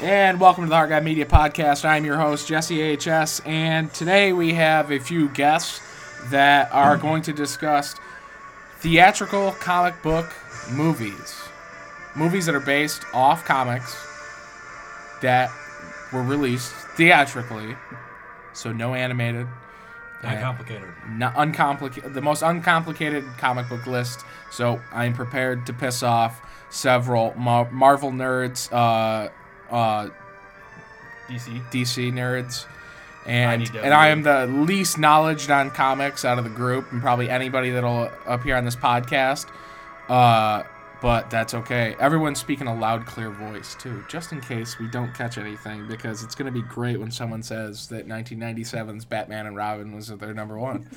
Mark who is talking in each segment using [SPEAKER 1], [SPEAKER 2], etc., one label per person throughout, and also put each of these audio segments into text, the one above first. [SPEAKER 1] and welcome to the Hard Guy Media Podcast. I'm your host, Jesse AHS, and today we have a few guests that are going to discuss theatrical comic book movies. Movies that are based off comics that were released theatrically, so no animated.
[SPEAKER 2] Not
[SPEAKER 1] Uh,
[SPEAKER 2] complicated.
[SPEAKER 1] not uncomplicated the most uncomplicated comic book list so i'm prepared to piss off several Mar- marvel nerds uh, uh,
[SPEAKER 2] DC.
[SPEAKER 1] dc nerds
[SPEAKER 2] I
[SPEAKER 1] and
[SPEAKER 2] need to
[SPEAKER 1] and i am the least knowledge on comics out of the group and probably anybody that'll appear on this podcast uh, but that's okay everyone's speaking a loud clear voice too just in case we don't catch anything because it's going to be great when someone says that 1997's batman and robin was their number one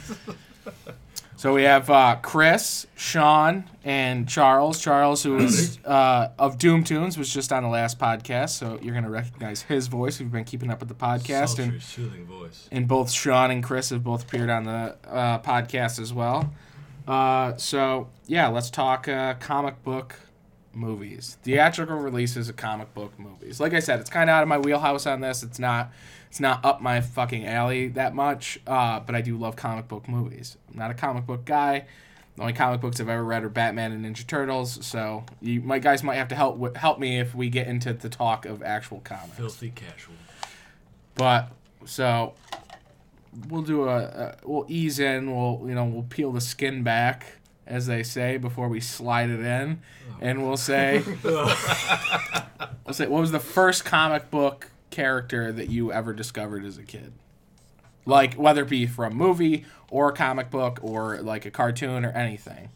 [SPEAKER 1] So we have uh, Chris, Sean, and Charles. Charles, who is uh, of Doom Tunes, was just on the last podcast, so you're gonna recognize his voice. We've been keeping up with the podcast,
[SPEAKER 2] Sultry,
[SPEAKER 1] and,
[SPEAKER 2] soothing voice.
[SPEAKER 1] and both Sean and Chris have both appeared on the uh, podcast as well. Uh, so yeah, let's talk uh, comic book movies, theatrical releases of comic book movies. Like I said, it's kind of out of my wheelhouse on this. It's not, it's not up my fucking alley that much. Uh, but I do love comic book movies. I'm not a comic book guy. The only comic books I've ever read are Batman and Ninja Turtles. So you, my guys, might have to help wi- help me if we get into the talk of actual comics.
[SPEAKER 2] Filthy casual.
[SPEAKER 1] But so we'll do a, a we'll ease in. We'll you know we'll peel the skin back, as they say, before we slide it in, and we'll say, we'll say, what was the first comic book character that you ever discovered as a kid? Like whether it be from movie or a comic book or like a cartoon or anything.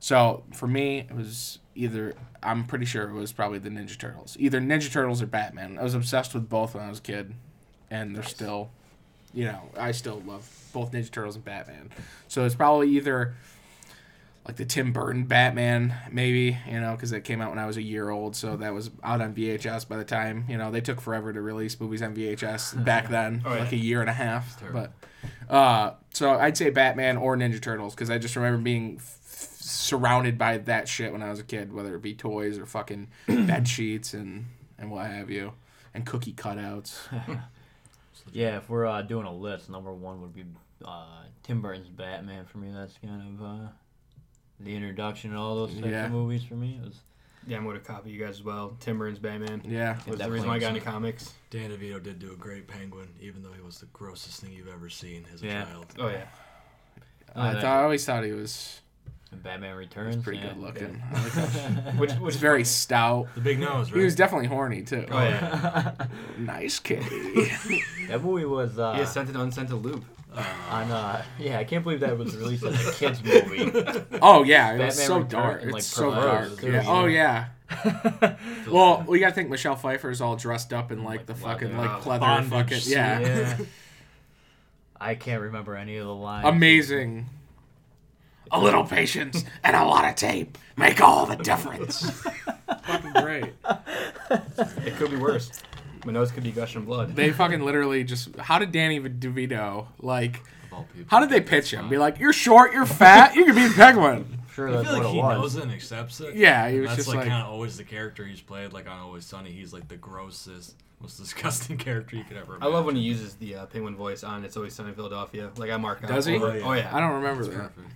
[SPEAKER 1] So for me, it was either I'm pretty sure it was probably the Ninja Turtles, either Ninja Turtles or Batman. I was obsessed with both when I was a kid, and they're still, you know, I still love both Ninja Turtles and Batman. So it's probably either like the Tim Burton Batman, maybe you know, because that came out when I was a year old, so that was out on VHS by the time you know they took forever to release movies on VHS back then,
[SPEAKER 2] Oh, yeah.
[SPEAKER 1] like a year and a half,
[SPEAKER 2] terrible.
[SPEAKER 1] but. Uh, so I'd say Batman or Ninja Turtles because I just remember being f- surrounded by that shit when I was a kid, whether it be toys or fucking bed sheets and and what have you, and cookie cutouts.
[SPEAKER 3] Yeah, if we're uh, doing a list, number one would be uh, Tim Burton's Batman for me. That's kind of uh, the introduction to all those types
[SPEAKER 1] Yeah.
[SPEAKER 3] of movies for me. It was
[SPEAKER 4] Yeah, I'm gonna copy you guys as well. Tim Burton's Batman
[SPEAKER 1] Yeah,
[SPEAKER 3] Yeah,
[SPEAKER 4] was the
[SPEAKER 3] definitely
[SPEAKER 4] reason why I got
[SPEAKER 3] was-
[SPEAKER 4] into comics.
[SPEAKER 2] Dan DeVito did do a great penguin, even though he was the grossest thing you've ever seen as a
[SPEAKER 3] Yeah.
[SPEAKER 2] child.
[SPEAKER 4] Oh yeah,
[SPEAKER 1] I,
[SPEAKER 3] uh,
[SPEAKER 1] thought, I always thought he was,
[SPEAKER 3] and Batman
[SPEAKER 1] he was
[SPEAKER 3] Returns.
[SPEAKER 1] pretty
[SPEAKER 3] yeah.
[SPEAKER 1] good looking. I like that.
[SPEAKER 4] which
[SPEAKER 1] was
[SPEAKER 4] which
[SPEAKER 1] very stout.
[SPEAKER 2] The big nose, right?
[SPEAKER 1] He was definitely horny too.
[SPEAKER 4] Oh yeah,
[SPEAKER 1] Nice kitty.
[SPEAKER 3] That movie was uh,
[SPEAKER 4] he has scented unscented lube.
[SPEAKER 3] on. Uh, yeah, I can't believe that was released as a kids movie.
[SPEAKER 1] oh yeah, it was
[SPEAKER 3] Batman
[SPEAKER 1] so
[SPEAKER 3] Returns
[SPEAKER 1] dark.
[SPEAKER 3] and, like,
[SPEAKER 1] It's so
[SPEAKER 3] Perverse,
[SPEAKER 1] dark.
[SPEAKER 3] too,
[SPEAKER 1] Yeah.
[SPEAKER 3] you
[SPEAKER 1] Oh
[SPEAKER 3] know?
[SPEAKER 1] yeah.
[SPEAKER 2] Filthy.
[SPEAKER 1] Well, we gotta think Michelle Pfeiffer's all dressed up in like
[SPEAKER 3] Like
[SPEAKER 1] the
[SPEAKER 3] leather.
[SPEAKER 1] fucking
[SPEAKER 4] Oh,
[SPEAKER 1] like pleather
[SPEAKER 2] bondage
[SPEAKER 1] fucking
[SPEAKER 2] suit.
[SPEAKER 1] yeah.
[SPEAKER 3] I can't remember any of the lines.
[SPEAKER 1] Amazing. A little patience and a lot of tape make all the difference. fucking great.
[SPEAKER 4] It could be worse. My nose could be gushing blood.
[SPEAKER 1] They fucking literally just. How did Danny DeVito like?
[SPEAKER 2] Of all people.
[SPEAKER 1] How did they pitch him? Be like, you're short, you're fat, you could be a penguin.
[SPEAKER 3] I'm sure
[SPEAKER 2] I
[SPEAKER 3] that's
[SPEAKER 2] feel
[SPEAKER 3] what
[SPEAKER 2] like
[SPEAKER 3] it
[SPEAKER 2] he
[SPEAKER 3] was.
[SPEAKER 2] knows it and accepts it.
[SPEAKER 1] Yeah, he was
[SPEAKER 2] That's
[SPEAKER 1] just
[SPEAKER 2] like,
[SPEAKER 1] like,
[SPEAKER 2] kind of always the character he's played. Like on Always Sunny, he's like the grossest, most disgusting character you could ever.
[SPEAKER 4] I love when he uses the uh, penguin voice on "It's Always Sunny in Philadelphia." Like I mark out.
[SPEAKER 1] Does he?
[SPEAKER 4] over it. Oh yeah.
[SPEAKER 1] I don't remember
[SPEAKER 2] It's
[SPEAKER 1] that.
[SPEAKER 2] perfect.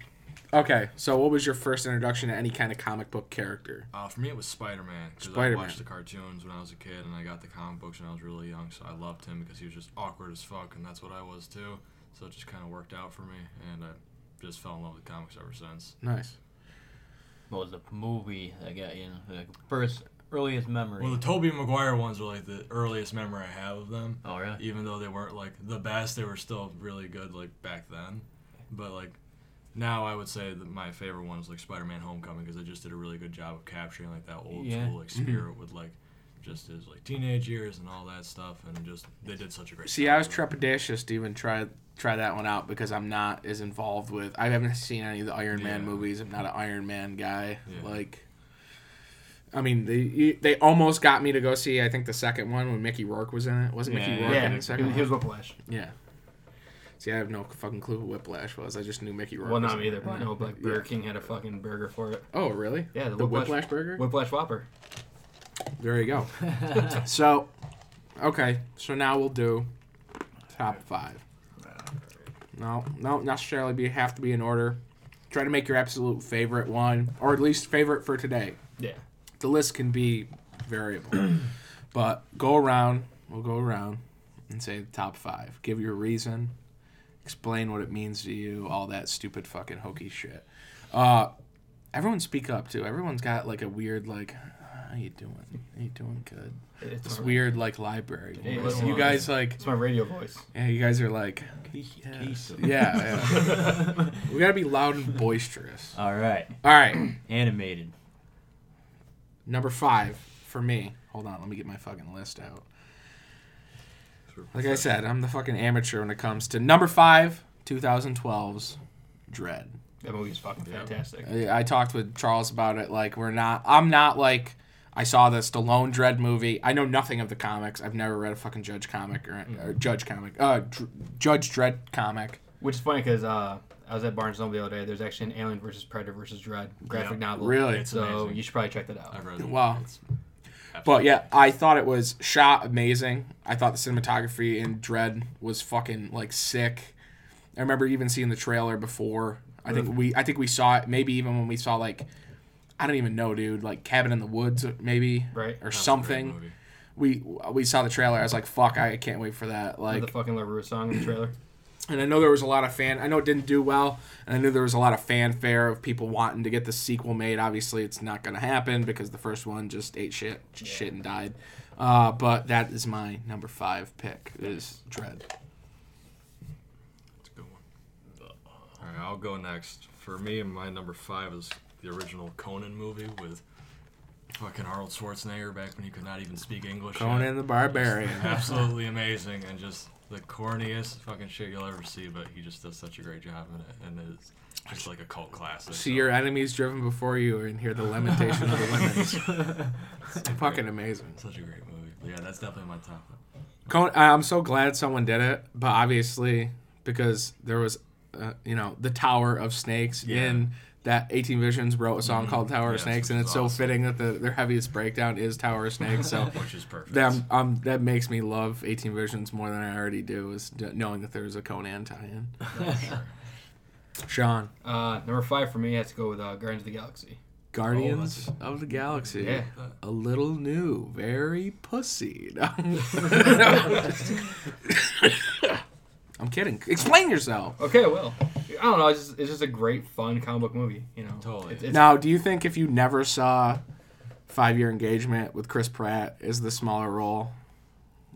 [SPEAKER 1] Okay, so what was your first introduction to any kind of comic book character?
[SPEAKER 2] Uh, for me, it was Spider Man because I
[SPEAKER 1] Spider-Man.
[SPEAKER 2] watched the cartoons when I was a kid, and I got the comic books when I was really young. So I loved him because he was just awkward as fuck, and that's what I was too. So it just kind of worked out for me, and I just fell in love with comics ever since.
[SPEAKER 1] Nice.
[SPEAKER 3] What was the movie that got you know, the first earliest memory?
[SPEAKER 2] Well, the Tobey Maguire ones were like the earliest memory I have of them.
[SPEAKER 3] oh really?
[SPEAKER 2] Even though they weren't like the best, they were still really good like back then. But like now, I would say that my favorite one is like Spider Man Homecoming because they just did a really good job of capturing like that old
[SPEAKER 3] Yeah.
[SPEAKER 2] school like
[SPEAKER 1] Mm-hmm.
[SPEAKER 2] spirit with like just his like teenage years and all that stuff, and just they did such a great.
[SPEAKER 1] See,
[SPEAKER 2] job
[SPEAKER 1] I was
[SPEAKER 2] with it.
[SPEAKER 1] trepidatious to even try try that one out because I'm not as involved with. I haven't seen any of the Iron Man
[SPEAKER 2] Yeah.
[SPEAKER 1] movies. I'm not an Iron Man guy.
[SPEAKER 2] Yeah.
[SPEAKER 1] Like, I mean, they they almost got me to go see. I think the second one when Mickey Rourke was in it. Wasn't Mickey
[SPEAKER 3] Yeah,
[SPEAKER 1] Rourke
[SPEAKER 4] Yeah,
[SPEAKER 1] in the
[SPEAKER 4] he,
[SPEAKER 1] second
[SPEAKER 4] was- he was
[SPEAKER 1] one?
[SPEAKER 4] Whiplash.
[SPEAKER 1] Yeah. See, I have no fucking clue who Whiplash was. I just knew Mickey Rourke.
[SPEAKER 4] Well,
[SPEAKER 1] was
[SPEAKER 4] not
[SPEAKER 1] in
[SPEAKER 4] me either,
[SPEAKER 1] it.
[SPEAKER 4] but I know like Burger King had a fucking burger for it.
[SPEAKER 1] Oh, really?
[SPEAKER 4] Yeah,
[SPEAKER 1] The Whiplash burger?
[SPEAKER 4] Whiplash Whopper.
[SPEAKER 1] There you go. so, okay. So now we'll do top five. No, no, not necessarily be have to be in order. Try to make your absolute favorite one, or at least favorite for today.
[SPEAKER 4] Yeah.
[SPEAKER 1] The list can be variable, but go around. We'll go around and say the top five. Give your reason. Explain what it means to you. All that stupid fucking hokey shit. Uh, everyone speak up too. Everyone's got like a weird like, how you doing? How you doing? Good.
[SPEAKER 4] It's,
[SPEAKER 1] This
[SPEAKER 4] my-
[SPEAKER 1] weird like library.
[SPEAKER 4] Hey,
[SPEAKER 1] voice.
[SPEAKER 4] listen,
[SPEAKER 1] you guys like,
[SPEAKER 4] it's my radio voice.
[SPEAKER 1] yeah, you guys are like, yes. yeah, yeah. We gotta be loud and boisterous.
[SPEAKER 3] All right,
[SPEAKER 1] All right,
[SPEAKER 3] animated.
[SPEAKER 1] number five for me. Hold on, let me get my fucking list out. Like I said, I'm the fucking amateur when it comes to number five, 2012's Dread.
[SPEAKER 4] That movie's fucking
[SPEAKER 2] Yeah.
[SPEAKER 4] fantastic.
[SPEAKER 1] I I talked with Charles about it. Like, we're not. I'm not like. I saw the Stallone Dread movie. I know nothing of the comics. I've never read a fucking Judge comic or, or Judge comic. Uh, Dr- Judge Dread comic.
[SPEAKER 4] Which is funny because uh, I was at Barnes Noble the other day. There's actually an Alien versus Predator versus Dread graphic
[SPEAKER 2] Yeah.
[SPEAKER 4] novel.
[SPEAKER 1] Really?
[SPEAKER 2] It's
[SPEAKER 4] so
[SPEAKER 2] amazing.
[SPEAKER 4] you should probably check that out.
[SPEAKER 2] I've read it.
[SPEAKER 1] Wow.
[SPEAKER 2] It's
[SPEAKER 1] But yeah, I thought it was shot amazing. I thought the cinematography in Dread was fucking like sick. I remember even seeing the trailer before. I
[SPEAKER 2] Mm.
[SPEAKER 1] think we I think we saw it maybe even when we saw like I don't even know, dude, like Cabin in the Woods maybe or
[SPEAKER 4] Right.
[SPEAKER 2] that's a great
[SPEAKER 1] something.
[SPEAKER 2] movie.
[SPEAKER 1] We we saw the trailer. I was like, "Fuck, I can't wait for that."
[SPEAKER 4] Like, the
[SPEAKER 1] Like
[SPEAKER 4] fucking LaRue song in the trailer.
[SPEAKER 1] and I know there was a lot of fan. I know it didn't do well, and I knew there was a lot of fanfare of people wanting to get the sequel made. Obviously, it's not going to happen because the first one just ate shit, shit and died. Uh, but that is my number five pick. Is Dread.
[SPEAKER 2] It's a good one. All right, I'll go next. For me, my number five is the original Conan movie with fucking Arnold Schwarzenegger back when he could not even speak English. yet.
[SPEAKER 1] Conan the Barbarian.
[SPEAKER 2] Absolutely amazing and just the corniest fucking shit you'll ever see, but he just does such a great job in it, and it's just like a cult classic.
[SPEAKER 1] See your enemies driven before you, and hear the lamentation of the women's. Fucking amazing.
[SPEAKER 2] Such a great movie. But yeah, that's definitely my top.
[SPEAKER 1] Conan, I'm so glad someone did it, but obviously because there was, uh, you know, the Tower of Snakes
[SPEAKER 2] Yeah.
[SPEAKER 1] in that 18 Visions wrote a song called Tower of
[SPEAKER 2] Yes,
[SPEAKER 1] Snakes,
[SPEAKER 2] which
[SPEAKER 1] and
[SPEAKER 2] is
[SPEAKER 1] it's so
[SPEAKER 2] awesome.
[SPEAKER 1] fitting that the, their heaviest breakdown is Tower of Snakes. So
[SPEAKER 2] Which is perfect.
[SPEAKER 1] that um, that makes me love 18 Visions more than I already do, is d- knowing that there's a Conan tie-in. Sean,
[SPEAKER 4] Uh, number five for me has to go with uh, Guardians of the Galaxy.
[SPEAKER 1] Guardians of the Galaxy.
[SPEAKER 4] Yeah.
[SPEAKER 1] A little new, very pussy. No. I'm kidding. Explain yourself.
[SPEAKER 4] Okay, well, I don't know. It's just, it's just a great, fun comic book movie. You know,
[SPEAKER 2] Totally.
[SPEAKER 4] It's, it's,
[SPEAKER 1] Now, do you think if you never saw Five Year Engagement with Chris Pratt is the smaller role?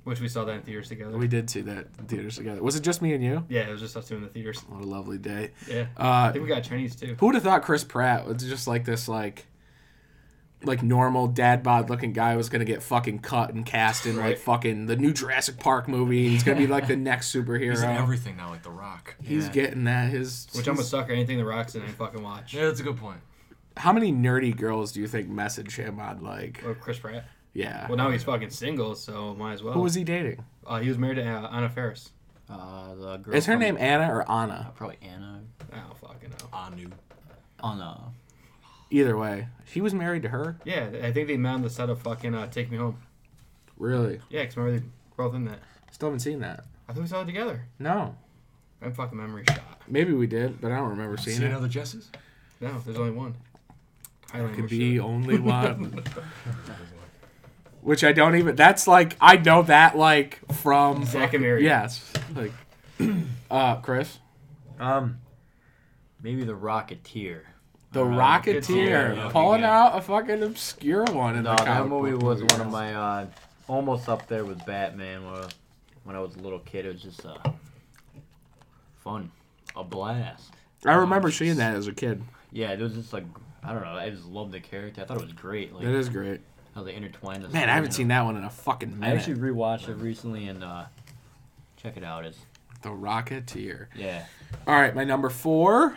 [SPEAKER 4] Which we saw that in theaters together.
[SPEAKER 1] We did see that in theaters together. Was it just me and you?
[SPEAKER 4] yeah, it was just us two in the theaters.
[SPEAKER 1] What a lovely day.
[SPEAKER 4] Yeah, I
[SPEAKER 1] Uh,
[SPEAKER 4] think we got Chinese too.
[SPEAKER 1] who would have thought Chris Pratt was just like this, like, like normal dad bod looking guy was gonna get fucking cut and cast in like
[SPEAKER 4] Right.
[SPEAKER 1] fucking the new Jurassic Park movie. And he's gonna be like the next superhero.
[SPEAKER 2] He's
[SPEAKER 1] He's,
[SPEAKER 2] in everything now, like The Rock.
[SPEAKER 3] Yeah.
[SPEAKER 1] getting that. His
[SPEAKER 4] Which I'm a
[SPEAKER 1] he's-
[SPEAKER 4] sucker. Anything the rocks and I fucking watch.
[SPEAKER 2] Yeah, that's a good point.
[SPEAKER 1] how many nerdy girls do you think message him on like?
[SPEAKER 4] Or Chris Pratt.
[SPEAKER 1] Yeah.
[SPEAKER 4] Well, now he's fucking single, so might as well.
[SPEAKER 1] Who was he dating?
[SPEAKER 4] Uh, he was married to uh, Anna Faris.
[SPEAKER 3] Uh, the girl
[SPEAKER 1] Is her
[SPEAKER 3] from-
[SPEAKER 1] name Anna or Anna?
[SPEAKER 3] uh, probably Anna.
[SPEAKER 4] I don't fucking know.
[SPEAKER 2] Anu.
[SPEAKER 3] Oh no.
[SPEAKER 1] Either way, she was married to her.
[SPEAKER 4] Yeah, I think they met on the set of fucking uh, Take Me Home.
[SPEAKER 1] Really?
[SPEAKER 4] Yeah, 'cause remember they were both in that.
[SPEAKER 1] Still haven't seen that.
[SPEAKER 4] I think we saw it together.
[SPEAKER 1] No.
[SPEAKER 4] I'm fucking memory shot.
[SPEAKER 1] Maybe we did, but I don't remember seeing
[SPEAKER 2] See
[SPEAKER 1] it.
[SPEAKER 2] another Jesses?
[SPEAKER 4] No, there's only one. Highlander
[SPEAKER 1] Could
[SPEAKER 4] shit.
[SPEAKER 1] be only one. Which I don't even. That's like I know that like from.
[SPEAKER 4] Zack and Mary.
[SPEAKER 1] Yes. Like. Uh, Chris.
[SPEAKER 3] Um, maybe the Rocketeer. Uh,
[SPEAKER 1] The
[SPEAKER 3] Alright.
[SPEAKER 1] Rocketeer,
[SPEAKER 2] Yeah,
[SPEAKER 1] pulling
[SPEAKER 2] yeah.
[SPEAKER 1] out a fucking obscure one in
[SPEAKER 3] No,
[SPEAKER 1] the
[SPEAKER 3] that
[SPEAKER 1] comic
[SPEAKER 3] movie
[SPEAKER 1] book
[SPEAKER 3] was one of
[SPEAKER 1] movies.
[SPEAKER 3] my uh, almost up there with Batman. When, when I was a little kid, it was just uh, fun, a blast.
[SPEAKER 1] I remember seeing that as a kid.
[SPEAKER 3] Yeah, it was just like I don't know. I just loved the character. I thought it was great. Like
[SPEAKER 1] That is great.
[SPEAKER 3] how they intertwined. the
[SPEAKER 1] Man,
[SPEAKER 3] story,
[SPEAKER 1] I
[SPEAKER 3] you
[SPEAKER 1] haven't
[SPEAKER 3] know.
[SPEAKER 1] seen that one in a fucking
[SPEAKER 3] I
[SPEAKER 1] minute.
[SPEAKER 3] actually rewatched it recently and uh, check it out. It's
[SPEAKER 1] the Rocketeer.
[SPEAKER 3] yeah.
[SPEAKER 1] All right, my number four.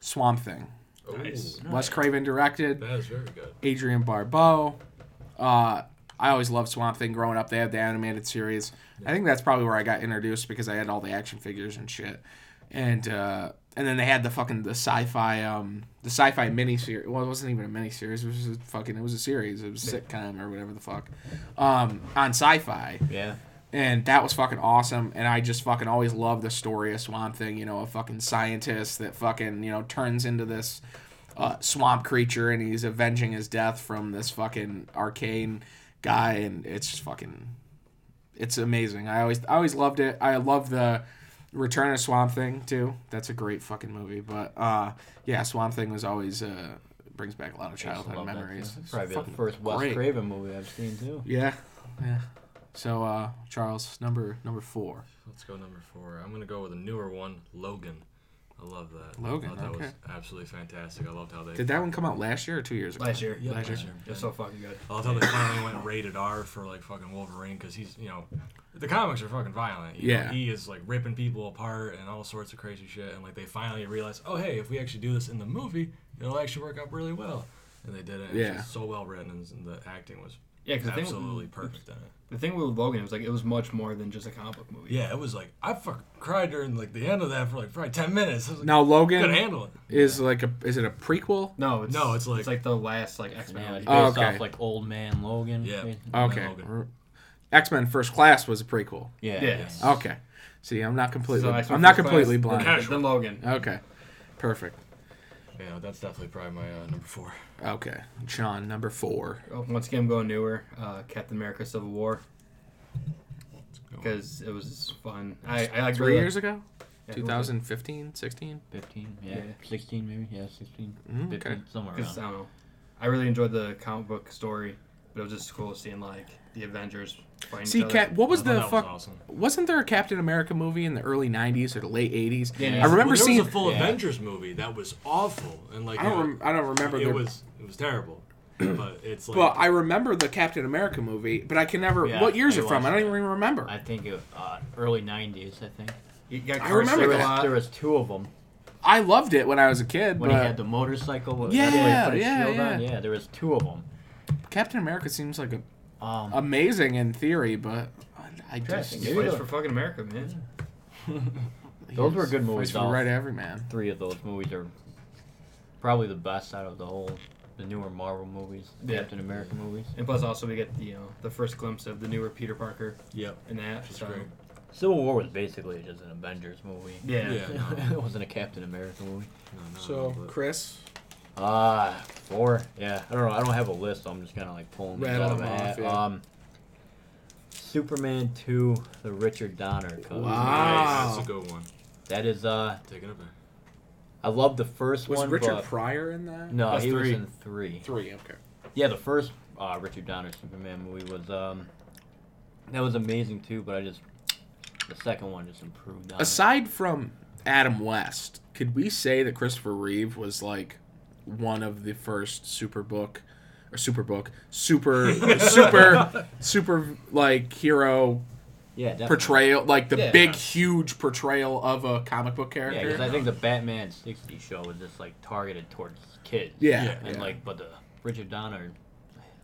[SPEAKER 1] Swamp Thing.
[SPEAKER 2] Nice.
[SPEAKER 1] Wes Craven directed.
[SPEAKER 2] That is very good.
[SPEAKER 1] Adrian Barbeau. Uh, I always loved Swamp Thing growing up. They had the animated series. I think that's probably where I got introduced because I had all the action figures and shit. and uh, and then they had the fucking the sci-fi um the sci-fi mini series. Well, it wasn't even a mini series. It was just fucking it was a series. It was a sitcom or whatever the fuck, um, on sci-fi
[SPEAKER 3] Yeah.
[SPEAKER 1] and that was fucking awesome. And I just fucking always loved the story of Swamp Thing. You know, a fucking scientist that fucking you know turns into this uh, swamp creature, and he's avenging his death from this fucking arcane guy, and it's just fucking, it's amazing. I always I always loved it. I love the Return of Swamp Thing too. That's a great fucking movie. But uh, yeah, Swamp Thing was always uh, brings back a lot of childhood
[SPEAKER 3] Love that,
[SPEAKER 1] memories.
[SPEAKER 3] too.
[SPEAKER 1] It's
[SPEAKER 3] Probably the
[SPEAKER 1] fucking
[SPEAKER 3] first Wes
[SPEAKER 1] great.
[SPEAKER 3] Craven movie I've seen too.
[SPEAKER 1] Yeah, yeah. So uh, Charles, number number four.
[SPEAKER 2] Let's go number four. I'm gonna go with a newer one, Logan. I love that.
[SPEAKER 1] Logan,
[SPEAKER 2] I thought that was
[SPEAKER 1] okay.
[SPEAKER 2] absolutely fantastic. I loved how they.
[SPEAKER 1] Did that one come out last year or two years ago?
[SPEAKER 4] Last year.
[SPEAKER 2] Yeah,
[SPEAKER 1] Last
[SPEAKER 2] last
[SPEAKER 1] year.
[SPEAKER 2] year.
[SPEAKER 4] It's so fucking good.
[SPEAKER 2] I love how they finally went rated R for like fucking Wolverine because he's you know, the comics are fucking violent. you know.
[SPEAKER 1] Yeah.
[SPEAKER 2] he is like ripping people apart and all sorts of crazy shit. And like they finally realized, oh hey, if we actually do this in the movie, it'll actually work out really well. And they did it. and it's
[SPEAKER 1] Yeah.
[SPEAKER 2] just so well written and, and the acting was
[SPEAKER 4] Yeah, because
[SPEAKER 2] absolutely
[SPEAKER 4] absolutely.
[SPEAKER 2] perfect in it.
[SPEAKER 4] The thing with Logan was like it was much more than just a comic book movie.
[SPEAKER 2] Yeah, it was like I fucking cried during like the end of that for like probably ten minutes. I was like,
[SPEAKER 1] Now
[SPEAKER 2] could
[SPEAKER 1] Logan
[SPEAKER 2] handle it.
[SPEAKER 1] is like a is it a prequel?
[SPEAKER 4] No, it's
[SPEAKER 2] No, it's like-
[SPEAKER 4] it's like the last like X
[SPEAKER 3] Yeah,
[SPEAKER 4] Men.
[SPEAKER 3] it's based
[SPEAKER 1] Oh, okay.
[SPEAKER 3] off like Old Man Logan.
[SPEAKER 2] Yeah.
[SPEAKER 3] Uh,
[SPEAKER 1] Okay.
[SPEAKER 2] Logan.
[SPEAKER 1] X Men First Class was a prequel.
[SPEAKER 3] Yeah.
[SPEAKER 4] Yes.
[SPEAKER 1] Okay. See, I'm not completely
[SPEAKER 4] X-Men
[SPEAKER 1] I'm not
[SPEAKER 4] First Class,
[SPEAKER 1] completely
[SPEAKER 4] then-
[SPEAKER 1] blind.
[SPEAKER 4] Then Logan.
[SPEAKER 1] Okay. Perfect.
[SPEAKER 2] Yeah, that's definitely probably my uh, number four.
[SPEAKER 1] Okay. Sean, number four.
[SPEAKER 4] Oh, Once again, going newer. Uh, Captain America: Civil War because it was fun. I I like
[SPEAKER 1] Three
[SPEAKER 4] really-
[SPEAKER 1] years ago?
[SPEAKER 4] yeah,
[SPEAKER 1] 2015, 16?
[SPEAKER 3] 15, yeah.
[SPEAKER 4] Yeah.
[SPEAKER 3] 16 maybe. Yeah, 16.
[SPEAKER 1] Mm,
[SPEAKER 3] 15,
[SPEAKER 1] okay.
[SPEAKER 3] somewhere around.
[SPEAKER 4] 'Cause, I don't know. I really enjoyed the comic book story, but it was just cool seeing like the Avengers fighting
[SPEAKER 1] See,
[SPEAKER 4] each other.
[SPEAKER 1] Cap, what was
[SPEAKER 2] I thought
[SPEAKER 1] the
[SPEAKER 2] that
[SPEAKER 1] fuck?
[SPEAKER 2] Was awesome.
[SPEAKER 1] Wasn't there a Captain America movie in the early 90s or the late 80s?
[SPEAKER 4] Yeah.
[SPEAKER 1] I remember
[SPEAKER 2] well, there
[SPEAKER 1] seeing.
[SPEAKER 2] was a full
[SPEAKER 3] Yeah.
[SPEAKER 2] Avengers movie that was awful and like
[SPEAKER 1] I
[SPEAKER 2] it,
[SPEAKER 1] don't. Rem- I don't remember.
[SPEAKER 2] it
[SPEAKER 1] the-
[SPEAKER 2] was it was terrible. but it's like
[SPEAKER 1] Well, I remember the Captain America movie, but I can never.
[SPEAKER 3] Yeah,
[SPEAKER 1] what year's it
[SPEAKER 3] I
[SPEAKER 1] from? I
[SPEAKER 3] watched
[SPEAKER 1] don't
[SPEAKER 3] it.
[SPEAKER 1] even remember.
[SPEAKER 3] I think it uh, early 90s, I think.
[SPEAKER 4] You got
[SPEAKER 1] I
[SPEAKER 4] Carson
[SPEAKER 1] remember
[SPEAKER 4] a
[SPEAKER 1] that.
[SPEAKER 4] lot.
[SPEAKER 3] There was two of them.
[SPEAKER 1] I loved it when I was a kid,
[SPEAKER 3] When
[SPEAKER 1] but
[SPEAKER 3] he had the motorcycle, with-
[SPEAKER 1] Yeah,
[SPEAKER 3] that's where he put his
[SPEAKER 1] yeah,
[SPEAKER 3] shield on.
[SPEAKER 1] yeah.
[SPEAKER 3] Yeah, there was two of them.
[SPEAKER 1] Captain America seems like a,
[SPEAKER 3] Um,
[SPEAKER 1] amazing in theory, but I- I just
[SPEAKER 4] He
[SPEAKER 3] Dude.
[SPEAKER 4] fights for fucking America, man.
[SPEAKER 3] Those were good movies,
[SPEAKER 1] For the
[SPEAKER 3] though.
[SPEAKER 1] right every man.
[SPEAKER 3] three of those movies are probably the best out of the whole the newer Marvel movies, the
[SPEAKER 4] Yeah.
[SPEAKER 3] Captain America movies.
[SPEAKER 4] And plus, also we get the you know the first glimpse of the newer Peter Parker
[SPEAKER 2] yep.
[SPEAKER 4] in that.
[SPEAKER 2] It's
[SPEAKER 4] So,
[SPEAKER 2] great.
[SPEAKER 3] Civil War was basically just an Avengers movie.
[SPEAKER 4] yeah.
[SPEAKER 2] Yeah. no,
[SPEAKER 3] it wasn't a Captain America movie.
[SPEAKER 2] no, no,
[SPEAKER 1] So
[SPEAKER 2] but-
[SPEAKER 1] Chris,
[SPEAKER 3] Ah, four. Yeah, I don't know. I don't have a list. So I'm just kind of like pulling these
[SPEAKER 1] Rattle
[SPEAKER 3] out of my
[SPEAKER 1] them off,
[SPEAKER 3] hat.
[SPEAKER 1] yeah.
[SPEAKER 3] Um, Superman two, the Richard Donner cut.
[SPEAKER 1] Wow.
[SPEAKER 2] Nice, that's a good one.
[SPEAKER 3] That is uh,
[SPEAKER 2] Taking it back.
[SPEAKER 3] I love the first
[SPEAKER 1] was
[SPEAKER 3] one.
[SPEAKER 1] Richard
[SPEAKER 3] but-
[SPEAKER 1] Pryor in that?
[SPEAKER 3] no,
[SPEAKER 4] That's
[SPEAKER 3] he was
[SPEAKER 4] three.
[SPEAKER 3] in three.
[SPEAKER 1] three. Okay.
[SPEAKER 3] Yeah, the first uh, Richard Donner Superman movie was um, that was amazing too. But I just the second one just improved on. it.
[SPEAKER 1] Aside from Adam West, could we say that Christopher Reeve was like one of the first Superbook or Superbook super super super like hero
[SPEAKER 3] yeah, definitely.
[SPEAKER 1] portrayal, like the
[SPEAKER 4] Yeah.
[SPEAKER 1] big huge portrayal of a comic book
[SPEAKER 3] Yeah,
[SPEAKER 1] character?
[SPEAKER 3] 'cause I think the Batman '60s show was just like targeted towards kids.
[SPEAKER 1] Yeah,
[SPEAKER 2] Yeah.
[SPEAKER 3] And
[SPEAKER 1] yeah.
[SPEAKER 3] like, but the Richard Donner,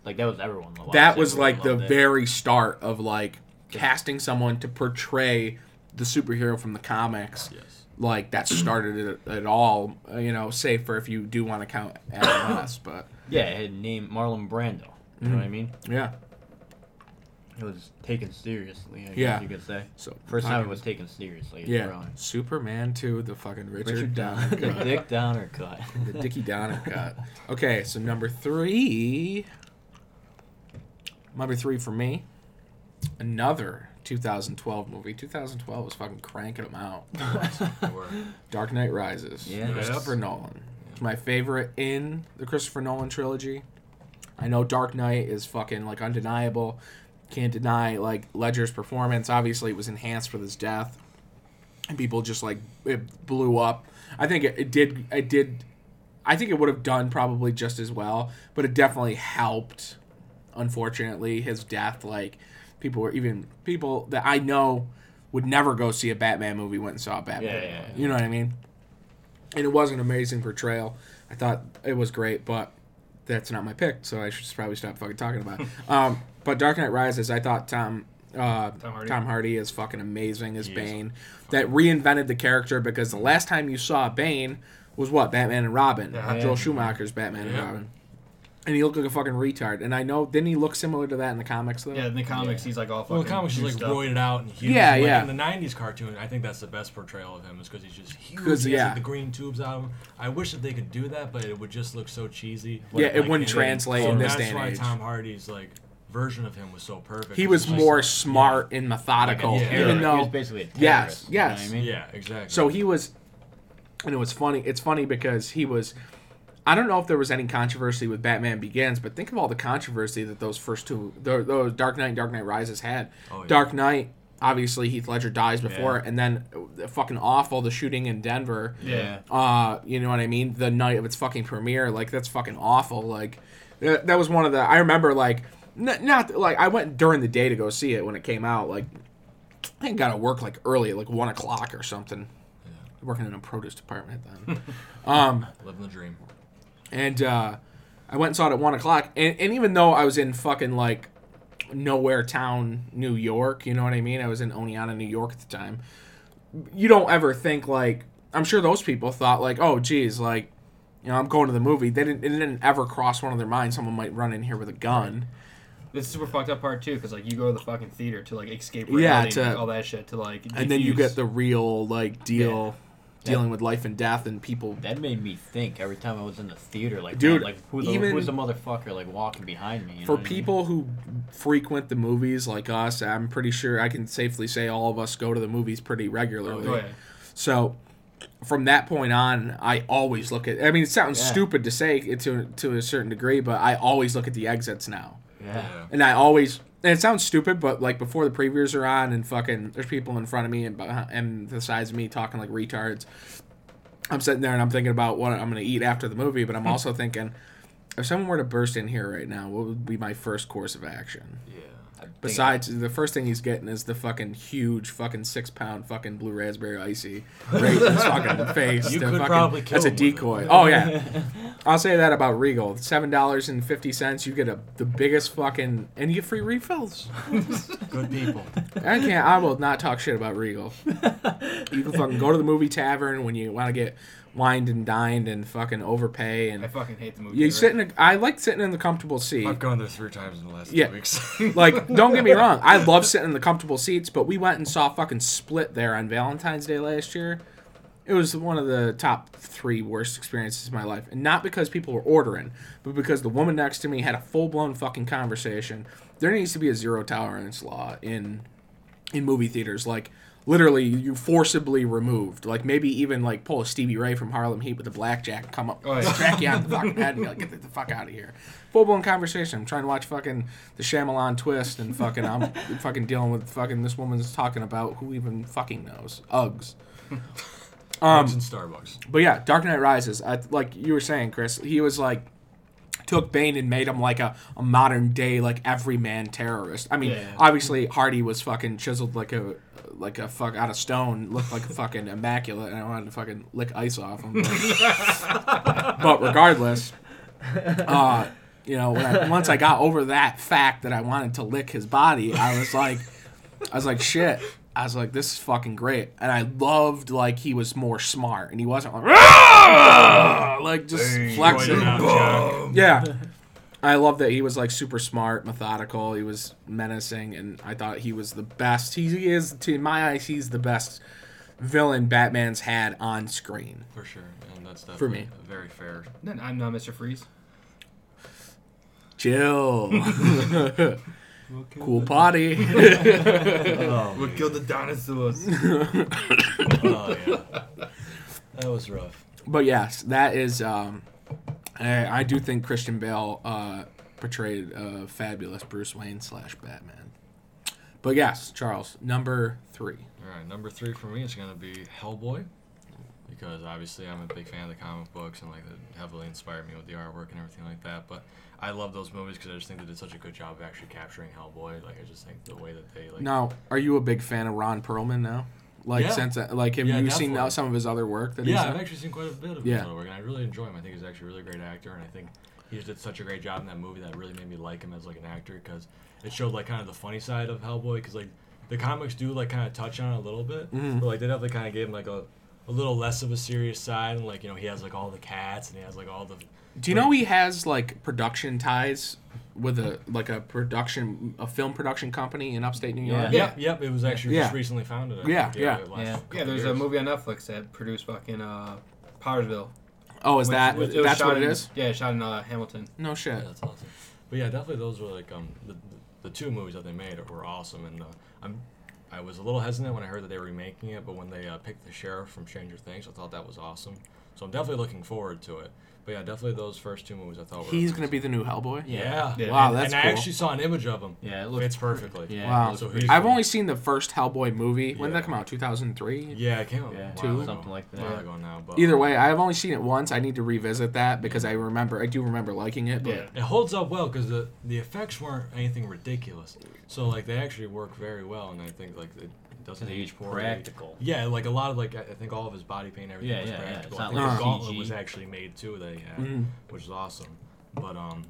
[SPEAKER 3] like that was everyone. loved.
[SPEAKER 1] that was
[SPEAKER 3] Everyone
[SPEAKER 1] like the
[SPEAKER 3] loved it.
[SPEAKER 1] very start of like casting someone to portray the superhero from the comics
[SPEAKER 2] Yes.
[SPEAKER 1] like that started it at all uh, you know save for if you do want to count Adam West but
[SPEAKER 3] yeah. It had named Marlon Brando. You know what I
[SPEAKER 1] Mm-hmm.
[SPEAKER 3] mean?
[SPEAKER 1] yeah
[SPEAKER 3] It was taken seriously. I guess
[SPEAKER 1] Yeah.
[SPEAKER 3] you could say.
[SPEAKER 1] so
[SPEAKER 3] First time it
[SPEAKER 1] talking-
[SPEAKER 3] was taken seriously.
[SPEAKER 1] yeah
[SPEAKER 3] Around.
[SPEAKER 1] Superman 2 the fucking Richard,
[SPEAKER 3] Richard
[SPEAKER 1] Donner
[SPEAKER 3] Donner, the
[SPEAKER 1] cut.
[SPEAKER 3] Dick Donner cut.
[SPEAKER 1] the Dickie Donner cut okay so number 3 number 3 for me another 2012 movie 2012 was fucking cranking them out
[SPEAKER 2] Good work.
[SPEAKER 1] Dark Knight Rises.
[SPEAKER 3] Yeah.
[SPEAKER 2] Yes.
[SPEAKER 1] Christopher Nolan. It's my favorite in the Christopher Nolan trilogy. I know Dark Knight is fucking like undeniable. Can't deny like Ledger's performance. Obviously, it was enhanced with his death, and people just like it blew up. I think it, it did. It did. I think it would have done probably just as well, but it definitely helped. Unfortunately, his death like people were even people that I know would never go see a Batman movie went and saw a Batman.
[SPEAKER 3] Yeah,
[SPEAKER 1] movie.
[SPEAKER 3] yeah, yeah.
[SPEAKER 1] You know what I mean? and it was an amazing portrayal. I thought it was great, but that's not my pick, so I should probably stop fucking talking about it. um, but Dark Knight Rises, I thought Tom uh, Tom,
[SPEAKER 4] Hardy.
[SPEAKER 1] Hardy. is fucking amazing as
[SPEAKER 2] He is
[SPEAKER 1] Bane. That reinvented the character because the last time you saw Bane was what Batman and Robin,
[SPEAKER 4] Yeah.
[SPEAKER 1] Joel Schumacher's Batman and
[SPEAKER 2] Yeah.
[SPEAKER 1] Robin, and he looked like a fucking retard. And I know didn't he look similar to that in the comics though?
[SPEAKER 4] Yeah, in the comics,
[SPEAKER 3] Yeah.
[SPEAKER 4] he's like all fucking.
[SPEAKER 2] Well, the comics is like
[SPEAKER 4] juiced up.
[SPEAKER 2] roided out and huge.
[SPEAKER 1] Yeah,
[SPEAKER 2] like
[SPEAKER 1] yeah.
[SPEAKER 2] In the '90s cartoon, I think that's the best portrayal of him, is because he's just huge.
[SPEAKER 1] 'Cause,
[SPEAKER 2] he has, like,
[SPEAKER 1] yeah.
[SPEAKER 2] the green tubes out of him. I wish that they could do that, but it would just look so cheesy.
[SPEAKER 1] Yeah, it
[SPEAKER 2] Like,
[SPEAKER 1] wouldn't
[SPEAKER 2] and-
[SPEAKER 1] translate
[SPEAKER 2] so
[SPEAKER 1] in this
[SPEAKER 2] that's
[SPEAKER 1] day and
[SPEAKER 2] why
[SPEAKER 1] age.
[SPEAKER 2] Tom Hardy's like version of him was so perfect.
[SPEAKER 1] He
[SPEAKER 2] It's
[SPEAKER 1] was
[SPEAKER 2] just,
[SPEAKER 1] more
[SPEAKER 2] like,
[SPEAKER 1] smart and methodical,
[SPEAKER 2] Yeah.
[SPEAKER 1] even
[SPEAKER 3] he was
[SPEAKER 1] though
[SPEAKER 3] basically a
[SPEAKER 1] Yes,
[SPEAKER 3] terrorist. you know what
[SPEAKER 1] yes.
[SPEAKER 3] I mean?
[SPEAKER 2] Yeah, exactly.
[SPEAKER 1] So he was, and it was funny. It's funny because he was. I don't know if there was any controversy with Batman Begins, but think of all the controversy that those first two, tho- those Dark Knight and Dark Knight Rises had.
[SPEAKER 2] Oh, yeah.
[SPEAKER 1] Dark Knight, obviously Heath Ledger dies before,
[SPEAKER 3] Yeah.
[SPEAKER 1] and then uh, fucking awful the shooting in Denver.
[SPEAKER 4] Yeah.
[SPEAKER 1] Uh, you know what I mean? The night of its fucking premiere, like that's fucking awful. Like that, that was one of the. I remember like n- not like I went during the day to go see it when it came out. Like I got to work like early, at like one o'clock or something. Working in a produce department then,
[SPEAKER 2] living the dream.
[SPEAKER 1] and uh, I went and saw it at one o'clock. And, and even though I was in fucking like nowhere town, New York, you know what I mean? I was in Oneonta, New York at the time. You don't ever think like I'm sure those people thought like, oh, geez, like you know, I'm going to the movie. They didn't. It didn't ever cross one of their minds. Someone might run in here with a gun.
[SPEAKER 4] This is super fucked up part too, because like you go to the fucking theater to like escape
[SPEAKER 1] Yeah,
[SPEAKER 4] reality, and,
[SPEAKER 1] to-
[SPEAKER 4] like, all that shit to like.
[SPEAKER 1] and then you
[SPEAKER 4] defuse-
[SPEAKER 1] get the real like deal dealing with life and death and people
[SPEAKER 3] That made me think every time I was in the theater, like,
[SPEAKER 1] Dude,
[SPEAKER 3] man, like who the,
[SPEAKER 1] even-
[SPEAKER 3] who's the motherfucker like walking behind me? you know
[SPEAKER 1] for
[SPEAKER 3] what I mean?
[SPEAKER 1] people who frequent the movies like us i'm pretty sure i can safely say all of us go to the movies pretty regularly
[SPEAKER 4] Oh, yeah.
[SPEAKER 1] so from that point on i always look at i mean it sounds
[SPEAKER 3] Yeah.
[SPEAKER 1] stupid to say it to, to a certain degree but i always look at the exits now
[SPEAKER 3] Yeah.
[SPEAKER 1] and i always and it sounds stupid but like before the previews are on and fucking there's people in front of me and behind, and the sides of me talking like retards i'm sitting there and i'm thinking about what i'm going to eat after the movie but i'm also thinking if someone were to burst in here right now what would be my first course of action
[SPEAKER 2] Yeah.
[SPEAKER 3] I think-
[SPEAKER 1] Besides, the first thing he's getting is the fucking huge, fucking six pound, fucking blue raspberry icy right in his fucking face.
[SPEAKER 2] You
[SPEAKER 1] The
[SPEAKER 2] could
[SPEAKER 1] fucking-
[SPEAKER 2] probably kill
[SPEAKER 1] That's a
[SPEAKER 2] him with it.
[SPEAKER 1] decoy. Oh yeah, I'll say that about Regal. Seven dollars and fifty cents. You get a the biggest fucking, and you get free refills.
[SPEAKER 2] Good people.
[SPEAKER 1] I can't. I will not talk shit about Regal. You can fucking go to the movie tavern when you want to get wined and dined and fucking overpay
[SPEAKER 4] I
[SPEAKER 1] and.
[SPEAKER 4] fucking hate the movie.
[SPEAKER 1] You
[SPEAKER 4] theater.
[SPEAKER 1] sit in a, I like sitting in the comfortable seat.
[SPEAKER 2] I've gone there three times in the last
[SPEAKER 1] Yeah.
[SPEAKER 2] two weeks.
[SPEAKER 1] Like, don't get me wrong. I love sitting in the comfortable seats, but we went and saw fucking Split there on Valentine's Day last year. It was one of the top three worst experiences of my life. And not because people were ordering, but because the woman next to me had a full blown fucking conversation. There needs to be a zero tolerance law in in movie theaters. Like literally you forcibly removed. Like maybe even like pull a Stevie Ray from Harlem Heat with a blackjack and come up
[SPEAKER 4] Oh, yeah.
[SPEAKER 1] crack you out the fucking head and be like, get the, the fuck out of here. Full blown conversation. I'm trying to watch fucking the Shyamalan twist and fucking I'm fucking dealing with fucking this woman's talking about who even fucking knows. Uggs.
[SPEAKER 2] Um, in Starbucks.
[SPEAKER 1] But yeah, Dark Knight Rises. I, like you were saying, Chris, he was like took Bane and made him like a, a modern day like everyman terrorist. I mean,
[SPEAKER 4] Yeah.
[SPEAKER 1] obviously Hardy was fucking chiseled like a like a fuck out of stone, looked like fucking immaculate, and I wanted to fucking lick ice off him. But, but regardless, uh, you know, when I, once I got over that fact that I wanted to lick his body, I was like, I was like, shit. I was like, this is fucking great, and I loved like he was more smart, and he wasn't like, "Rah!" like just flexing.
[SPEAKER 2] Roided out, Jack.
[SPEAKER 1] Yeah. I love that he was like super smart, methodical. He was menacing, and I thought he was the best. He is, to my eyes, he's the best villain Batman's had on screen.
[SPEAKER 2] For sure. And that's
[SPEAKER 1] For me.
[SPEAKER 2] definitely a very fair.
[SPEAKER 4] Then I'm not Mr. Freeze.
[SPEAKER 1] Chill. cool potty.
[SPEAKER 3] Oh,
[SPEAKER 4] We'll kill the dinosaurs.
[SPEAKER 2] Oh, yeah. That was rough.
[SPEAKER 1] but yes, that is. Um, I, I do think Christian Bale uh, portrayed a fabulous Bruce Wayne slash Batman. But yes, Charles, number three.
[SPEAKER 2] All right, number three for me is going to be Hellboy, because obviously I'm a big fan of the comic books and like it heavily inspired me with the artwork and everything like that. But I love those movies because I just think they did such a good job of actually capturing Hellboy. Like I just think the way that they like.
[SPEAKER 1] Now, are you a big fan of Ron Perlman now? Like
[SPEAKER 2] Yeah.
[SPEAKER 1] since uh, like have
[SPEAKER 2] Yeah,
[SPEAKER 1] you seen
[SPEAKER 2] definitely.
[SPEAKER 1] now some of his other work that he's
[SPEAKER 2] Yeah, I've
[SPEAKER 1] done?
[SPEAKER 2] actually seen quite a bit of
[SPEAKER 1] Yeah.
[SPEAKER 2] his other work, and I really enjoy him. I think he's actually a really great actor, and I think he just did such a great job in that movie that really made me like him as like an actor because it showed like kind of the funny side of Hellboy because like the comics do like kind of touch on it a little bit,
[SPEAKER 1] Mm-hmm.
[SPEAKER 2] but like they definitely kind of gave him like a a little less of a serious side and like you know he has like all the cats and he has like all the
[SPEAKER 1] Do you know he has like production ties with a like a production a film production company in upstate New York?
[SPEAKER 3] Yeah.
[SPEAKER 2] Yep, yep. It was actually just
[SPEAKER 1] Yeah.
[SPEAKER 2] recently founded. I
[SPEAKER 1] Yeah,
[SPEAKER 2] think,
[SPEAKER 1] yeah.
[SPEAKER 2] the last
[SPEAKER 3] Yeah.
[SPEAKER 2] couple
[SPEAKER 4] Yeah, there's a
[SPEAKER 2] years.
[SPEAKER 4] movie on Netflix that produced fucking uh, Powersville.
[SPEAKER 1] Oh, is
[SPEAKER 4] Which-
[SPEAKER 1] that
[SPEAKER 4] which- it was
[SPEAKER 1] that's
[SPEAKER 4] shot
[SPEAKER 1] what it
[SPEAKER 4] in-
[SPEAKER 1] is?
[SPEAKER 4] Yeah, shot in uh, Hamilton.
[SPEAKER 1] No shit.
[SPEAKER 2] Yeah, that's awesome. But yeah, definitely those were like um the, the two movies that they made were awesome, and uh, I'm I was a little hesitant when I heard that they were remaking it, but when they uh, picked the sheriff from Stranger Things, I thought that was awesome. So I'm definitely looking forward to it. But yeah, definitely those first two movies I thought were.
[SPEAKER 1] He's gonna
[SPEAKER 2] amazing.
[SPEAKER 1] be the new Hellboy.
[SPEAKER 2] Yeah.
[SPEAKER 4] Yeah.
[SPEAKER 1] Wow,
[SPEAKER 2] and,
[SPEAKER 1] that's
[SPEAKER 2] and
[SPEAKER 1] cool.
[SPEAKER 2] I actually saw an image of him.
[SPEAKER 3] Yeah, it looks.
[SPEAKER 2] Fits perfectly.
[SPEAKER 3] Yeah.
[SPEAKER 1] Wow.
[SPEAKER 3] it looks
[SPEAKER 2] So
[SPEAKER 3] pretty
[SPEAKER 2] he's-
[SPEAKER 1] I've
[SPEAKER 2] cool.
[SPEAKER 1] only seen the first Hellboy movie. When did that
[SPEAKER 2] Yeah.
[SPEAKER 1] come out? Two thousand three.
[SPEAKER 2] Yeah, I can't.
[SPEAKER 3] Yeah,
[SPEAKER 2] Yeah,
[SPEAKER 3] two. Something like that.
[SPEAKER 2] A while ago now, but
[SPEAKER 1] Either
[SPEAKER 2] um,
[SPEAKER 1] way, I've only seen it once. I need to revisit that because I remember I do remember liking it. But
[SPEAKER 4] Yeah.
[SPEAKER 2] It holds up well because the the effects weren't anything ridiculous. So like they actually work very well, and I think like it doesn't
[SPEAKER 3] They
[SPEAKER 2] age
[SPEAKER 3] age
[SPEAKER 2] poorly.
[SPEAKER 3] practical.
[SPEAKER 2] Yeah, like a lot of like I I think all of his body paint, and everything
[SPEAKER 3] Yeah,
[SPEAKER 2] was
[SPEAKER 3] yeah, yeah.
[SPEAKER 2] practical.
[SPEAKER 3] It's not
[SPEAKER 2] I think
[SPEAKER 1] like
[SPEAKER 2] the
[SPEAKER 3] CG.
[SPEAKER 2] gauntlet was actually made too that he had, which is awesome. But um,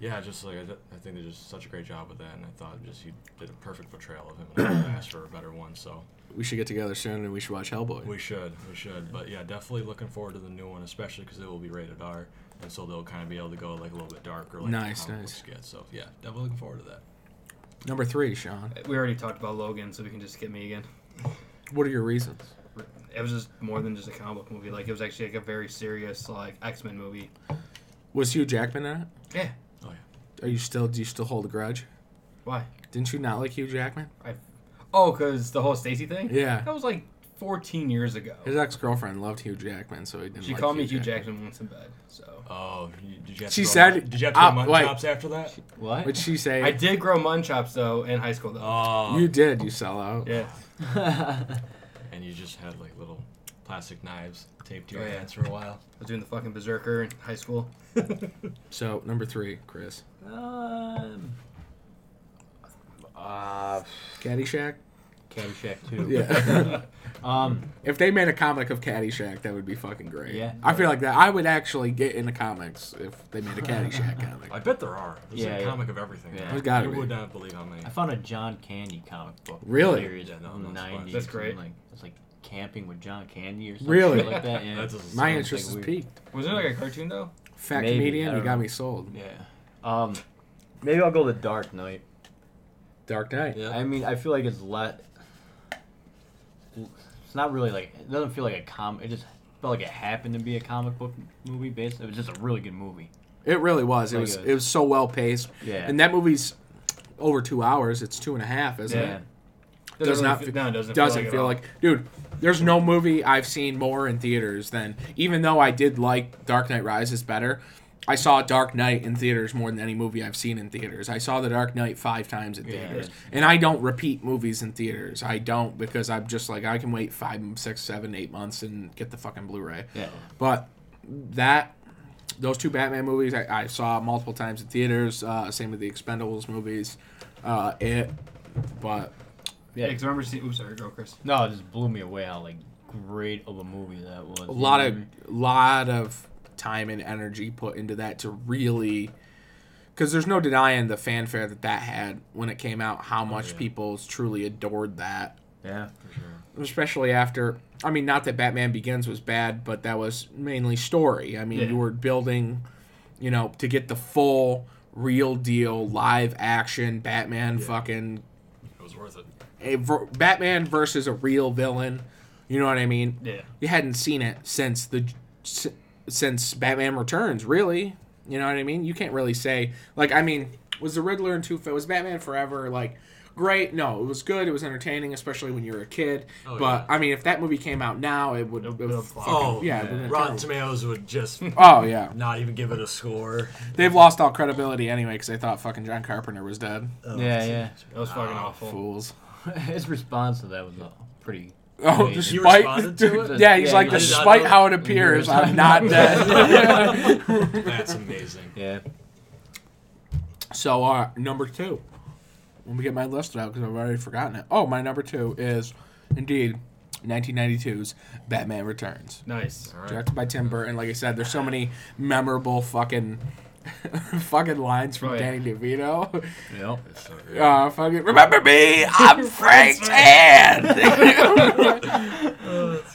[SPEAKER 2] yeah, just like I, th- I think they did just such a great job with that, and I thought just he did a perfect portrayal of him, and I couldn't ask for a better one. So
[SPEAKER 1] we should get together soon and we should watch Hellboy.
[SPEAKER 2] we should, we should. But yeah, definitely looking forward to the new one, especially because it will be rated R, and so they'll kind of be able to go like a little bit darker, like the
[SPEAKER 1] Nice,
[SPEAKER 2] comic
[SPEAKER 1] nice.
[SPEAKER 2] books get. So yeah, definitely looking forward to that.
[SPEAKER 1] Number three, Sean.
[SPEAKER 4] We already talked about Logan, so we can just skip me again.
[SPEAKER 1] What are your reasons?
[SPEAKER 4] It was just more than just a comic book movie. Like it was actually like a very serious like X Men movie.
[SPEAKER 1] Was Hugh Jackman in it?
[SPEAKER 4] Yeah.
[SPEAKER 2] Oh yeah.
[SPEAKER 1] Are you still? Do you still hold a grudge?
[SPEAKER 4] Why?
[SPEAKER 1] Didn't you not like Hugh Jackman?
[SPEAKER 4] Oh, cause the whole Stacy thing.
[SPEAKER 1] Yeah.
[SPEAKER 4] That was like 14 years ago.
[SPEAKER 1] His ex girlfriend loved Hugh Jackman, so he didn't.
[SPEAKER 4] She
[SPEAKER 1] like
[SPEAKER 4] called
[SPEAKER 1] Hugh
[SPEAKER 4] me Hugh Jackman once in bed. So
[SPEAKER 2] Oh, you- did you have
[SPEAKER 1] She
[SPEAKER 2] to go
[SPEAKER 1] said-
[SPEAKER 2] Mutton- Did you have to go
[SPEAKER 1] uh,
[SPEAKER 2] mutton
[SPEAKER 1] wait.
[SPEAKER 2] chops after that?
[SPEAKER 3] What?
[SPEAKER 1] Would she say?
[SPEAKER 4] I did grow mutton chops though in high school though.
[SPEAKER 2] Oh.
[SPEAKER 1] You did. You sell out.
[SPEAKER 4] yeah.
[SPEAKER 3] yeah.
[SPEAKER 2] and you just had like little plastic knives taped to your
[SPEAKER 4] Oh, yeah.
[SPEAKER 2] hands for a while.
[SPEAKER 4] I was doing the fucking berserker in high school.
[SPEAKER 1] So number three, Chris.
[SPEAKER 3] Um. Uh,
[SPEAKER 1] Caddyshack.
[SPEAKER 3] Caddyshack too.
[SPEAKER 1] Yeah.
[SPEAKER 3] Um.
[SPEAKER 1] if they made a comic of Caddyshack, that would be fucking great.
[SPEAKER 3] Yeah.
[SPEAKER 1] I feel like that. I would actually get into comics if they made a Caddyshack comic.
[SPEAKER 2] I bet there are. There's
[SPEAKER 3] Yeah,
[SPEAKER 2] a
[SPEAKER 3] yeah.
[SPEAKER 2] comic of everything.
[SPEAKER 3] Yeah.
[SPEAKER 2] now.
[SPEAKER 1] There's gotta
[SPEAKER 2] you
[SPEAKER 1] be.
[SPEAKER 2] would not believe how many.
[SPEAKER 3] I found a John Candy comic book.
[SPEAKER 1] Really?
[SPEAKER 3] Series
[SPEAKER 2] Yeah, no,
[SPEAKER 3] from the
[SPEAKER 2] that's fun.
[SPEAKER 3] nineties.
[SPEAKER 4] That's great.
[SPEAKER 3] Like it's like camping with John Candy or something
[SPEAKER 1] Really?
[SPEAKER 3] like that. Yeah.
[SPEAKER 2] That doesn't
[SPEAKER 1] My
[SPEAKER 2] sound
[SPEAKER 1] interest is
[SPEAKER 3] like weird.
[SPEAKER 1] peaked.
[SPEAKER 4] Was it like a cartoon though?
[SPEAKER 1] Fat
[SPEAKER 3] Maybe, I
[SPEAKER 1] comedian, you
[SPEAKER 3] don't
[SPEAKER 1] got
[SPEAKER 3] know.
[SPEAKER 1] me sold.
[SPEAKER 3] yeah. Um. Maybe I'll go the Dark Knight.
[SPEAKER 1] Dark Knight.
[SPEAKER 2] Yeah.
[SPEAKER 3] I mean, I feel like it's let. It's not really like it doesn't feel like a com. It just felt like it happened to be a comic book movie based. It was just a really good movie.
[SPEAKER 1] It really was. It
[SPEAKER 3] Like
[SPEAKER 1] was.
[SPEAKER 3] a-
[SPEAKER 1] It was so well paced.
[SPEAKER 3] Yeah.
[SPEAKER 1] And that movie's over two hours. It's two and a half, isn't
[SPEAKER 4] Yeah.
[SPEAKER 1] it? Does not fe-
[SPEAKER 4] really fe- no, it doesn't,
[SPEAKER 1] doesn't
[SPEAKER 4] feel
[SPEAKER 1] feel
[SPEAKER 4] like,
[SPEAKER 1] like dude there's no movie i've seen more in theaters than even though i did like dark knight rises better i saw dark knight in theaters more than any movie i've seen in theaters i saw the dark knight five times in
[SPEAKER 3] Yeah.
[SPEAKER 1] theaters and i don't repeat movies in theaters i don't because i'm just like i can wait five six seven eight months and get the fucking blu-ray
[SPEAKER 3] Yeah.
[SPEAKER 1] but that those two Batman movies I, I saw multiple times in theaters. Uh, same with the Expendables movies. Uh, it, but
[SPEAKER 4] Yeah, because remember seeing. Oops, sorry, go Chris.
[SPEAKER 3] No, it just blew me away how like great of a movie that was.
[SPEAKER 1] a lot of lot of time and energy put into that to really because there's no denying the fanfare that that had when it came out how much
[SPEAKER 2] yeah.
[SPEAKER 1] people truly adored that
[SPEAKER 3] yeah.
[SPEAKER 2] For sure.
[SPEAKER 1] especially after i mean not that batman begins was bad but that was mainly story i mean
[SPEAKER 4] Yeah.
[SPEAKER 1] you were building you know to get the full real deal live action batman fucking
[SPEAKER 2] It was worth it.
[SPEAKER 1] a ver- batman versus a real villain you know what i mean
[SPEAKER 4] Yeah.
[SPEAKER 1] you hadn't seen it since the s- since Batman Returns, really. You know what I mean? You can't really say like I mean, was the Riddler and Two Face was Batman Forever like great? No, it was good. It was entertaining, especially when you were a kid.
[SPEAKER 2] Oh,
[SPEAKER 1] but
[SPEAKER 2] yeah.
[SPEAKER 1] I mean, if that movie came out now, it would.
[SPEAKER 4] It'll-
[SPEAKER 1] it would
[SPEAKER 4] it'll
[SPEAKER 1] fucking-
[SPEAKER 2] Oh
[SPEAKER 1] yeah, it would
[SPEAKER 2] Rotten
[SPEAKER 1] be terrible.
[SPEAKER 2] Tomatoes would just
[SPEAKER 1] Oh yeah,
[SPEAKER 2] not even give it a score.
[SPEAKER 1] they've lost all credibility anyway because they thought fucking John Carpenter was dead.
[SPEAKER 2] Oh,
[SPEAKER 3] Yeah, yeah.
[SPEAKER 4] That was fucking
[SPEAKER 1] Ah,
[SPEAKER 4] awful.
[SPEAKER 1] Fools.
[SPEAKER 3] His response to that was uh, pretty.
[SPEAKER 1] Oh,
[SPEAKER 3] Wait, he
[SPEAKER 1] despite
[SPEAKER 2] responded to it?
[SPEAKER 1] yeah, he's
[SPEAKER 3] Yeah,
[SPEAKER 1] like
[SPEAKER 3] I did not
[SPEAKER 1] despite
[SPEAKER 2] know-
[SPEAKER 1] how it appears,
[SPEAKER 3] Yeah.
[SPEAKER 1] I'm not dead.
[SPEAKER 2] That's amazing.
[SPEAKER 3] Yeah.
[SPEAKER 1] So, uh, number two. Let me get my list out because I've already forgotten it. Oh, my number two is indeed 1992's Batman Returns,
[SPEAKER 4] Nice.
[SPEAKER 2] All right.
[SPEAKER 1] directed by Tim Burton. Like I said, there's so many memorable fucking fucking lines from
[SPEAKER 4] Oh, yeah.
[SPEAKER 1] Danny DeVito.
[SPEAKER 3] Yep.
[SPEAKER 2] It's so good.
[SPEAKER 1] Uh, fucking remember me, I'm Frank Tan.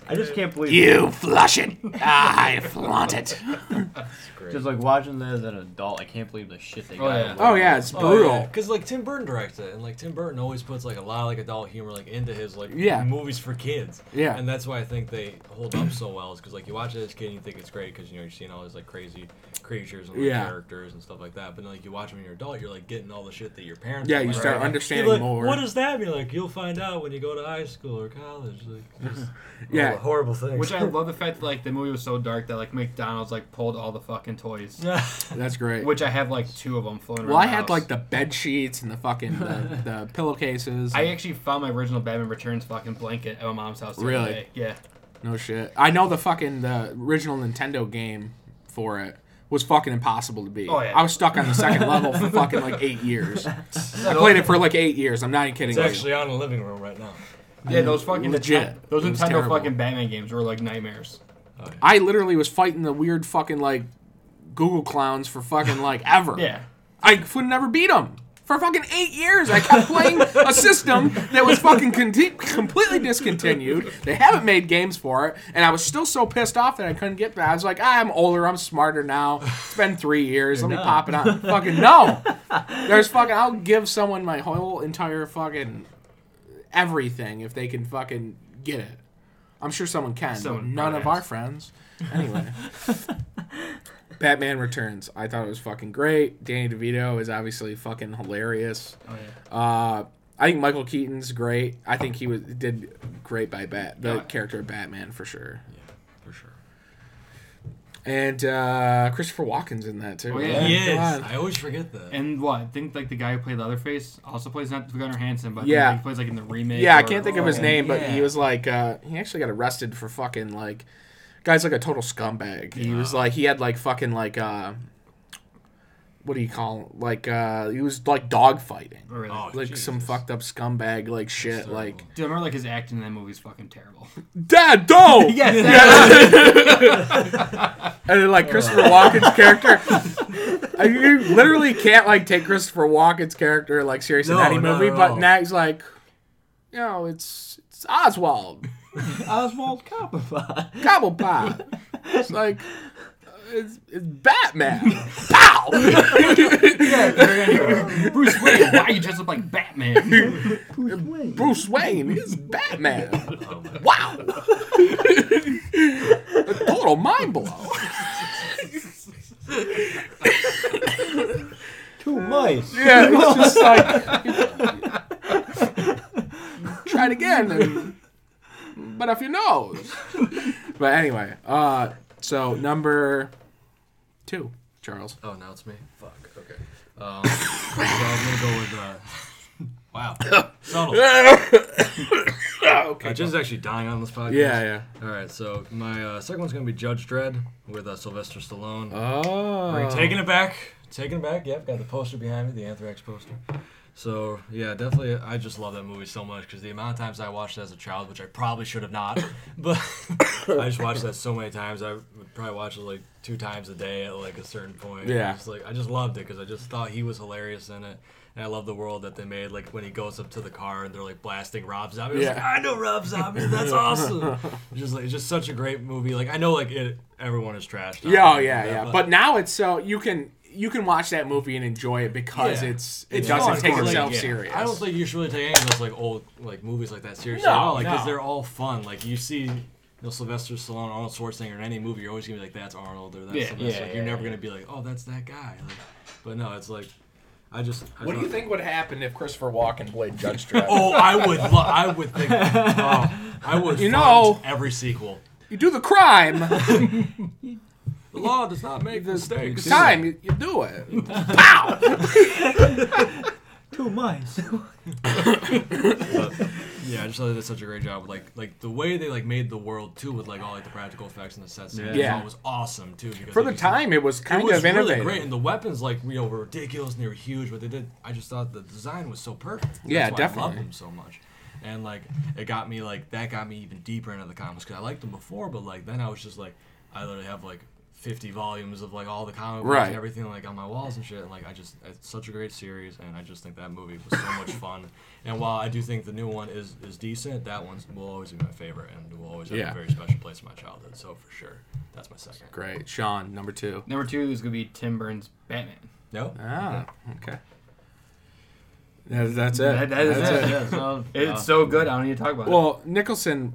[SPEAKER 3] I just can't believe
[SPEAKER 1] you flush it, I flaunt it.
[SPEAKER 2] It's great.
[SPEAKER 3] Just like watching that as an adult, I can't believe the shit they
[SPEAKER 4] Oh,
[SPEAKER 3] got.
[SPEAKER 4] yeah.
[SPEAKER 3] away
[SPEAKER 1] Oh
[SPEAKER 3] with.
[SPEAKER 1] yeah, it's brutal.
[SPEAKER 2] Because like Tim Burton directed it, and like Tim Burton always puts like a lot of like adult humor like into his like
[SPEAKER 1] Yeah.
[SPEAKER 2] movies for kids.
[SPEAKER 1] Yeah.
[SPEAKER 2] And that's why I think they hold up so well is because like you watch it as a kid and you think it's great because you know you're seeing all these like crazy creatures and like,
[SPEAKER 1] Yeah.
[SPEAKER 2] characters and stuff like that. But then, like you watch them when you're adult, you're like getting all the shit that your parents.
[SPEAKER 1] Yeah,
[SPEAKER 2] were
[SPEAKER 1] you
[SPEAKER 2] like,
[SPEAKER 1] start
[SPEAKER 2] right?
[SPEAKER 1] understanding
[SPEAKER 2] You're like,
[SPEAKER 1] more.
[SPEAKER 2] What does that mean? Like you'll find out when you go to high school or college. Like just all
[SPEAKER 1] Yeah.
[SPEAKER 2] the horrible things.
[SPEAKER 4] Which I love the fact that like the movie was so dark that like McDonald's like pulled all the fucking toys.
[SPEAKER 1] That's great.
[SPEAKER 4] Which I have like two of them floating
[SPEAKER 1] Well,
[SPEAKER 4] around.
[SPEAKER 1] I
[SPEAKER 4] the
[SPEAKER 1] had
[SPEAKER 4] house.
[SPEAKER 1] like the bed sheets and the fucking the, the pillowcases.
[SPEAKER 4] I actually found my original Batman Returns fucking blanket at my mom's house. the other
[SPEAKER 1] Really?
[SPEAKER 4] day. Yeah.
[SPEAKER 1] no shit. I know the fucking the original Nintendo game for it was fucking impossible to beat.
[SPEAKER 4] Oh, yeah.
[SPEAKER 1] I was stuck on the second level for fucking like eight years. I played it for like eight years. I'm not even kidding.
[SPEAKER 2] it's
[SPEAKER 1] you.
[SPEAKER 2] actually on in the living room right now.
[SPEAKER 4] Yeah, those fucking
[SPEAKER 1] Legit.
[SPEAKER 4] Those
[SPEAKER 1] It was
[SPEAKER 4] Nintendo
[SPEAKER 1] terrible.
[SPEAKER 4] fucking Batman games were like nightmares.
[SPEAKER 1] I literally was fighting the weird fucking like Google clowns for fucking like ever.
[SPEAKER 4] Yeah.
[SPEAKER 1] I could never beat them. For fucking eight years, I kept playing a system that was fucking conti- completely discontinued. They haven't made games for it, and I was still so pissed off that I couldn't get that. I was like, ah, I'm older, I'm smarter now. It's been three years. Let me pop it on. fucking no. There's fucking. I'll give someone my whole entire fucking everything if they can fucking get it. I'm sure someone can. but
[SPEAKER 4] Someone
[SPEAKER 1] none of
[SPEAKER 4] probably
[SPEAKER 1] our
[SPEAKER 4] has.
[SPEAKER 1] friends. Anyway. Batman Returns. I thought it was fucking great. Danny DeVito is obviously fucking hilarious.
[SPEAKER 4] Oh yeah.
[SPEAKER 1] Uh, I think Michael Keaton's great. I think he was did great by Bat the character of Batman for sure.
[SPEAKER 2] Yeah, for sure.
[SPEAKER 1] And uh, Christopher Walken's in that too.
[SPEAKER 4] Oh, yeah.
[SPEAKER 1] Oh
[SPEAKER 2] He
[SPEAKER 1] my
[SPEAKER 2] is.
[SPEAKER 1] God.
[SPEAKER 2] I always forget that.
[SPEAKER 4] And what? I think like the guy who played Leatherface also plays not Gunnar Hansen, but
[SPEAKER 1] Yeah.
[SPEAKER 4] yeah. he plays like in the remake.
[SPEAKER 1] Yeah, I
[SPEAKER 4] or-
[SPEAKER 1] can't think of his
[SPEAKER 4] Oh,
[SPEAKER 1] name, but he
[SPEAKER 2] yeah.
[SPEAKER 1] was like, uh, he actually got arrested for fucking like, guy's like a total scumbag. He was like, he had like fucking like, uh, what do you call it? like, uh, he was like dog fighting,
[SPEAKER 4] Oh, really?
[SPEAKER 2] Oh,
[SPEAKER 1] like some
[SPEAKER 2] Jesus.
[SPEAKER 1] fucked up scumbag like shit,
[SPEAKER 2] terrible.
[SPEAKER 1] like
[SPEAKER 4] Dude, I remember like his acting in that movie is fucking terrible.
[SPEAKER 1] Dad, don't. and then like Christopher Walken's character. I- You literally can't like take Christopher Walken's character like serious in
[SPEAKER 2] No,
[SPEAKER 1] any
[SPEAKER 2] not
[SPEAKER 1] movie,
[SPEAKER 2] at
[SPEAKER 1] but
[SPEAKER 2] all.
[SPEAKER 1] now he's like, you know, it's it's Oswald.
[SPEAKER 3] Oswald Cobblepot.
[SPEAKER 1] Cobblepot. It's like uh, it's, it's Batman. Pow!
[SPEAKER 4] Bruce Wayne, why you dress up like Batman?
[SPEAKER 1] Bruce Wayne is Batman.
[SPEAKER 2] Oh my
[SPEAKER 1] Wow! A total mind blow.
[SPEAKER 3] Two mice.
[SPEAKER 1] Yeah, it's just like try it again, and, but if you know. But anyway, uh, so number two, Charles.
[SPEAKER 2] Oh, now it's me. Fuck. Okay. Um, so I'm gonna go with. Uh, wow. Subtle.
[SPEAKER 1] Oh. okay.
[SPEAKER 2] Uh, Jen's actually dying on this podcast.
[SPEAKER 1] Yeah, yeah.
[SPEAKER 2] All right. So my uh, second one's gonna be Judge Dredd with uh, Sylvester Stallone.
[SPEAKER 1] Oh.
[SPEAKER 2] We're taking it back. Taking it back. Yep. Got the poster behind me. The Anthrax poster. So yeah, definitely. I just love that movie so much because the amount of times I watched it as a child, which I probably should have not, but I just watched that so many times. I would probably watch it like two times a day at like a certain point.
[SPEAKER 1] Yeah.
[SPEAKER 2] Just, like I just loved it because I just thought he was hilarious in it. And I love the world that they made. Like when he goes up to the car and they're like blasting Rob Zombie. I was like,
[SPEAKER 1] Yeah.
[SPEAKER 2] I know Rob Zombie. That's awesome. just like it's just such a great movie. Like I know like it. Everyone is trashed. on
[SPEAKER 1] Yeah, oh,
[SPEAKER 2] it,
[SPEAKER 1] yeah, yeah. But now it's so you can you can watch that movie and enjoy it because
[SPEAKER 2] Yeah.
[SPEAKER 1] it's it
[SPEAKER 2] It's
[SPEAKER 1] doesn't
[SPEAKER 2] fun.
[SPEAKER 1] take
[SPEAKER 2] Like,
[SPEAKER 1] itself
[SPEAKER 2] yeah.
[SPEAKER 1] serious.
[SPEAKER 2] I don't think you should really take any of those like old like movies like that seriously
[SPEAKER 1] No,
[SPEAKER 2] at all. Like,
[SPEAKER 1] no.
[SPEAKER 2] because they're all fun. Like you see, you know, Sylvester Stallone, Arnold Schwarzenegger in any movie, you're always gonna be like, that's Arnold or that's
[SPEAKER 4] Yeah,
[SPEAKER 2] Sylvester.
[SPEAKER 3] yeah,
[SPEAKER 2] Like, you're
[SPEAKER 3] yeah,
[SPEAKER 2] never
[SPEAKER 3] yeah.
[SPEAKER 2] gonna be like, oh, that's that guy. Like, but no, it's like, I just. I
[SPEAKER 1] What do you
[SPEAKER 2] thought-
[SPEAKER 1] think would happen if Christopher Walken played Judge Dredd?
[SPEAKER 2] Oh, I would. Lo- I would think. Oh, I would.
[SPEAKER 1] You
[SPEAKER 2] fund
[SPEAKER 1] know-
[SPEAKER 2] every sequel.
[SPEAKER 1] You do the crime.
[SPEAKER 2] The law does not make
[SPEAKER 1] It's
[SPEAKER 2] mistakes.
[SPEAKER 1] time you, you do it. Pow!
[SPEAKER 3] Two mice.
[SPEAKER 2] But, yeah, I just thought they did such a great job with like like the way they like made the world too with like all like the practical effects and the sets. and
[SPEAKER 1] Yeah.
[SPEAKER 2] it was awesome too. Because
[SPEAKER 1] For the
[SPEAKER 2] they just, like,
[SPEAKER 1] time, it was kind
[SPEAKER 2] it was
[SPEAKER 1] of innovative.
[SPEAKER 2] really great, and the weapons like you know were ridiculous and they were huge. But they did, I just thought the design was so perfect. That's
[SPEAKER 1] Yeah,
[SPEAKER 2] why I
[SPEAKER 1] definitely.
[SPEAKER 2] love them so much, and like it got me like that got me even deeper into the comics because I liked them before, but like then I was just like I literally have like 50 volumes of like all the comic books
[SPEAKER 1] Right.
[SPEAKER 2] and everything like on my walls and shit. And like I just, it's such a great series, and I just think that movie was so much fun. And while I do think the new one is is decent, that one will always be my favorite and will always have
[SPEAKER 1] Yeah.
[SPEAKER 2] a very special place in my childhood. So for sure, that's my second.
[SPEAKER 1] Great. Sean, number two.
[SPEAKER 4] Number two is gonna be Tim Burns' Batman.
[SPEAKER 2] No,
[SPEAKER 1] Ah, okay. That, that's it.
[SPEAKER 4] That- that is
[SPEAKER 1] that's
[SPEAKER 4] it.
[SPEAKER 3] yeah, so,
[SPEAKER 4] It's
[SPEAKER 3] uh,
[SPEAKER 4] so good. I don't need to talk about it.
[SPEAKER 1] Well, Nicholson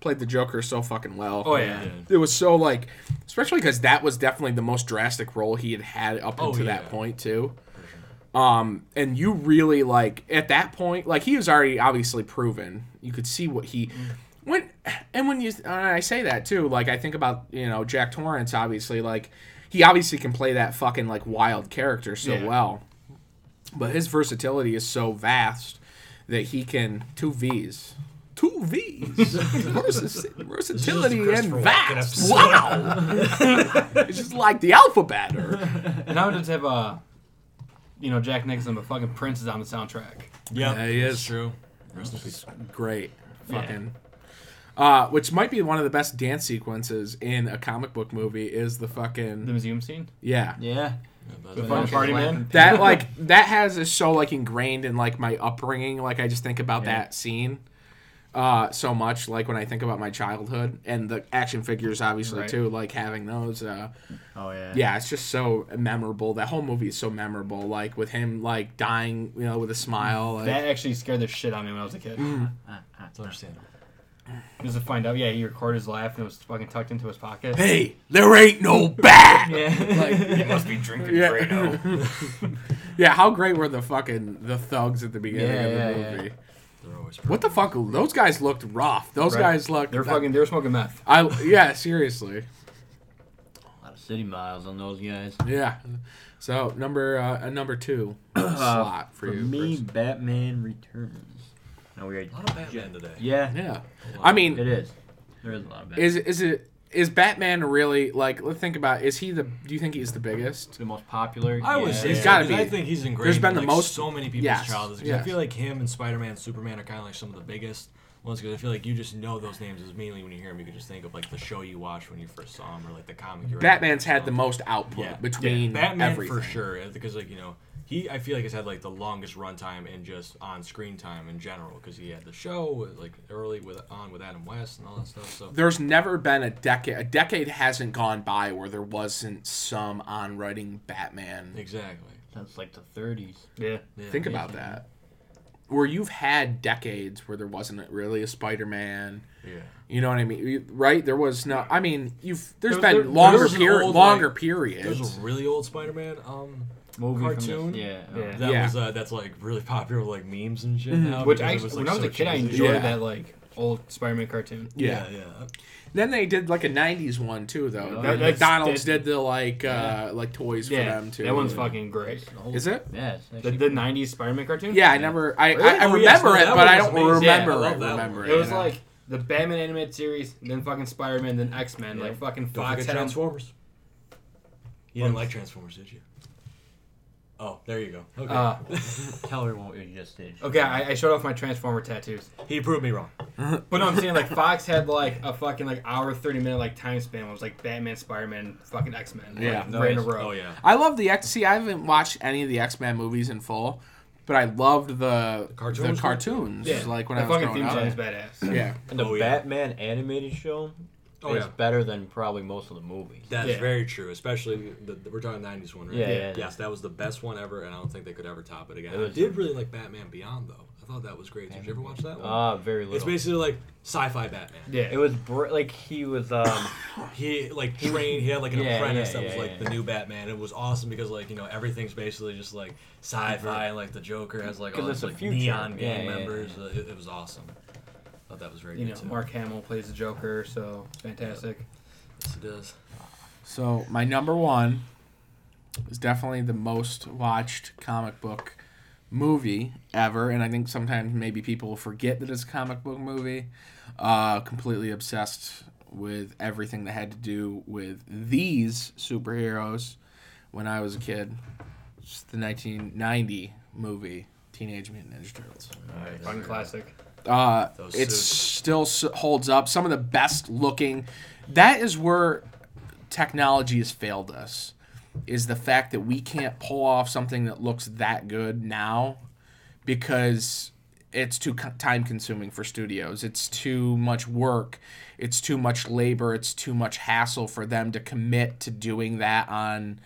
[SPEAKER 1] played the Joker so fucking well.
[SPEAKER 4] Oh yeah.
[SPEAKER 2] Yeah.
[SPEAKER 1] It was so like, especially because that was definitely the most drastic role he had had up
[SPEAKER 2] Oh,
[SPEAKER 1] until that
[SPEAKER 2] yeah.
[SPEAKER 1] point too. Um, and you really like at that point, like he was already obviously proven. You could see what he
[SPEAKER 2] Mm-hmm.
[SPEAKER 1] when and when you and I say that too. Like I think about you know Jack Torrance obviously like he obviously can play that fucking like wild character so
[SPEAKER 4] Yeah.
[SPEAKER 1] well, but his versatility is so vast that he can two V's. Two V's. Versaci- versatility and
[SPEAKER 2] Christopher Walken
[SPEAKER 1] vast.
[SPEAKER 2] episode.
[SPEAKER 1] Wow. it's just like the alphabet. Or,
[SPEAKER 4] And I would just have uh, you know, Jack Nicholson, but fucking Prince is on the soundtrack.
[SPEAKER 2] yeah,
[SPEAKER 1] Yeah, he
[SPEAKER 2] that's
[SPEAKER 1] is.
[SPEAKER 2] true. Rest in peace.
[SPEAKER 1] great fucking uh, which might be one of the best dance sequences in a comic book movie is the
[SPEAKER 4] The
[SPEAKER 1] fucking
[SPEAKER 4] museum scene.
[SPEAKER 1] yeah
[SPEAKER 3] uh, Yeah.
[SPEAKER 2] Yeah, that's-
[SPEAKER 4] The fun
[SPEAKER 3] Yeah.
[SPEAKER 4] party man.
[SPEAKER 1] that like that has is so like ingrained in like my upbringing like i just think about
[SPEAKER 3] Yeah.
[SPEAKER 1] that scene uh, so much like when i think about my childhood and the action figures obviously
[SPEAKER 4] Right.
[SPEAKER 1] too like having those uh,
[SPEAKER 3] Oh yeah.
[SPEAKER 1] yeah it's just so memorable that whole movie is so memorable like with him like dying you know with a smile like,
[SPEAKER 4] That actually scared the shit out of me when I was a kid.
[SPEAKER 3] Uh, uh,
[SPEAKER 2] It's understandable.
[SPEAKER 4] Just to find out, yeah, he recorded his laugh and it was fucking tucked into his pocket.
[SPEAKER 1] hey there ain't no bat
[SPEAKER 3] yeah.
[SPEAKER 4] he must be drinking
[SPEAKER 1] Yeah. yeah, how great were the fucking the thugs at the beginning
[SPEAKER 3] Yeah,
[SPEAKER 1] of the
[SPEAKER 3] yeah,
[SPEAKER 1] movie?
[SPEAKER 2] They're always
[SPEAKER 1] What the fuck? Those guys looked rough. Those
[SPEAKER 4] Right.
[SPEAKER 1] guys looked.
[SPEAKER 4] They're fucking. They're smoking meth.
[SPEAKER 1] I yeah, seriously.
[SPEAKER 3] A lot of city miles on those guys.
[SPEAKER 1] Yeah. So number uh, uh, number two slot for,
[SPEAKER 3] For
[SPEAKER 1] you.
[SPEAKER 3] me,
[SPEAKER 1] Bruce.
[SPEAKER 3] Batman Returns. No, we already-
[SPEAKER 2] A lot of Batman today.
[SPEAKER 3] Yeah.
[SPEAKER 1] Yeah.
[SPEAKER 2] A lot
[SPEAKER 1] I
[SPEAKER 2] of-
[SPEAKER 1] mean,
[SPEAKER 3] It is. There is a lot of Batman.
[SPEAKER 1] is is it is Batman really like? Let's think about. Is he the? Do you think he's the biggest?
[SPEAKER 3] the most popular.
[SPEAKER 2] I
[SPEAKER 3] yeah.
[SPEAKER 2] would say
[SPEAKER 1] He's
[SPEAKER 2] so,
[SPEAKER 1] gotta
[SPEAKER 2] 'cause I
[SPEAKER 1] be.
[SPEAKER 2] think he's ingrained.
[SPEAKER 1] There's been
[SPEAKER 2] in,
[SPEAKER 1] the
[SPEAKER 2] like,
[SPEAKER 1] most-
[SPEAKER 2] so many people's
[SPEAKER 1] yes,
[SPEAKER 2] childhoods. 'Cause
[SPEAKER 1] yes.
[SPEAKER 2] I feel like him and Spider Man, Superman are kind of like some of the biggest ones because I feel like you just know those names is mainly when you hear them. You can just think of like the show you watched when you first saw him or like the comic. you read
[SPEAKER 1] Batman's
[SPEAKER 2] when you
[SPEAKER 1] had
[SPEAKER 2] saw
[SPEAKER 1] the
[SPEAKER 2] him.
[SPEAKER 1] most output
[SPEAKER 2] Yeah.
[SPEAKER 1] between
[SPEAKER 2] Batman
[SPEAKER 1] everything.
[SPEAKER 2] for sure uh, because like you know he I feel like has had like the longest runtime and just on screen time in general because he had the show with, like early with on with Adam West and all that stuff. So
[SPEAKER 1] there's never been a decade a decade hasn't gone by where there wasn't some on writing batman
[SPEAKER 2] exactly.
[SPEAKER 3] Since like the 30s.
[SPEAKER 4] Yeah.
[SPEAKER 2] Yeah.
[SPEAKER 1] think about that where you've had decades where there wasn't really a spider-man
[SPEAKER 2] Yeah.
[SPEAKER 1] you know what i mean You- right there was no i mean you've there's
[SPEAKER 4] There-
[SPEAKER 1] been
[SPEAKER 4] there-
[SPEAKER 1] longer
[SPEAKER 2] there's an
[SPEAKER 1] peri-
[SPEAKER 2] old,
[SPEAKER 1] longer
[SPEAKER 2] like-
[SPEAKER 1] periods
[SPEAKER 2] There's a really old Spider Man. Um.
[SPEAKER 3] Movie From
[SPEAKER 2] Cartoon?
[SPEAKER 3] this, yeah. um,
[SPEAKER 4] Yeah. Mm-hmm.
[SPEAKER 2] That
[SPEAKER 1] Yeah.
[SPEAKER 2] was uh, that's like really popular with like memes and shit now.
[SPEAKER 4] Which
[SPEAKER 2] because
[SPEAKER 4] I,
[SPEAKER 2] it was, like,
[SPEAKER 4] when I was
[SPEAKER 2] so
[SPEAKER 4] a kid, I
[SPEAKER 2] cheesy.
[SPEAKER 4] enjoyed
[SPEAKER 1] Yeah.
[SPEAKER 4] that like old Spider-Man cartoon.
[SPEAKER 1] yeah.
[SPEAKER 2] yeah, yeah.
[SPEAKER 1] then they did like a 90s one too though
[SPEAKER 3] Oh,
[SPEAKER 1] That-
[SPEAKER 3] yeah.
[SPEAKER 1] mcdonald's did
[SPEAKER 4] That's-
[SPEAKER 1] the like uh like toys for them too
[SPEAKER 4] that one's fucking great.
[SPEAKER 1] is it
[SPEAKER 3] Yeah. It's
[SPEAKER 4] The,
[SPEAKER 3] actually,
[SPEAKER 4] the '90s Spider-Man cartoon.
[SPEAKER 1] yeah i never i
[SPEAKER 2] Really?
[SPEAKER 1] i, I
[SPEAKER 2] Oh,
[SPEAKER 1] remember
[SPEAKER 2] yes, no,
[SPEAKER 1] it
[SPEAKER 2] that
[SPEAKER 1] but
[SPEAKER 2] one
[SPEAKER 1] i
[SPEAKER 2] was
[SPEAKER 1] don't
[SPEAKER 2] amazing.
[SPEAKER 1] remember
[SPEAKER 4] Yeah, I
[SPEAKER 2] love
[SPEAKER 1] it
[SPEAKER 2] that
[SPEAKER 1] remember
[SPEAKER 2] one.
[SPEAKER 1] it
[SPEAKER 4] It was
[SPEAKER 1] you know?
[SPEAKER 4] like the Batman animated series, then fucking Spider-Man, then X-Men,
[SPEAKER 3] Yeah.
[SPEAKER 4] like fucking
[SPEAKER 2] Don't
[SPEAKER 4] Fox
[SPEAKER 2] forget
[SPEAKER 4] had 'em.
[SPEAKER 2] Transformers. You didn't like Transformers, did you? Oh, there you go. Okay.
[SPEAKER 4] Uh,
[SPEAKER 3] Tell her what you just did.
[SPEAKER 4] okay, I, I showed off my Transformer tattoos,
[SPEAKER 2] he proved me wrong.
[SPEAKER 4] but no, I'm saying like Fox had like a fucking like hour thirty minute like time span. Where it was like Batman, Spider-Man, fucking X-Men, like,
[SPEAKER 1] Yeah.
[SPEAKER 4] right in a
[SPEAKER 3] Nice.
[SPEAKER 4] row.
[SPEAKER 2] Oh yeah.
[SPEAKER 1] I love the X. See, I haven't watched any of the X Men movies in full, but I loved the the cartoons,
[SPEAKER 2] cartoons?
[SPEAKER 4] Yeah,
[SPEAKER 1] like when
[SPEAKER 4] the
[SPEAKER 1] I was
[SPEAKER 4] fucking
[SPEAKER 1] growing
[SPEAKER 4] theme song's
[SPEAKER 1] up.
[SPEAKER 4] badass.
[SPEAKER 1] Yeah,
[SPEAKER 3] And the
[SPEAKER 2] Oh, yeah.
[SPEAKER 3] Batman animated show
[SPEAKER 2] Oh
[SPEAKER 3] is
[SPEAKER 2] yeah.
[SPEAKER 3] better than probably most of the movies.
[SPEAKER 2] That's
[SPEAKER 4] Yeah.
[SPEAKER 2] very true, especially the, the- we're talking '90s one, right?
[SPEAKER 3] Yeah, yeah, yeah.
[SPEAKER 2] Yes, that was the best one ever, and I don't think they could ever top it again.
[SPEAKER 3] It
[SPEAKER 2] I
[SPEAKER 3] was-
[SPEAKER 2] did really like Batman Beyond, though. I thought that was great. Did you ever watch that one?
[SPEAKER 3] Ah, very little.
[SPEAKER 2] it's basically like sci-fi Batman.
[SPEAKER 4] Yeah,
[SPEAKER 3] it was br- like he was um
[SPEAKER 2] he like trained he had like an
[SPEAKER 3] Yeah,
[SPEAKER 2] apprentice
[SPEAKER 3] yeah,
[SPEAKER 2] that was
[SPEAKER 3] yeah,
[SPEAKER 2] like
[SPEAKER 3] yeah.
[SPEAKER 2] the new batman it was awesome because like you know everything's basically just like sci-fi and like the joker has like all
[SPEAKER 3] 'Cause it's
[SPEAKER 2] these
[SPEAKER 3] the
[SPEAKER 2] like
[SPEAKER 3] future.
[SPEAKER 2] neon
[SPEAKER 3] Yeah,
[SPEAKER 2] gang
[SPEAKER 3] yeah, yeah.
[SPEAKER 2] members Uh, It, it was awesome thought that was very
[SPEAKER 4] you
[SPEAKER 2] good
[SPEAKER 4] know,
[SPEAKER 2] too
[SPEAKER 4] Mark Hamill plays the Joker, so fantastic.
[SPEAKER 2] yes, it is
[SPEAKER 1] So my number one is definitely the most watched comic book movie ever, and I think sometimes maybe people forget that it's a comic book movie. Uh, completely obsessed with everything that had to do with these superheroes when I was a kid. It's the 1990 movie, Teenage Mutant Ninja Turtles.
[SPEAKER 4] Fucking classic.
[SPEAKER 1] Uh,
[SPEAKER 2] Those
[SPEAKER 1] it
[SPEAKER 2] suits.
[SPEAKER 1] still s- holds up. Some of the best looking. That is where technology has failed us is the fact that we can't pull off something that looks that good now because it's too co- time consuming for studios. It's too much work. It's too much labor. It's too much hassle for them to commit to doing that on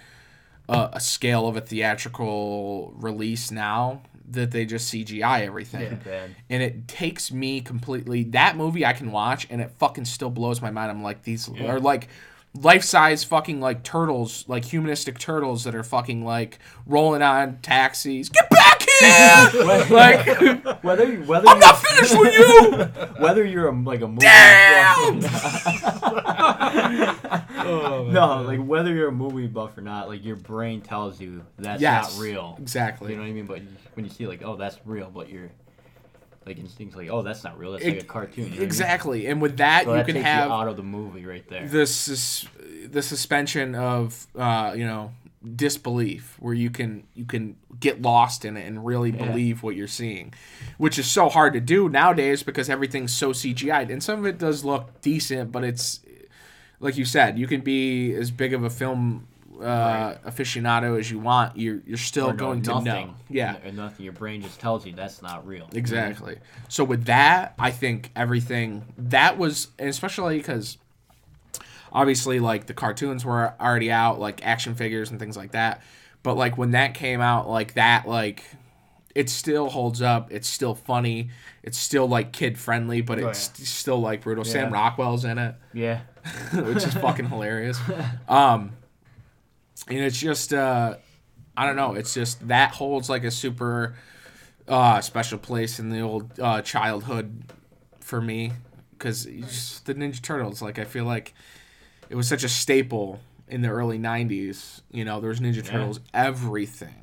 [SPEAKER 1] a, a scale of a theatrical release now that they just CGI everything
[SPEAKER 3] Bad.
[SPEAKER 1] and it takes me completely that movie I can watch and it fucking still blows my mind. I'm like these are like life size fucking like turtles, like humanistic turtles that are fucking like rolling on taxis. Get back here! like I'm
[SPEAKER 3] Whether you, whether you,
[SPEAKER 1] not finished with you.
[SPEAKER 3] whether you're a, like a movie
[SPEAKER 1] Damn!
[SPEAKER 3] no, like whether you're a movie buff or not, like your brain tells you that's
[SPEAKER 1] Yes,
[SPEAKER 3] not real.
[SPEAKER 1] exactly.
[SPEAKER 3] You know what I mean? But you- when you see like, oh, that's real, but your like instincts like, oh, that's not real. That's like
[SPEAKER 1] Ex-
[SPEAKER 3] a cartoon. you know what I mean?
[SPEAKER 1] Exactly. And with that,
[SPEAKER 3] So
[SPEAKER 1] you
[SPEAKER 3] that
[SPEAKER 1] can
[SPEAKER 3] takes
[SPEAKER 1] have
[SPEAKER 3] you out of the movie right there.
[SPEAKER 1] the sus- the suspension of uh, you know disbelief where you can you can get lost in it and really believe what you're seeing which is so hard to do nowadays because everything's so CGI'd and some of it does look decent but it's like you said you can be as big of a film uh, aficionado as you want you're you're still
[SPEAKER 3] Or no-
[SPEAKER 1] going to know yeah
[SPEAKER 3] Or nothing. Your brain just tells you that's not real.
[SPEAKER 1] Exactly. So with that, I think everything that was, and especially because obviously like the cartoons were already out, like action figures and things like that. But like when that came out, like that, like it still holds up. It's still funny. It's still like kid friendly, but
[SPEAKER 4] Oh,
[SPEAKER 1] it's still like brutal. Sam
[SPEAKER 3] Yeah.
[SPEAKER 1] Rockwell's in it
[SPEAKER 3] Yeah.
[SPEAKER 1] which is fucking hilarious. Um, and it's just, uh, I don't know. It's just that holds like a super uh, special place in the old uh, childhood for me because the Ninja Turtles, like, I feel like it was such a staple in the early 90s. You know, there was Ninja Turtles, everything.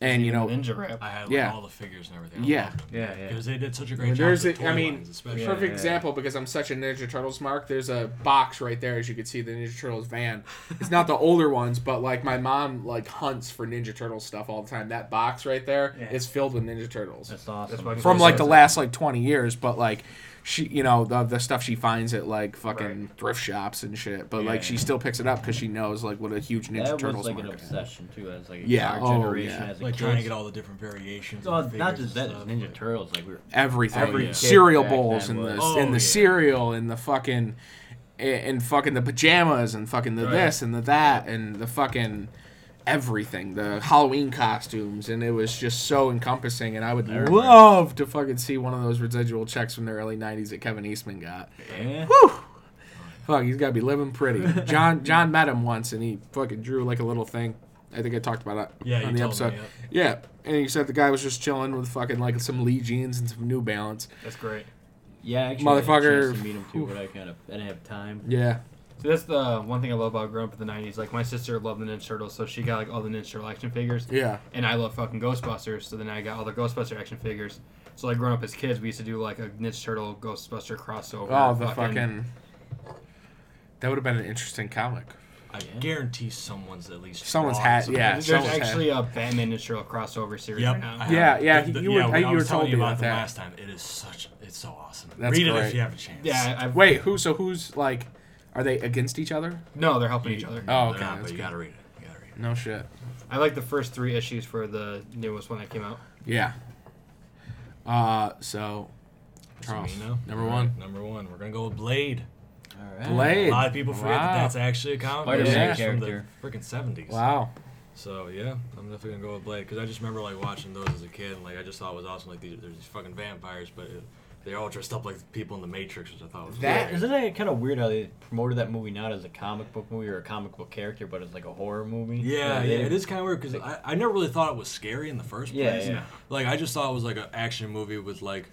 [SPEAKER 1] And, you know,
[SPEAKER 4] ninja rap.
[SPEAKER 2] I had like,
[SPEAKER 1] Yeah.
[SPEAKER 2] all the figures and everything. I
[SPEAKER 1] Yeah.
[SPEAKER 2] loved them.
[SPEAKER 3] Yeah, yeah.
[SPEAKER 2] Because they did such a great
[SPEAKER 1] There's
[SPEAKER 2] job. with
[SPEAKER 1] a-
[SPEAKER 2] the toy
[SPEAKER 1] I mean,
[SPEAKER 2] lines, especially.
[SPEAKER 1] Perfect
[SPEAKER 3] Yeah, yeah, yeah.
[SPEAKER 1] example because I'm such a Ninja Turtles mark. There's a box right there as you can see the Ninja Turtles van. It's not the older ones, but like my mom like hunts for Ninja Turtle stuff all the time. That box right there
[SPEAKER 4] Yeah.
[SPEAKER 1] is filled with Ninja Turtles
[SPEAKER 3] That's awesome.
[SPEAKER 4] That's why-
[SPEAKER 1] from like the
[SPEAKER 4] Yeah.
[SPEAKER 1] last like 20 years, but like she you know the, the stuff she finds at like fucking thrift shops and shit, but like
[SPEAKER 3] Yeah.
[SPEAKER 1] she still picks it up because she knows like what a huge Ninja
[SPEAKER 3] that
[SPEAKER 1] Turtles
[SPEAKER 3] was like an
[SPEAKER 1] mark is.
[SPEAKER 3] obsession too. As like
[SPEAKER 1] Yeah,
[SPEAKER 3] our
[SPEAKER 1] oh,
[SPEAKER 3] generation
[SPEAKER 1] yeah.
[SPEAKER 3] as a
[SPEAKER 2] Like
[SPEAKER 3] kid.
[SPEAKER 2] trying to get all the different variations.
[SPEAKER 3] Well,
[SPEAKER 2] and
[SPEAKER 3] Oh, not
[SPEAKER 2] figures
[SPEAKER 3] just that,
[SPEAKER 2] and
[SPEAKER 3] it's
[SPEAKER 2] stuff,
[SPEAKER 3] Ninja
[SPEAKER 2] but-
[SPEAKER 3] Turtles. Like we were
[SPEAKER 1] everything.
[SPEAKER 3] Every kid
[SPEAKER 1] cereal
[SPEAKER 3] back then
[SPEAKER 1] bowls and the
[SPEAKER 2] was-
[SPEAKER 1] and the
[SPEAKER 2] Oh, yeah.
[SPEAKER 1] cereal and the fucking and fucking the pajamas and fucking the
[SPEAKER 4] Right.
[SPEAKER 1] this and the that and the fucking everything the halloween costumes and it was just so encompassing and i would love to fucking see one of those residual checks from the early 90s that kevin eastman got
[SPEAKER 3] yeah.
[SPEAKER 1] fuck he's got to be living pretty john john met him once and he fucking drew like a little thing i think i talked about it
[SPEAKER 2] Yeah, you
[SPEAKER 1] on the
[SPEAKER 2] told me,
[SPEAKER 1] episode
[SPEAKER 2] yep.
[SPEAKER 1] yeah and he said the guy was just chilling with fucking like some lee jeans and some new balance
[SPEAKER 4] That's great.
[SPEAKER 3] Yeah, actually, I had a chance
[SPEAKER 1] Motherfucker.
[SPEAKER 3] To meet him too, but I kind of I didn't have time.
[SPEAKER 1] yeah
[SPEAKER 4] So that's the one thing I love about growing up in the '90s. Like my sister loved the Ninja Turtles, so she got like all the Ninja Turtle action figures,
[SPEAKER 1] yeah
[SPEAKER 4] and I love fucking Ghostbusters, so then I got all the Ghostbuster action figures. So like growing up as kids, we used to do like a Ninja Turtle Ghostbuster crossover.
[SPEAKER 1] Oh, the fucking. That would have been an interesting comic.
[SPEAKER 2] I guarantee someone's at least.
[SPEAKER 1] Someone's
[SPEAKER 2] drawing
[SPEAKER 1] hat,
[SPEAKER 2] something.
[SPEAKER 1] yeah.
[SPEAKER 4] There's
[SPEAKER 1] someone's
[SPEAKER 4] actually a Batman Ninja Turtle crossover series
[SPEAKER 2] Yep.
[SPEAKER 4] right now.
[SPEAKER 2] I
[SPEAKER 1] Yeah,
[SPEAKER 2] have it.
[SPEAKER 1] yeah,
[SPEAKER 2] The- the-
[SPEAKER 1] you were-
[SPEAKER 2] when
[SPEAKER 1] you
[SPEAKER 2] I
[SPEAKER 1] were
[SPEAKER 2] was telling
[SPEAKER 1] told
[SPEAKER 2] you
[SPEAKER 1] me
[SPEAKER 2] about
[SPEAKER 1] about
[SPEAKER 2] them
[SPEAKER 1] that.
[SPEAKER 2] last time. It is such. It's so awesome.
[SPEAKER 1] That's
[SPEAKER 2] Read it
[SPEAKER 1] great.
[SPEAKER 2] if you have a chance.
[SPEAKER 4] Yeah, I, I've,
[SPEAKER 1] Wait, who? So who's like? Are they against each other?
[SPEAKER 4] no, they're helping each other.
[SPEAKER 1] Oh,
[SPEAKER 2] They're
[SPEAKER 1] okay,
[SPEAKER 2] not,
[SPEAKER 1] that's
[SPEAKER 2] but you
[SPEAKER 1] good.
[SPEAKER 2] gotta read it. You gotta read it.
[SPEAKER 1] No shit.
[SPEAKER 4] I like the first three issues for the newest one that came out.
[SPEAKER 1] Yeah. Uh, so. Charles,
[SPEAKER 2] So, you know,
[SPEAKER 1] number
[SPEAKER 2] all
[SPEAKER 1] one.
[SPEAKER 2] right, Number one. We're gonna go with Blade.
[SPEAKER 3] All right.
[SPEAKER 1] Blade.
[SPEAKER 2] A lot of people forget
[SPEAKER 1] Wow.
[SPEAKER 2] that that's actually a comic.
[SPEAKER 1] Spider-Man
[SPEAKER 2] book. It's from the
[SPEAKER 3] character.
[SPEAKER 2] freaking seventies.
[SPEAKER 1] Wow.
[SPEAKER 2] So yeah, I'm definitely gonna go with Blade because I just remember like watching those as a kid. And, like I just thought it was awesome. Like these, there's these fucking vampires, but it, they're all dressed up like people in the Matrix, which I thought was
[SPEAKER 1] That-
[SPEAKER 2] weird.
[SPEAKER 3] Isn't it kind of weird how they promoted that movie not as a comic book movie or a comic book character, but as like a horror movie?
[SPEAKER 2] Yeah,
[SPEAKER 3] Like,
[SPEAKER 2] yeah,
[SPEAKER 3] they-
[SPEAKER 2] it is kind of weird because I, I never really thought it was scary in the first
[SPEAKER 3] Yeah,
[SPEAKER 2] place.
[SPEAKER 3] yeah.
[SPEAKER 2] Like I just thought it was like an action movie with like,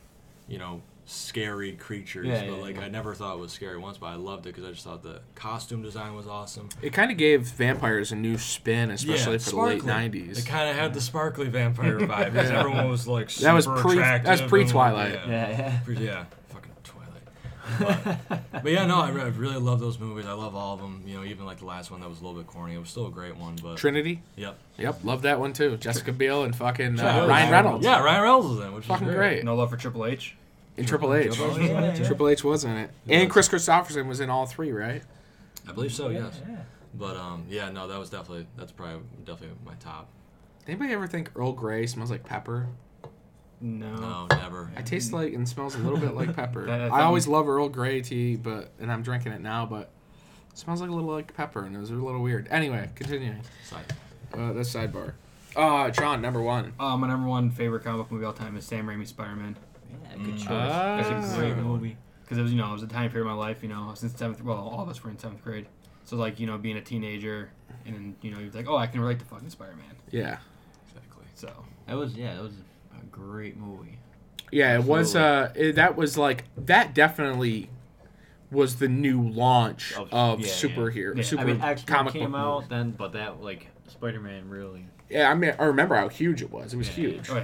[SPEAKER 2] you know, scary creatures.
[SPEAKER 3] Yeah,
[SPEAKER 2] but
[SPEAKER 3] yeah,
[SPEAKER 2] like
[SPEAKER 3] yeah.
[SPEAKER 2] I never thought it was scary once, but I loved it because I just thought the costume design was awesome.
[SPEAKER 1] It kind of gave vampires a new spin, especially for the late
[SPEAKER 2] It
[SPEAKER 1] nineties.
[SPEAKER 2] kind of had the sparkly vampire vibe because everyone was like super
[SPEAKER 1] That was pre-
[SPEAKER 2] attractive
[SPEAKER 1] that's
[SPEAKER 2] and,
[SPEAKER 1] pre-Twilight.
[SPEAKER 2] yeah.
[SPEAKER 3] Yeah, yeah.
[SPEAKER 2] Pre- yeah, fucking Twilight. But, but yeah, no, I, re- I really love those movies. I love all of them. You know, even like the last one that was a little bit corny. It was still a great one, but
[SPEAKER 1] Trinity.
[SPEAKER 2] yep.
[SPEAKER 1] Yep, love that one too. Jessica Biel and fucking uh,
[SPEAKER 4] Sure.
[SPEAKER 1] Ryan Reynolds.
[SPEAKER 2] Yeah, Ryan Reynolds was in, it, which
[SPEAKER 1] fucking
[SPEAKER 2] is
[SPEAKER 1] great.
[SPEAKER 4] No love for Triple H.
[SPEAKER 1] And Triple H.
[SPEAKER 2] Triple H
[SPEAKER 3] was in it, too.
[SPEAKER 1] Triple H was in it, and Chris Christopherson was in all three, right?
[SPEAKER 2] I believe so.
[SPEAKER 3] Yeah,
[SPEAKER 2] Yes.
[SPEAKER 3] yeah.
[SPEAKER 2] But um, yeah, no, that was definitely that's probably definitely my top.
[SPEAKER 1] Anybody ever think Earl Grey smells like pepper?
[SPEAKER 4] No.
[SPEAKER 2] No,
[SPEAKER 1] Oh.
[SPEAKER 2] never.
[SPEAKER 1] It
[SPEAKER 3] Mm.
[SPEAKER 1] tastes like and smells a little bit like pepper.
[SPEAKER 4] That- that
[SPEAKER 1] I always love Earl Grey tea, but and I'm drinking it now, but it smells like a little like pepper, and it was a little weird. Anyway, continuing.
[SPEAKER 2] Side.
[SPEAKER 1] Uh, that's sidebar. Uh, John, number one.
[SPEAKER 4] Uh, my number one favorite comic book movie of all time is Sam Raimi's Spider Man.
[SPEAKER 3] Yeah, good
[SPEAKER 2] Mm.
[SPEAKER 3] choice.
[SPEAKER 1] Ah.
[SPEAKER 3] That's a great movie.
[SPEAKER 4] Because it was, you know, it was a time period of my life, you know, I was in seventh, well, all of us were in seventh grade. So, like, you know, being a teenager, and then, you know, you're like, oh, I can relate to fucking Spider Man.
[SPEAKER 1] Yeah.
[SPEAKER 2] Exactly.
[SPEAKER 4] So,
[SPEAKER 3] That was yeah, that was a great movie.
[SPEAKER 1] Yeah, it was. Uh, it, that was like that definitely was the new launch
[SPEAKER 3] Of-
[SPEAKER 1] of,
[SPEAKER 3] yeah, yeah.
[SPEAKER 1] superhero,
[SPEAKER 4] Yeah, I
[SPEAKER 1] super
[SPEAKER 3] I mean, X Men
[SPEAKER 1] comic
[SPEAKER 3] came
[SPEAKER 1] book
[SPEAKER 3] out
[SPEAKER 1] movies.
[SPEAKER 3] then, but that like Spider-Man really.
[SPEAKER 1] Yeah, I mean, I remember how huge it was. It was
[SPEAKER 3] Yeah.
[SPEAKER 1] huge.
[SPEAKER 4] oh, yeah.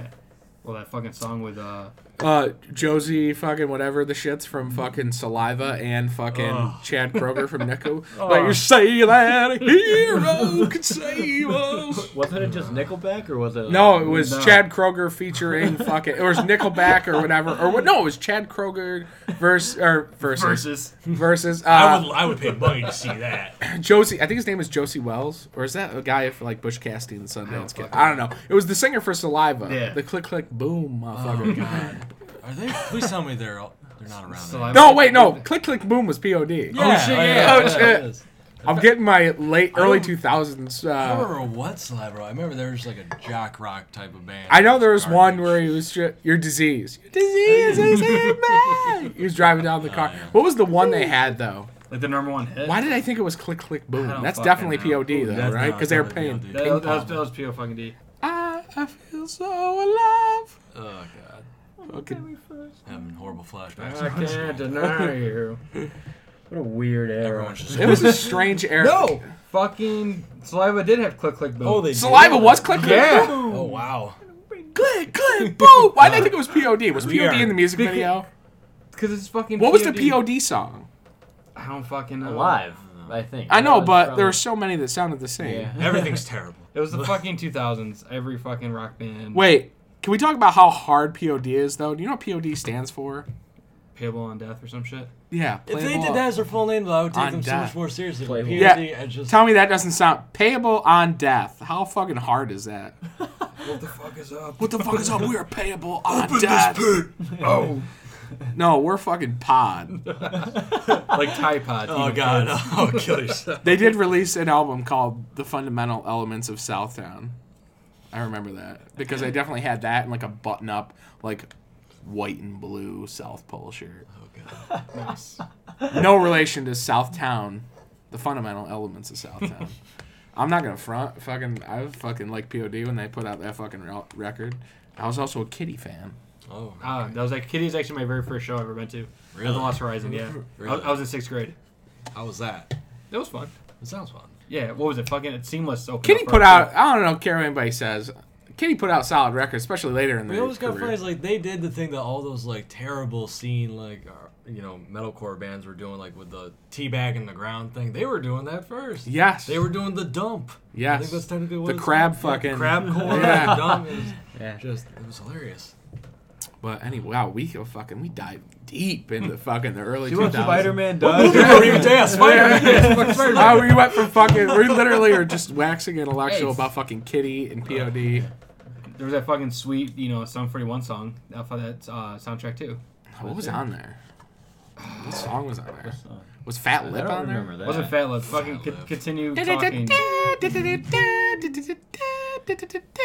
[SPEAKER 4] Well, that fucking song with, uh,
[SPEAKER 1] Uh, Josie fucking whatever the shits from fucking Saliva and fucking
[SPEAKER 2] Ugh.
[SPEAKER 1] Chad Kroger from Nico.
[SPEAKER 3] Ugh.
[SPEAKER 1] Like you say that a hero could save us.
[SPEAKER 3] Wasn't it just Nickelback or was it?
[SPEAKER 1] No, it was
[SPEAKER 4] No.
[SPEAKER 1] Chad Kroger featuring fucking. It was Nickelback or whatever, or what? No, it was Chad Kroger verse or versus
[SPEAKER 4] Versus.
[SPEAKER 1] versus.
[SPEAKER 2] I
[SPEAKER 1] Uh,
[SPEAKER 2] would I would pay money to see that.
[SPEAKER 1] Josie, I think his name is Josie Wells, or is that a guy for like Bush Cassidy and Sundance Kid? I don't know. It was the singer for Saliva.
[SPEAKER 4] Yeah.
[SPEAKER 1] The click click boom,
[SPEAKER 2] Oh
[SPEAKER 1] motherfucker.
[SPEAKER 2] God. Are they? Please tell me they're all, they're not around.
[SPEAKER 4] So
[SPEAKER 2] anymore.
[SPEAKER 4] I-
[SPEAKER 1] no, wait, no. Click click boom was Pod.
[SPEAKER 2] Yeah,
[SPEAKER 4] shit,
[SPEAKER 2] oh,
[SPEAKER 4] yeah.
[SPEAKER 1] Oh, shit.
[SPEAKER 2] yes.
[SPEAKER 1] I'm getting my late early
[SPEAKER 2] don't-
[SPEAKER 1] two thousands.
[SPEAKER 2] I don't
[SPEAKER 1] Uh,
[SPEAKER 2] remember what Celebro. I remember there was like a jock rock type of band.
[SPEAKER 1] I know there was one
[SPEAKER 2] Garbage.
[SPEAKER 1] where he was just your disease. Your disease is in me. He was driving down the car.
[SPEAKER 2] Oh, yeah.
[SPEAKER 1] What was the one they had though?
[SPEAKER 4] Like, the number one hit.
[SPEAKER 1] Why did I think it was click click boom?
[SPEAKER 4] I don't
[SPEAKER 1] That's
[SPEAKER 4] fucking
[SPEAKER 1] definitely
[SPEAKER 4] know.
[SPEAKER 1] Pod though,
[SPEAKER 2] That's-
[SPEAKER 1] right?
[SPEAKER 2] no,
[SPEAKER 1] Because they were
[SPEAKER 2] it's not
[SPEAKER 1] paying.
[SPEAKER 2] the
[SPEAKER 4] That,
[SPEAKER 2] deal,
[SPEAKER 4] that,
[SPEAKER 2] dude.
[SPEAKER 4] was, that was P.O. fucking D.
[SPEAKER 1] I, I feel so alive.
[SPEAKER 2] Oh god,
[SPEAKER 1] Fucking
[SPEAKER 2] having horrible flashbacks.
[SPEAKER 4] I
[SPEAKER 1] Oh,
[SPEAKER 4] can't deny you. What a weird era.
[SPEAKER 2] Everyone's just
[SPEAKER 1] It was a strange era.
[SPEAKER 4] No! Fucking Saliva did have Click Click Boom.
[SPEAKER 2] oh they
[SPEAKER 1] Saliva
[SPEAKER 2] did?
[SPEAKER 1] was click click
[SPEAKER 4] Yeah.
[SPEAKER 1] boom.
[SPEAKER 2] Oh wow.
[SPEAKER 1] Click click boom. Why did I think it was POD? Was
[SPEAKER 2] We
[SPEAKER 1] POD
[SPEAKER 2] are
[SPEAKER 1] in the music
[SPEAKER 4] speaking-
[SPEAKER 1] video?
[SPEAKER 4] Because it's fucking
[SPEAKER 1] What was the
[SPEAKER 4] POD?
[SPEAKER 1] POD song?
[SPEAKER 4] I don't fucking know.
[SPEAKER 3] Alive, I think.
[SPEAKER 1] I know,
[SPEAKER 3] That was
[SPEAKER 1] but
[SPEAKER 3] probably-
[SPEAKER 1] there were so many that sounded the same.
[SPEAKER 3] Yeah.
[SPEAKER 2] Everything's terrible.
[SPEAKER 4] It was the fucking 2000s. Every fucking rock band.
[SPEAKER 1] Wait, can we talk about how hard POD is though? Do you know what POD stands for?
[SPEAKER 4] Payable on death or some shit.
[SPEAKER 1] Yeah.
[SPEAKER 2] If they
[SPEAKER 1] playable-
[SPEAKER 2] did that as their full name, though, I would take
[SPEAKER 1] On
[SPEAKER 2] them so
[SPEAKER 1] death.
[SPEAKER 2] much more seriously.
[SPEAKER 3] Play
[SPEAKER 2] But
[SPEAKER 3] ball.
[SPEAKER 2] POD,
[SPEAKER 1] Yeah.
[SPEAKER 2] I just
[SPEAKER 1] Tell me that doesn't sound payable on death. How fucking hard is that?
[SPEAKER 4] What the fuck is up?
[SPEAKER 1] What the fuck is up? We are payable on death.
[SPEAKER 4] Oh,
[SPEAKER 1] No, we're fucking pod.
[SPEAKER 4] like Tide Pod.
[SPEAKER 2] oh god, oh kill yourself.
[SPEAKER 1] They did release an album called "The Fundamental Elements of Southtown." I remember that because I definitely had that and like a button-up, like white and blue South Pole shirt.
[SPEAKER 2] Oh god,
[SPEAKER 4] Nice.
[SPEAKER 1] No relation to Southtown, the fundamental elements of Southtown. I'm not gonna front. Fucking, I fucking like POD when they put out that fucking re- record. I was also a Kitty fan.
[SPEAKER 2] oh
[SPEAKER 4] Ah, that was like Kitty's actually my very first show I ever been to. At the
[SPEAKER 2] really?
[SPEAKER 4] Lost Horizon. Yeah, I, was,
[SPEAKER 2] Really?
[SPEAKER 4] I was in sixth grade.
[SPEAKER 2] How was that?
[SPEAKER 4] It was fun.
[SPEAKER 2] It sounds fun.
[SPEAKER 4] Yeah, what was it? Fucking it's seamless. Opened
[SPEAKER 1] Kitty
[SPEAKER 4] up
[SPEAKER 1] put
[SPEAKER 4] for us,
[SPEAKER 1] out. I don't know. Care what anybody says. Kitty put out solid records, especially later in the.
[SPEAKER 2] We always got
[SPEAKER 1] career.
[SPEAKER 2] friends like they did the thing that all those like terrible scene like uh, you know metalcore bands were doing like with the teabag in the ground thing. They were doing that first.
[SPEAKER 1] Yes.
[SPEAKER 2] They were doing the dump. I
[SPEAKER 1] Yes.
[SPEAKER 2] think that's technically what
[SPEAKER 1] the
[SPEAKER 2] it's
[SPEAKER 1] crab
[SPEAKER 2] called.
[SPEAKER 1] fucking
[SPEAKER 2] crab core.
[SPEAKER 1] Yeah.
[SPEAKER 2] Dump. It was
[SPEAKER 3] Yeah.
[SPEAKER 2] just it was hilarious.
[SPEAKER 1] But anyway, wow, we go fucking we dive deep into fucking the early
[SPEAKER 3] See
[SPEAKER 1] 2000s.
[SPEAKER 3] what Spider-Man
[SPEAKER 2] Yeah,
[SPEAKER 3] does?
[SPEAKER 2] we're even- yeah, Spider-Man.
[SPEAKER 1] Fuck Spider-Man. Wow, we went from fucking we literally are just waxing intellectual about fucking Kitty and POD.
[SPEAKER 4] There was that fucking sweet, you know, Sum 41 song off of that uh, soundtrack too.
[SPEAKER 1] What was on there? What song was on there?
[SPEAKER 3] song?
[SPEAKER 1] Was Fat
[SPEAKER 3] I
[SPEAKER 1] Lip
[SPEAKER 3] don't
[SPEAKER 1] on
[SPEAKER 3] remember
[SPEAKER 1] there?
[SPEAKER 3] that.
[SPEAKER 4] Wasn't Fat Lip. Fucking
[SPEAKER 2] Fat
[SPEAKER 4] co-
[SPEAKER 2] Lip.
[SPEAKER 4] continue talking.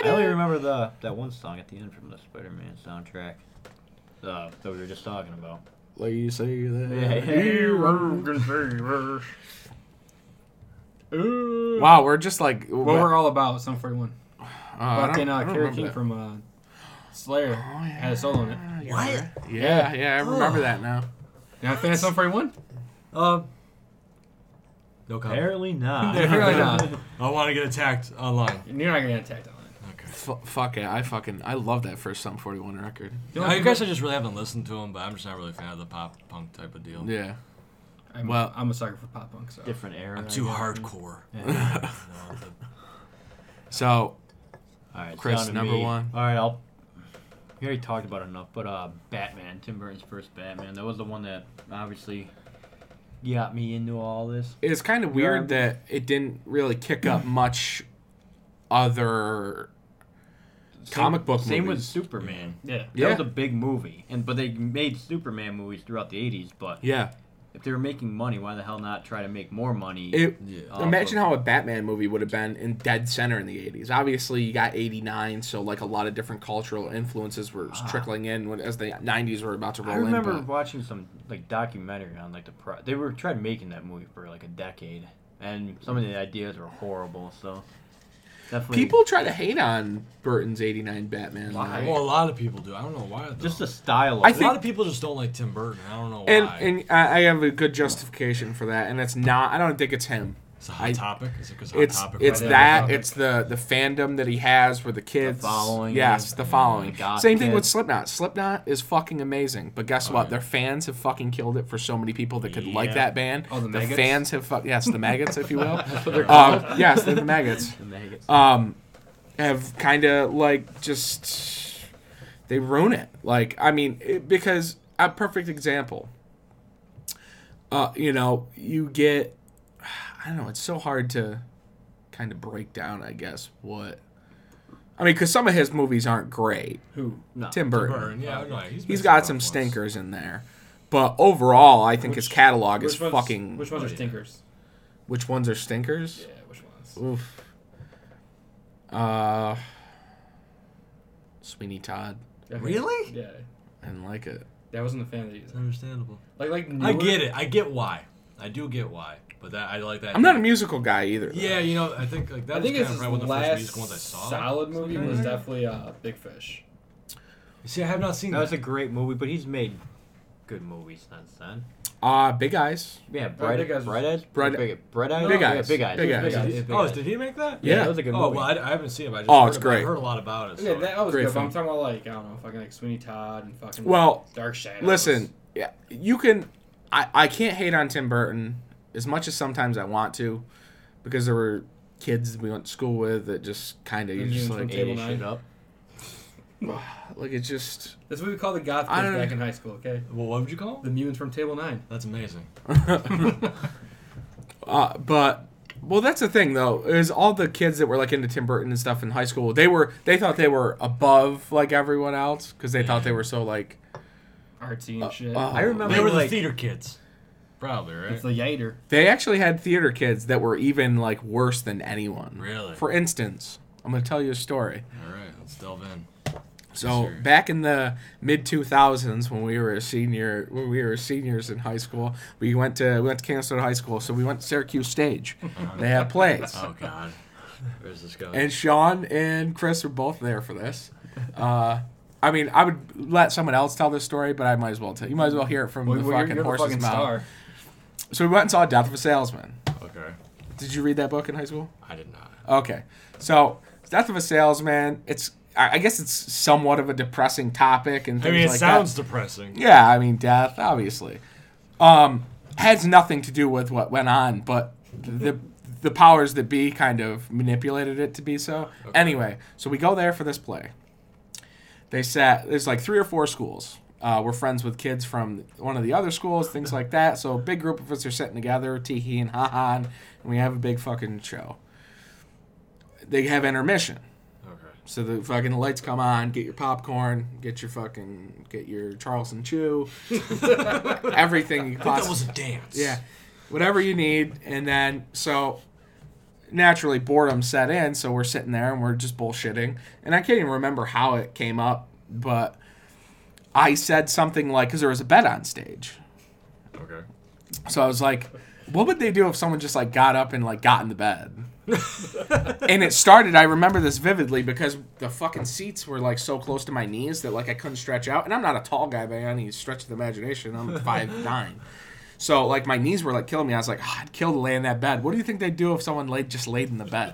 [SPEAKER 3] I only
[SPEAKER 1] I
[SPEAKER 3] remember the that one song at the end from the Spider-Man soundtrack. Uh, that we were just talking about.
[SPEAKER 1] Like you say
[SPEAKER 3] Yeah,
[SPEAKER 1] that.
[SPEAKER 3] yeah.
[SPEAKER 4] Ooh.
[SPEAKER 1] Wow, we're just like
[SPEAKER 4] What we're all about, Sum 41.
[SPEAKER 1] uh, I don't-
[SPEAKER 4] Fucking
[SPEAKER 1] I
[SPEAKER 4] uh,
[SPEAKER 1] don't
[SPEAKER 4] Kerry
[SPEAKER 1] remember
[SPEAKER 4] King
[SPEAKER 1] that.
[SPEAKER 4] from uh, Slayer
[SPEAKER 1] Oh,
[SPEAKER 4] had a solo in it.
[SPEAKER 1] yeah, you're
[SPEAKER 2] What?
[SPEAKER 1] right. Yeah, yeah, I remember that now.
[SPEAKER 4] You not a fan of Sum 41?
[SPEAKER 2] Um, no comment.
[SPEAKER 3] Apparently not.
[SPEAKER 4] Apparently not.
[SPEAKER 2] I want to get attacked online.
[SPEAKER 4] You're not gonna get attacked on it.
[SPEAKER 2] Okay.
[SPEAKER 1] F- fuck it, I fucking I love that first Sum 41 record.
[SPEAKER 4] The
[SPEAKER 2] I
[SPEAKER 4] only
[SPEAKER 2] guess I just really haven't listened to him, but I'm just not really a fan of the pop punk type of deal.
[SPEAKER 1] Yeah.
[SPEAKER 4] I'm,
[SPEAKER 1] Well-
[SPEAKER 4] I'm a sucker for pop punk. So
[SPEAKER 3] Different era.
[SPEAKER 2] I'm too hardcore. Yeah, the-
[SPEAKER 1] So
[SPEAKER 3] All right,
[SPEAKER 1] Chris,
[SPEAKER 3] down to
[SPEAKER 1] number
[SPEAKER 3] me.
[SPEAKER 1] one.
[SPEAKER 3] All right, I'll. We already talked about it enough, but uh, Batman, Tim Burton's first Batman, that was the one that obviously got me into all this.
[SPEAKER 1] It's kind of weird that it didn't really kick up much other comic book
[SPEAKER 3] Same with
[SPEAKER 1] movies.
[SPEAKER 3] Superman.
[SPEAKER 4] Yeah.
[SPEAKER 3] That was a big movie, and but they made Superman movies throughout the '80s. But
[SPEAKER 1] yeah.
[SPEAKER 3] if they were making money, why the hell not try to make more money?
[SPEAKER 1] It,
[SPEAKER 2] Yeah.
[SPEAKER 3] Uh,
[SPEAKER 1] imagine
[SPEAKER 3] but-
[SPEAKER 1] how a Batman movie would have been in dead center in the 80s. Obviously, you got 89, so like a lot of different cultural influences were trickling in when, as the 90s were about to roll
[SPEAKER 3] I remember
[SPEAKER 1] in. but-
[SPEAKER 3] watching some like documentary on like the pro. They were tried making that movie for like a decade, and some of the ideas were horrible. So definitely
[SPEAKER 1] People try to hate on Burton's 89 Batman.
[SPEAKER 3] Why?
[SPEAKER 1] though.
[SPEAKER 2] Well, a lot of people do. I don't know why. Though.
[SPEAKER 3] just the style. Of
[SPEAKER 1] I
[SPEAKER 3] it.
[SPEAKER 2] a
[SPEAKER 1] think-
[SPEAKER 2] lot of people just don't like Tim Burton. I don't know why.
[SPEAKER 1] And, and I I have a good justification for that, and it's not, I don't think it's him.
[SPEAKER 2] it's a hot
[SPEAKER 1] I-
[SPEAKER 2] topic. Is it because hot
[SPEAKER 1] It's
[SPEAKER 2] topic?
[SPEAKER 1] it's
[SPEAKER 4] right
[SPEAKER 1] that
[SPEAKER 4] now.
[SPEAKER 1] it's the the fandom that he has for the kids.
[SPEAKER 3] following
[SPEAKER 1] yes,
[SPEAKER 3] is-
[SPEAKER 1] the following.
[SPEAKER 3] the goth
[SPEAKER 1] Same thing with
[SPEAKER 3] kids.
[SPEAKER 1] Slipknot. Slipknot is fucking amazing, but guess what? Their fans have fucking killed it for so many people that could like
[SPEAKER 3] Yeah.
[SPEAKER 1] that band.
[SPEAKER 4] Oh, the maggots?
[SPEAKER 1] fans have fuck yes, the maggots, if you will.
[SPEAKER 3] they're
[SPEAKER 1] um, yes, they're the maggots.
[SPEAKER 3] The maggots.
[SPEAKER 1] Um, have kind of like just they ruin it. Like I mean, it, because a perfect example. Uh, you know, you get I don't know. It's so hard to kind of break down. I guess what I mean, because some of his movies aren't great.
[SPEAKER 4] Who?
[SPEAKER 3] no.
[SPEAKER 1] Tim Burton,
[SPEAKER 2] Burton. Yeah, no, he's,
[SPEAKER 1] he's
[SPEAKER 2] made
[SPEAKER 1] got
[SPEAKER 2] rough
[SPEAKER 1] some
[SPEAKER 2] ones.
[SPEAKER 1] stinkers in there, but overall, I think his catalog is
[SPEAKER 4] Which ones-
[SPEAKER 1] fucking.
[SPEAKER 4] Which ones
[SPEAKER 2] Oh,
[SPEAKER 4] are
[SPEAKER 2] yeah.
[SPEAKER 4] stinkers?
[SPEAKER 1] which ones are stinkers?
[SPEAKER 4] Yeah, which ones?
[SPEAKER 1] Oof. Uh, Sweeney Todd.
[SPEAKER 4] Yeah, I think-
[SPEAKER 2] Really?
[SPEAKER 4] Yeah.
[SPEAKER 1] I didn't like it.
[SPEAKER 4] That wasn't a fan of these.
[SPEAKER 2] It's understandable.
[SPEAKER 4] Like, like
[SPEAKER 2] I get it. I get why. I do get why. But that I like that.
[SPEAKER 1] I'm not a musical guy either. though.
[SPEAKER 2] Yeah, you know, I think like that
[SPEAKER 4] I
[SPEAKER 2] was
[SPEAKER 4] think
[SPEAKER 2] kind
[SPEAKER 4] it's
[SPEAKER 2] of
[SPEAKER 4] his
[SPEAKER 2] probably one of the first
[SPEAKER 4] last
[SPEAKER 2] musical ones I saw.
[SPEAKER 4] solid movie was definitely uh, Big Fish.
[SPEAKER 2] See, I have not seen
[SPEAKER 3] That
[SPEAKER 2] that.
[SPEAKER 3] was a great movie, but he's made good movies since then.
[SPEAKER 1] Uh, Big Eyes.
[SPEAKER 3] Yeah, Bright,
[SPEAKER 4] Big Eyes was-
[SPEAKER 3] Bright Eyes,
[SPEAKER 1] Bright-
[SPEAKER 3] Big, Bright Eyes,
[SPEAKER 1] Big
[SPEAKER 3] Yeah,
[SPEAKER 1] Eyes.
[SPEAKER 3] Big Eyes,
[SPEAKER 1] Big Eyes.
[SPEAKER 4] Big Eyes.
[SPEAKER 2] oh, did he make that?
[SPEAKER 1] Yeah.
[SPEAKER 3] that was a good
[SPEAKER 2] Oh
[SPEAKER 3] movie.
[SPEAKER 2] well, I, I haven't seen it. But I just
[SPEAKER 1] Oh,
[SPEAKER 2] heard
[SPEAKER 1] it's
[SPEAKER 2] about- I
[SPEAKER 1] great.
[SPEAKER 2] heard a lot about it. So.
[SPEAKER 4] Yeah, that was
[SPEAKER 1] Great
[SPEAKER 4] good. But
[SPEAKER 1] film.
[SPEAKER 4] I'm talking about like I don't know, fucking like Sweeney Todd and fucking
[SPEAKER 1] Well,
[SPEAKER 4] Dark Shadows.
[SPEAKER 1] Listen, yeah, you can. I, I can't hate on Tim Burton as much as sometimes I want to, because there were kids we went to school with that just kind of you're
[SPEAKER 4] Immune
[SPEAKER 1] just
[SPEAKER 4] from
[SPEAKER 1] like
[SPEAKER 4] Tim. Table
[SPEAKER 3] Ate his shit
[SPEAKER 4] Nine.
[SPEAKER 3] up.
[SPEAKER 1] like it's just
[SPEAKER 4] that's what we call the goth
[SPEAKER 1] I
[SPEAKER 4] kids
[SPEAKER 1] don't-
[SPEAKER 4] back in high school. Okay,
[SPEAKER 2] Well, what would you call?
[SPEAKER 4] the
[SPEAKER 2] it?
[SPEAKER 4] mutants from Table Nine.
[SPEAKER 2] That's amazing.
[SPEAKER 1] Uh, but well, that's the thing though is all the kids that were like into Tim Burton and stuff in high school. They were they thought they were above like everyone else because they thought they were so like.
[SPEAKER 4] Artsy and shit.
[SPEAKER 1] uh,
[SPEAKER 3] I remember
[SPEAKER 2] They were the
[SPEAKER 3] like,
[SPEAKER 2] theater kids. Probably oh. right.
[SPEAKER 4] it's the Yater.
[SPEAKER 1] They actually had theater kids that were even like worse than anyone.
[SPEAKER 2] Really?
[SPEAKER 1] For instance, I'm gonna tell you a story.
[SPEAKER 2] All right, let's delve in.
[SPEAKER 1] So
[SPEAKER 2] Sure.
[SPEAKER 1] back in the mid 2000s, when we were a senior, when we were seniors in high school, we went to we went to Kansas City High School. So we went to Syracuse Stage. They had plays.
[SPEAKER 2] Oh God, where's this going?
[SPEAKER 1] and Sean and Chris are both there for this. Uh, I mean, I would let someone else tell this story, but I might as well tell. You might as well hear it from
[SPEAKER 4] Well,
[SPEAKER 1] the
[SPEAKER 4] well, you're,
[SPEAKER 1] fucking
[SPEAKER 4] you're the
[SPEAKER 1] horse's
[SPEAKER 4] fucking
[SPEAKER 1] mouth.
[SPEAKER 4] star.
[SPEAKER 1] So we went and saw Death of a Salesman.
[SPEAKER 2] okay,
[SPEAKER 1] Did you read that book in high school?
[SPEAKER 2] I did not.
[SPEAKER 1] Okay, so Death of a Salesman. It's I I guess it's somewhat of a depressing topic and
[SPEAKER 2] I
[SPEAKER 1] things
[SPEAKER 2] mean, it
[SPEAKER 1] like
[SPEAKER 2] sounds
[SPEAKER 1] that.
[SPEAKER 2] depressing.
[SPEAKER 1] Yeah, I mean, death obviously um, has nothing to do with what went on, but the the powers that be kind of manipulated it to be so. Anyway, so we go there for this play. They sat. There's like three or four schools. Uh, we're friends with kids from one of the other schools, things like that. So a big group of us are sitting together, teehee and ha ha, and we have a big fucking show. They have intermission.
[SPEAKER 2] Okay.
[SPEAKER 1] So the fucking lights come on. Get your popcorn. Get your fucking get your Charleston Chew. everything you
[SPEAKER 2] That
[SPEAKER 1] possibly
[SPEAKER 2] was a dance.
[SPEAKER 1] yeah, whatever you need. And then so naturally boredom set in. So we're sitting there and we're just bullshitting. And I can't even remember how it came up, but I said something like because there was a bet on stage.
[SPEAKER 2] Okay.
[SPEAKER 1] So I was like, what would they do if someone just like got up and like got in the bed? and it started, I remember this vividly because the fucking seats were like so close to my knees that like I couldn't stretch out. And I'm not a tall guy by any stretch of the imagination. I'm five nine. So like my knees were like killing me. I was like, "Ah, I'd kill to lay in that bed. What do you think they'd do if someone laid just laid in the bed?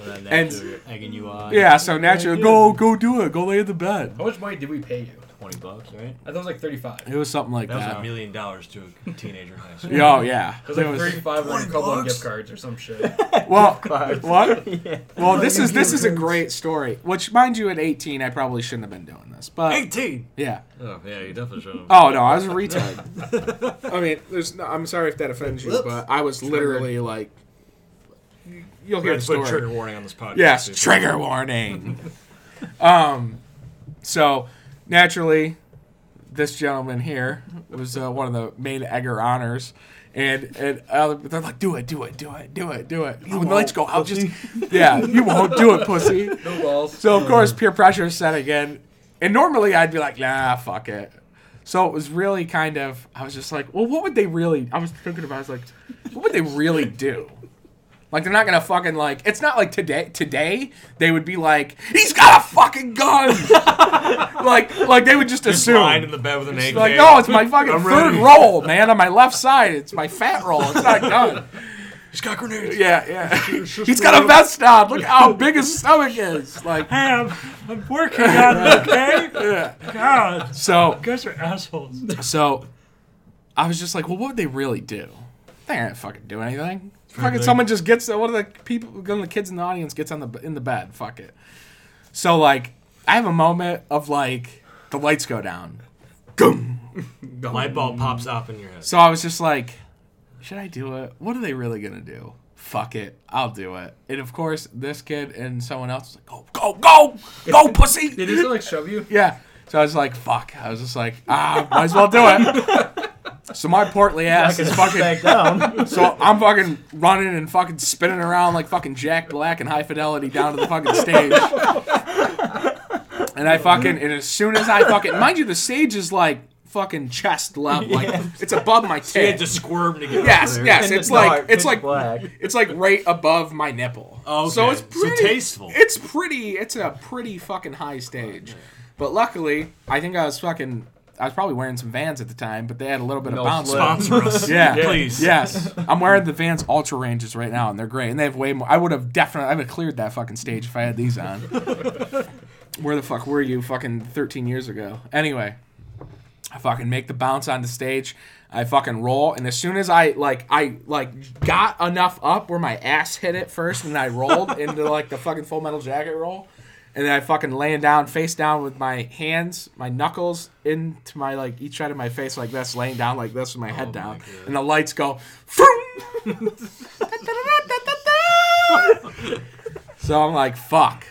[SPEAKER 3] and,
[SPEAKER 1] and-
[SPEAKER 3] then egging you on.
[SPEAKER 1] Yeah, so naturally go go do it. Go lay in the bed.
[SPEAKER 4] How much money did we pay you?
[SPEAKER 3] twenty bucks, right?
[SPEAKER 4] I thought it was like thirty-five. It
[SPEAKER 1] It was something like
[SPEAKER 2] That was a
[SPEAKER 1] that.
[SPEAKER 2] million dollars to a teenager in high school.
[SPEAKER 1] Yeah, oh yeah.
[SPEAKER 4] was like
[SPEAKER 1] It was-
[SPEAKER 4] thirty-five on a
[SPEAKER 2] 20
[SPEAKER 4] couple of
[SPEAKER 2] bucks?
[SPEAKER 4] gift cards or some shit.
[SPEAKER 1] Well,
[SPEAKER 3] cards.
[SPEAKER 1] what?
[SPEAKER 3] yeah.
[SPEAKER 1] Well, this is this is a great story. Which, mind you, at 18, I probably shouldn't have been doing this. But
[SPEAKER 2] 18!
[SPEAKER 1] yeah.
[SPEAKER 2] Oh, yeah, you definitely should have.
[SPEAKER 1] Oh no, I was a retard. I mean, there's. No, I'm sorry if that offends you,
[SPEAKER 2] Whoops.
[SPEAKER 1] but I was literally like, you'll
[SPEAKER 2] We
[SPEAKER 1] hear
[SPEAKER 2] had
[SPEAKER 1] the
[SPEAKER 2] to put
[SPEAKER 1] story.
[SPEAKER 2] a trigger warning on this podcast.
[SPEAKER 1] Yes,
[SPEAKER 2] people.
[SPEAKER 1] trigger warning. um, so naturally, this gentleman here was uh, one of the main Egger honors, and and other, they're like, do it, do it, do it, do it, do it. You when the lights go out, just yeah, you won't do it, pussy.
[SPEAKER 4] No balls.
[SPEAKER 1] So
[SPEAKER 2] Hmm.
[SPEAKER 1] of course, peer pressure is set again, and normally I'd be like, nah, fuck it. So it was really kind of I was just like, well, what would they really? I was thinking about. I was like, what would they really do? Like they're not gonna fucking like. It's not like today. Today they would be like, he's got a fucking gun. like like they would just assume.
[SPEAKER 2] Lying in the bed with an AK.
[SPEAKER 1] like no, it's my fucking
[SPEAKER 2] I'm
[SPEAKER 1] third
[SPEAKER 2] ready.
[SPEAKER 1] roll, man, on my left side. It's my fat roll. It's not a gun.
[SPEAKER 2] He's got grenades.
[SPEAKER 1] Yeah, yeah. He's got a vest on. Look how big his stomach is. Like
[SPEAKER 5] Hey, I'm, I'm working on it, okay? God,
[SPEAKER 1] so.
[SPEAKER 5] you guys are assholes.
[SPEAKER 1] So I was just like, well, what would they really do? They aren't fucking do anything. Fucking someone just gets one of the people, one of the kids in the audience gets on the in the bed. Fuck it. So like, I have a moment of like the lights go down.
[SPEAKER 2] The light bulb pops up in your head.
[SPEAKER 1] So I was just like, should I do it? What are they really gonna do? Fuck it, I'll do it. And of course, this kid and someone else was like, go, go, go, go, pussy.
[SPEAKER 4] Did he still like shove you?
[SPEAKER 1] Yeah. So I was like, fuck. I was just like, ah, might as well do it. so my portly ass is fucking.
[SPEAKER 3] back down.
[SPEAKER 1] So I'm fucking running and fucking spinning around like fucking Jack Black and High Fidelity down to the fucking stage. and I fucking, and as soon as I fucking, mind you, the stage is like fucking chest level, like it's above my
[SPEAKER 2] You had
[SPEAKER 1] tit.
[SPEAKER 2] to squirm to get
[SPEAKER 1] Yes,
[SPEAKER 2] up there.
[SPEAKER 1] yes, it's like it's like
[SPEAKER 3] black.
[SPEAKER 1] it's like right above my nipple.
[SPEAKER 2] Oh,
[SPEAKER 1] so
[SPEAKER 2] okay.
[SPEAKER 1] it's
[SPEAKER 2] So
[SPEAKER 1] pretty
[SPEAKER 2] tasteful. Oh,
[SPEAKER 1] It's pretty. It's a pretty fucking high stage. But luckily, I think I was fucking. I was probably wearing some Vans at the time, but they had a little bit of
[SPEAKER 3] No
[SPEAKER 1] bounce.
[SPEAKER 3] slip.
[SPEAKER 2] Sponsor us.
[SPEAKER 1] Yeah.
[SPEAKER 2] Please.
[SPEAKER 1] Yes, I'm wearing the Vans Ultra Ranges right now, and they're great, and they have way more. I would have definitely, I would have cleared that fucking stage if I had these on. Where the fuck were you, fucking 13 years ago? Anyway, I fucking make the bounce on the stage. I fucking roll, and as soon as I like, I like got enough up where my ass hit it first, and I rolled into like the fucking Full Metal Jacket roll, and then I fucking laying down, face down, with my hands, my knuckles into my like each side of my face like this, laying down like this with my head down, and the lights go. "Vroom!" so I'm like, fuck.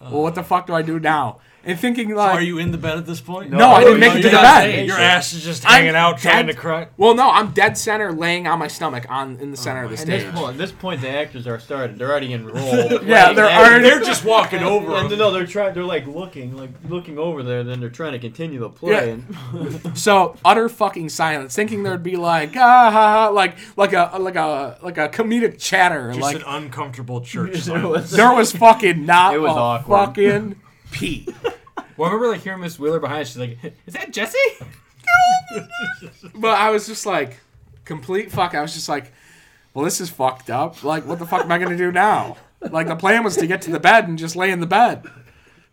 [SPEAKER 1] Well, what the fuck do I do now? And thinking like,
[SPEAKER 2] Are you in the bed at this point?
[SPEAKER 1] no, I didn't
[SPEAKER 3] No,
[SPEAKER 1] make it to
[SPEAKER 3] you're
[SPEAKER 1] the
[SPEAKER 3] not
[SPEAKER 1] bed.
[SPEAKER 3] saying.
[SPEAKER 2] Your ass is just hanging
[SPEAKER 1] I'm
[SPEAKER 2] out trying
[SPEAKER 1] dead-
[SPEAKER 2] to cry.
[SPEAKER 1] Well, no, I'm dead center, laying on my stomach on
[SPEAKER 2] Oh
[SPEAKER 1] in the center of the
[SPEAKER 3] At this
[SPEAKER 1] stage.
[SPEAKER 3] point, at this point, the actors are started. They're already enrolled.
[SPEAKER 1] Yeah, they're already-
[SPEAKER 2] They're just walking over.
[SPEAKER 3] And,
[SPEAKER 2] him.
[SPEAKER 3] no, they're trying. They're like looking, like looking over there. Then they're trying to continue the play.
[SPEAKER 1] Yeah.
[SPEAKER 3] And
[SPEAKER 1] So utter fucking silence, thinking there'd be like ah ha, ha like like a like a like a comedic chatter.
[SPEAKER 2] Just
[SPEAKER 1] like
[SPEAKER 2] an uncomfortable church.
[SPEAKER 3] there
[SPEAKER 2] silence.
[SPEAKER 3] was-
[SPEAKER 1] there was fucking not
[SPEAKER 3] It was
[SPEAKER 1] a
[SPEAKER 3] awkward.
[SPEAKER 1] fucking pee.
[SPEAKER 4] Well, I remember like hearing Miss Wheeler behind. us, She's like, "Is that Jesse?"
[SPEAKER 1] But I was just like complete fuck. I was just like, well, this is fucked up. Like, what the fuck am I gonna do now? Like the plan was to get to the bed and just lay in the bed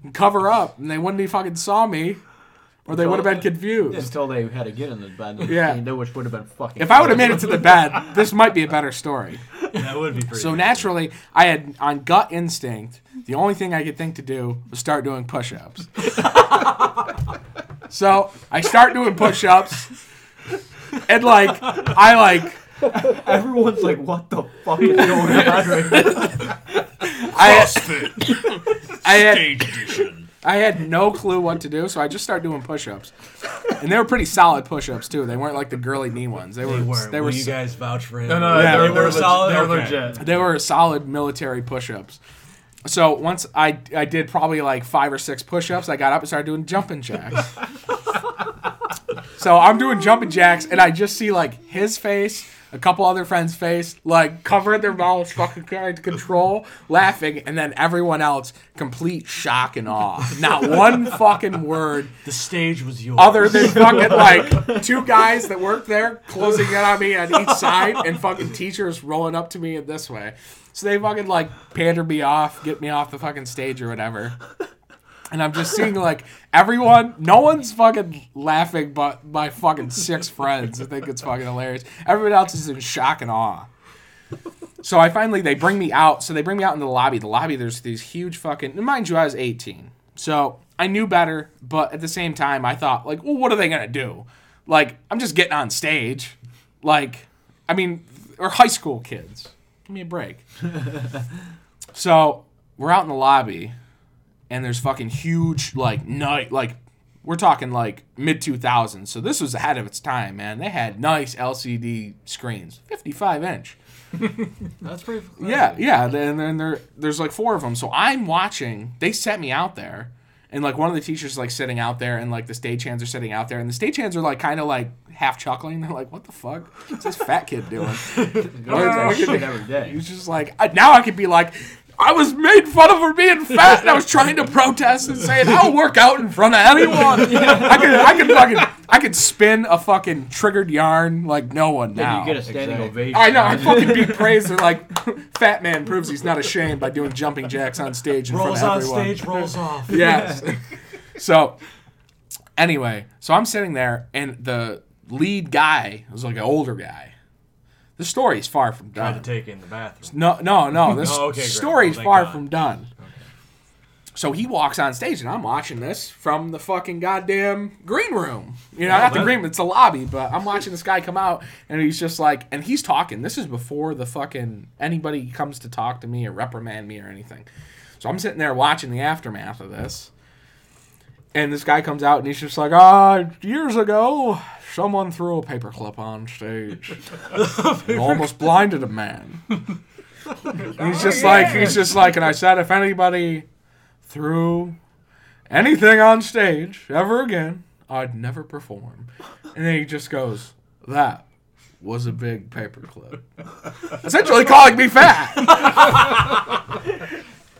[SPEAKER 1] and cover up, and they wouldn't have fucking saw me, or they would have been confused.
[SPEAKER 3] until they had to get in the bed.
[SPEAKER 1] Yeah.
[SPEAKER 3] And which would have been fucking.
[SPEAKER 1] If I would have made it to the bed, this might be a better story.
[SPEAKER 2] That would be pretty.
[SPEAKER 1] So naturally, I had on gut instinct, the only thing I could think to do was start doing push ups. so I start doing push ups, and like, I like,
[SPEAKER 3] everyone's like, "What the fuck is going on?" Right now?
[SPEAKER 1] I,
[SPEAKER 2] CrossFit
[SPEAKER 1] I had
[SPEAKER 2] Stage Edition.
[SPEAKER 1] I had no clue what to do, so I just started doing push-ups, and they were pretty solid push-ups too. They weren't like the girly knee ones. They were they were
[SPEAKER 2] Will you guys vouch for him?
[SPEAKER 1] Yeah,
[SPEAKER 2] they were
[SPEAKER 4] legit-
[SPEAKER 2] solid.
[SPEAKER 4] They were
[SPEAKER 2] Okay.
[SPEAKER 4] legit.
[SPEAKER 1] They were solid military push-ups. So once I I did probably like five or six push-ups, I got up and started doing jumping jacks. so I'm doing jumping jacks, and I just see like his face, a couple other friends' face, like covering their mouths, fucking trying to control, laughing, and then everyone else complete shock and awe. Not one fucking word
[SPEAKER 2] The stage was yours.
[SPEAKER 1] other than fucking like two guys that work there closing in on me on each side and fucking teachers rolling up to me in this way. So they fucking like pander me off, get me off the fucking stage or whatever. And I'm just seeing like everyone, no one's fucking laughing but my fucking six friends. I think it's fucking hilarious. Everyone else is in shock and awe. So I finally they bring me out. So they bring me out into the lobby. The lobby there's these huge fucking. and Mind you, I was 18, so I knew better. But at the same time, I thought like, well, what are they gonna do? Like I'm just getting on stage. Like, I mean, or high school kids. Give me a break. so we're out in the lobby, and there's fucking huge like night like. We're talking like mid 2000s, so this was ahead of its time, man. They had nice LCD screens, 55 inch.
[SPEAKER 2] That's pretty.
[SPEAKER 1] Yeah, yeah. And then there, there's like four of them. So I'm watching. They set me out there, and like one of the teachers is, like sitting out there, and like the stagehands are sitting out there, and the stagehands are like kind of like half chuckling. They're like, "What the fuck? What's this fat kid doing?"
[SPEAKER 3] that shit every day.
[SPEAKER 1] He's just like, I, now I could be like, I was made fun of for being fat, and I was trying to protest and saying I'll work out in front of anyone. I could, I could fucking, I could spin a fucking triggered yarn like no one now.
[SPEAKER 3] You get a standing
[SPEAKER 2] Exactly.
[SPEAKER 3] ovation.
[SPEAKER 1] I know, I fucking be praised. They're like, fat man proves he's not ashamed by doing jumping jacks on stage in
[SPEAKER 2] Rolls on
[SPEAKER 1] front of everyone.
[SPEAKER 2] stage, rolls off.
[SPEAKER 1] Yes. so, anyway, so I'm sitting there, and the lead guy was like an older guy. The story's far from
[SPEAKER 2] Tried to
[SPEAKER 1] done.
[SPEAKER 2] take it in the bathroom.
[SPEAKER 1] No, no, no. This
[SPEAKER 2] Oh, okay, great.
[SPEAKER 1] story's
[SPEAKER 2] Well, thank
[SPEAKER 1] far
[SPEAKER 2] God.
[SPEAKER 1] from done. So he walks on stage, and I'm watching this from the fucking goddamn green room. You know, not the
[SPEAKER 2] that-
[SPEAKER 1] green room, it's the lobby, but I'm watching this guy come out, and he's just like, and he's talking. This is before the fucking anybody comes to talk to me or reprimand me or anything. So I'm sitting there watching the aftermath of this. And this guy comes out and he's just like, ah, years ago, someone threw a paperclip on stage and almost blinded a man. And he's just like, he's just like, and I said, if anybody threw anything on stage ever again, I'd never perform. And then he just goes, that was a big paperclip. Essentially calling me fat.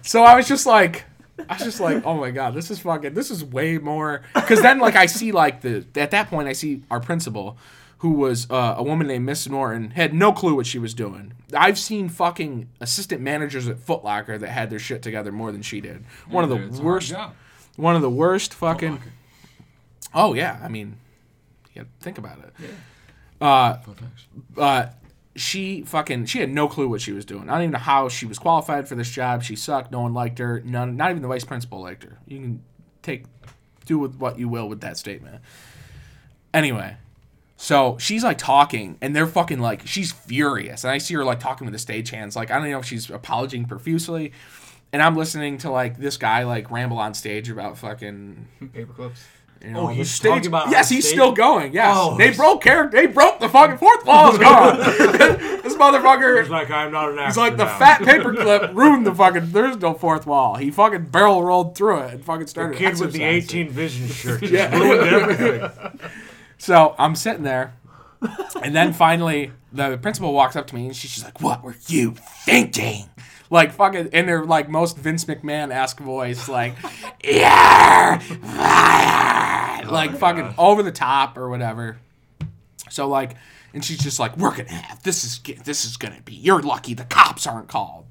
[SPEAKER 1] so I was just like, I was just like, oh my god, this is fucking, this is way more. Because then, like, I see like the at that point, I see our principal, who was uh, a woman named Miss Norton, had no clue what she was doing. I've seen fucking assistant managers at Foot Locker that had their shit together more than she did. One
[SPEAKER 2] Dude,
[SPEAKER 1] of
[SPEAKER 2] it's
[SPEAKER 1] the
[SPEAKER 2] a hard
[SPEAKER 1] worst,
[SPEAKER 2] job.
[SPEAKER 1] one of the worst fucking.
[SPEAKER 2] Locker.
[SPEAKER 1] Oh yeah, I mean, yeah, think about it.
[SPEAKER 2] Fun facts.
[SPEAKER 1] Uh, she fucking she had no clue what she was doing. I don't even know how she was qualified for this job. She sucked. No one liked her. None, not even the vice principal liked her. You can take do with what you will with that statement. Anyway, so she's like talking, and they're fucking like she's furious, and I see her like talking with the stagehands. Like I don't know if she's apologizing profusely, and I'm listening to like this guy like ramble on stage about fucking
[SPEAKER 4] Paper clips.
[SPEAKER 1] you
[SPEAKER 2] Oh,
[SPEAKER 1] know,
[SPEAKER 2] he's
[SPEAKER 1] the stage-
[SPEAKER 2] talking about
[SPEAKER 1] Yes,
[SPEAKER 2] on
[SPEAKER 1] he's
[SPEAKER 2] stage?
[SPEAKER 1] still going. Yes,
[SPEAKER 2] Oh.
[SPEAKER 1] they broke character. They broke the fucking fourth wall. Is gone. this motherfucker.
[SPEAKER 2] He's like, I'm not an actor.
[SPEAKER 1] It's like the
[SPEAKER 2] now.
[SPEAKER 1] fat paperclip ruined the fucking. There's no fourth wall. He fucking barrel rolled through it and fucking started.
[SPEAKER 5] Kid with the
[SPEAKER 1] exercising.
[SPEAKER 5] 18 vision shirt.
[SPEAKER 1] Yeah. So I'm sitting there, and then finally the principal walks up to me and she's just like, "What were you thinking?" Like fucking in their like most Vince McMahon esque voice, like, "Yeah, fire," like fucking over the top or whatever. So like, and she's just like, "We're gonna have this is ge- this is gonna be. You're lucky the cops aren't called."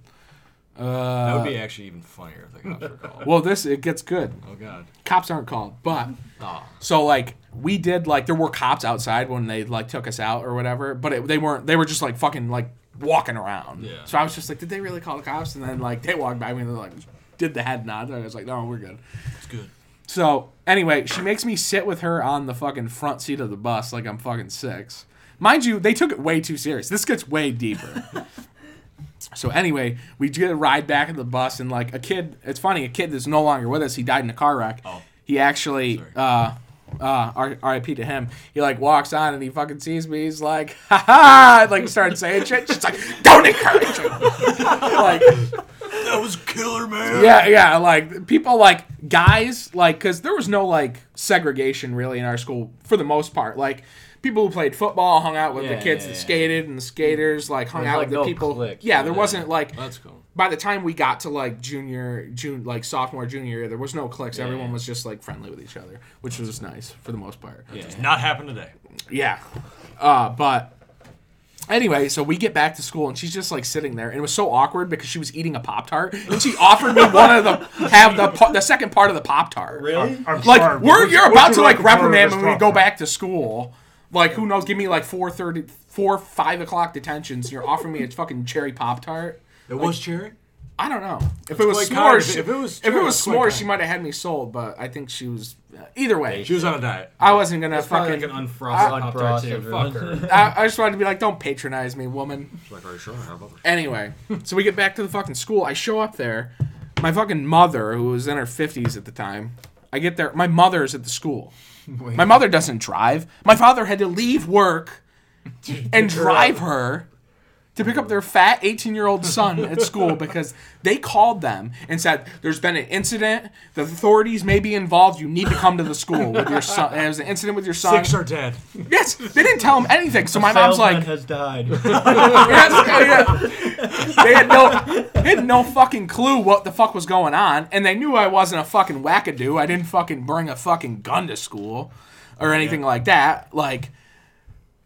[SPEAKER 2] That would be
[SPEAKER 1] Uh,
[SPEAKER 2] actually even funnier if they got your call.
[SPEAKER 1] Well, this it gets good.
[SPEAKER 2] Oh God.
[SPEAKER 1] Cops aren't called, but.
[SPEAKER 2] Oh.
[SPEAKER 1] So like we did like there were cops outside when they like took us out or whatever, but it, they weren't. They were just like fucking like walking around.
[SPEAKER 2] Yeah.
[SPEAKER 1] So I was just like, did they really call the cops? And then like they walked by me and they're like, did the head nod? And I was like, no, we're good.
[SPEAKER 2] It's good.
[SPEAKER 1] So anyway, she makes me sit with her on the fucking front seat of the bus like I'm fucking six. Mind you, they took it way too serious. This gets way deeper. so anyway, we get a ride back in the bus and like a kid. It's funny, a kid that's no longer with us. He died in a car wreck.
[SPEAKER 2] Oh.
[SPEAKER 1] He actually. Uh, uh, R- RIP to him. He like walks on and he fucking sees me. He's like, ha ha! and, Like he started saying shit. She's like, don't encourage him. like,
[SPEAKER 2] That was killer, man.
[SPEAKER 1] yeah, yeah. Like people, like guys, like because there was no like segregation really in our school for the most part. Like people who played football hung out with
[SPEAKER 3] Yeah,
[SPEAKER 1] the kids
[SPEAKER 3] yeah,
[SPEAKER 1] that
[SPEAKER 3] yeah.
[SPEAKER 1] skated, and the skaters like hung
[SPEAKER 3] There's,
[SPEAKER 1] out
[SPEAKER 3] like,
[SPEAKER 1] with the
[SPEAKER 3] no
[SPEAKER 1] people.
[SPEAKER 3] cliques.
[SPEAKER 1] Yeah, there
[SPEAKER 3] Yeah.
[SPEAKER 1] wasn't like
[SPEAKER 2] That's cool.
[SPEAKER 1] by the time we got to like junior, June, like sophomore, junior year, there was no cliques. Everyone
[SPEAKER 3] yeah.
[SPEAKER 1] was just like friendly with each other, which was just nice for the most part.
[SPEAKER 3] Yeah.
[SPEAKER 2] Does not happen today.
[SPEAKER 1] Yeah. Uh, but anyway, so we get back to school and she's just like sitting there, and it was so awkward because she was eating a pop tart, and she offered me one of the have the pa- the second part of the pop tart.
[SPEAKER 2] Really?
[SPEAKER 5] I'm
[SPEAKER 1] Like
[SPEAKER 5] sorry,
[SPEAKER 1] we're
[SPEAKER 5] would-
[SPEAKER 1] you're
[SPEAKER 5] would
[SPEAKER 1] about
[SPEAKER 5] you
[SPEAKER 1] to like
[SPEAKER 5] a color of
[SPEAKER 1] reprimand
[SPEAKER 5] this
[SPEAKER 1] when we
[SPEAKER 5] top
[SPEAKER 1] go
[SPEAKER 5] hat?
[SPEAKER 1] back to school. Like, who knows? Give me like 4.30, 4, 5 o'clock detentions. You're offering me a fucking cherry Pop Tart.
[SPEAKER 2] It was cherry.
[SPEAKER 1] I don't know. If it was
[SPEAKER 2] quite kind.
[SPEAKER 1] s'mores,
[SPEAKER 2] If it was
[SPEAKER 1] if it
[SPEAKER 2] cherry,
[SPEAKER 1] was
[SPEAKER 2] it's quite
[SPEAKER 1] s'mores, she
[SPEAKER 2] kind.
[SPEAKER 1] might have had me sold. But I think she was. uh, Either way,
[SPEAKER 2] She was on a diet.
[SPEAKER 1] I wasn't gonna
[SPEAKER 4] That's probably
[SPEAKER 1] fucking.
[SPEAKER 4] like an
[SPEAKER 1] Ah,
[SPEAKER 4] unfrosted
[SPEAKER 3] I-
[SPEAKER 4] pop tart too. Fuck her.
[SPEAKER 1] I, I just wanted to be like, don't patronize me, woman.
[SPEAKER 2] She's like, are you sure? I have others.
[SPEAKER 1] Anyway, so we get back to the fucking school. I show up there. My fucking mother, who was in her 50s at the time, I get there. My mother's at the school. My mother doesn't drive. My father had to leave work and drive her to pick up their fat 18 year old son at school because they called them and said, There's been an incident. The authorities may be involved. You need to come to the school with your son. And it was an incident with your son.
[SPEAKER 2] Six are dead.
[SPEAKER 1] yes, they didn't tell him anything. So my mom's
[SPEAKER 3] Feldman
[SPEAKER 1] like,
[SPEAKER 3] has died.
[SPEAKER 1] Yes, yeah. They had no, they had no fucking clue what the fuck was going on, and they knew I wasn't a fucking wackadoo. I didn't fucking bring a fucking gun to school or anything like that. Like,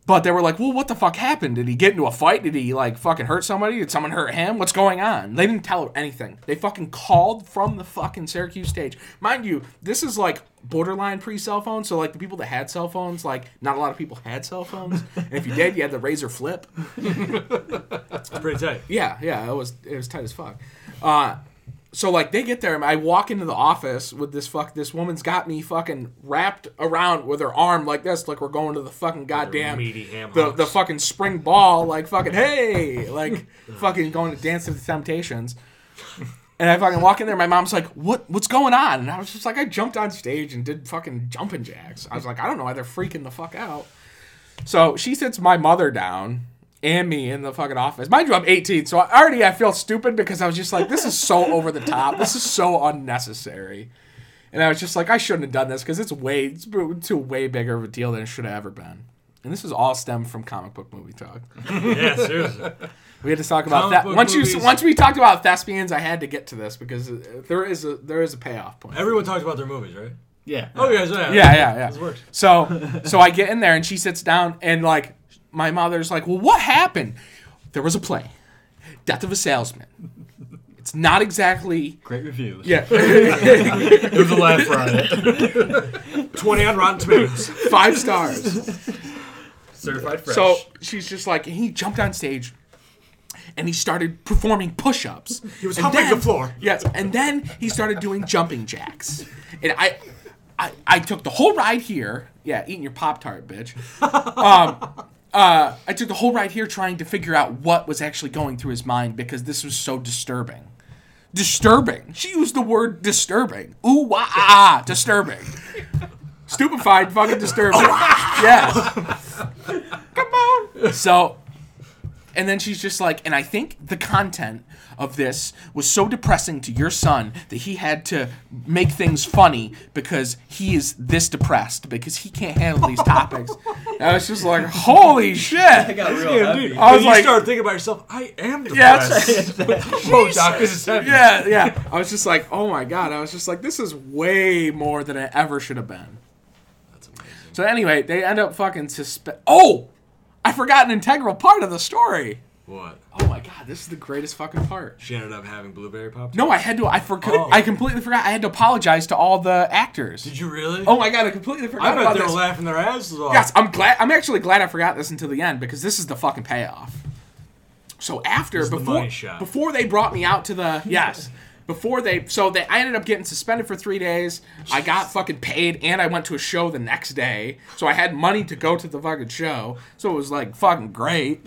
[SPEAKER 1] but they were like, "Well, what the fuck happened? Did he get into a fight? Did he like fucking hurt somebody? Did someone hurt him? What's going on?" They didn't tell her anything. They fucking called from the fucking Syracuse stage, mind you. This is like borderline pre-cell phone, so like the people that had cell phones, like not a lot of people had cell phones, and if you did, you had the razor flip.
[SPEAKER 2] It's pretty tight.
[SPEAKER 1] Yeah, yeah, it was it was tight as fuck. Uh, so like they get there, and I walk into the office with this fuck. This woman's got me fucking wrapped around with her arm like this, like we're going to the fucking goddamn
[SPEAKER 2] meaty ham
[SPEAKER 1] the
[SPEAKER 2] hocks.
[SPEAKER 1] the fucking spring ball, like fucking hey, like fucking going to dance with the Temptations. And I fucking walk in there. My mom's like, "What? What's going on?" And I was just like, I jumped on stage and did fucking jumping jacks. I was like, I don't know why they're freaking the fuck out. So she sits my mother down and me in the fucking office. Mind you, I'm 18, so I already I feel stupid because I was just like, this is so over the top. This is so unnecessary. And I was just like, I shouldn't have done this because it's way it's too way bigger of a deal than it should have ever been. And this is all stemmed from comic book movie talk.
[SPEAKER 2] Yeah, seriously.
[SPEAKER 1] We had to talk about
[SPEAKER 2] Comic
[SPEAKER 1] that.
[SPEAKER 2] book
[SPEAKER 1] Once you
[SPEAKER 2] movies.
[SPEAKER 1] once we talked about thespians, I had to get to this because uh, there is a there is a payoff point.
[SPEAKER 2] Everyone talks about their movies, right?
[SPEAKER 4] Yeah.
[SPEAKER 2] Oh yeah, yeah.
[SPEAKER 1] yeah, yeah, yeah.
[SPEAKER 2] This works.
[SPEAKER 1] So, so I get in there and she sits down and like my mother's like, "Well, what happened?" There was a play, Death of a Salesman. It's not exactly
[SPEAKER 3] Great reviews.
[SPEAKER 1] yeah,
[SPEAKER 4] It was a laugh riot.
[SPEAKER 2] Twenty on Rotten Tomatoes.
[SPEAKER 1] five stars.
[SPEAKER 4] Certified fresh.
[SPEAKER 1] So she's just like, and he jumped on stage and he started performing push ups. He
[SPEAKER 2] was humping the floor.
[SPEAKER 1] Yes. And then he started doing jumping jacks. And I I, I took the whole ride here. Yeah, eating your Pop Tart, bitch. Um, uh, I took the whole ride here trying to figure out what was actually going through his mind because this was so disturbing. Disturbing. She used the word disturbing. Ooh, wah, ah, ah, disturbing. Stupefied, fucking disturbing. yes. So, and then she's just like, and I think the content of this was so depressing to your son that he had to make things funny because he is this depressed because he can't handle these topics. And I was just like, holy shit.
[SPEAKER 3] got real
[SPEAKER 2] Yeah, dude.
[SPEAKER 1] I was
[SPEAKER 2] you
[SPEAKER 1] like-
[SPEAKER 2] start thinking about yourself. I am
[SPEAKER 1] Yeah, that's-
[SPEAKER 2] depressed.
[SPEAKER 4] Botox is heavy.
[SPEAKER 1] Yeah, yeah. I was just like, oh my god. I was just like, this is way more than it ever should have been.
[SPEAKER 2] That's amazing.
[SPEAKER 1] So anyway, they end up fucking suspect. Oh, I forgot an integral part of the story.
[SPEAKER 2] What?
[SPEAKER 1] Oh my god, this is the greatest fucking part.
[SPEAKER 2] She ended up having blueberry pop.
[SPEAKER 1] No, I had to. I forgot.
[SPEAKER 2] Oh.
[SPEAKER 1] I completely forgot. I had to apologize to all the actors.
[SPEAKER 2] Did you really?
[SPEAKER 1] Oh my god, I completely forgot
[SPEAKER 2] I bet
[SPEAKER 1] about
[SPEAKER 2] they were
[SPEAKER 1] this.
[SPEAKER 2] laughing their asses off.
[SPEAKER 1] Yes, I'm glad. I'm actually glad I forgot this until the end because this is the fucking payoff. So after
[SPEAKER 2] is the
[SPEAKER 1] before
[SPEAKER 2] money shot.
[SPEAKER 1] before they brought me out to the yes. Before they, so they, I ended up getting suspended for three days. I got fucking paid, and I went to a show the next day, so I had money to go to the fucking show. So it was like fucking great.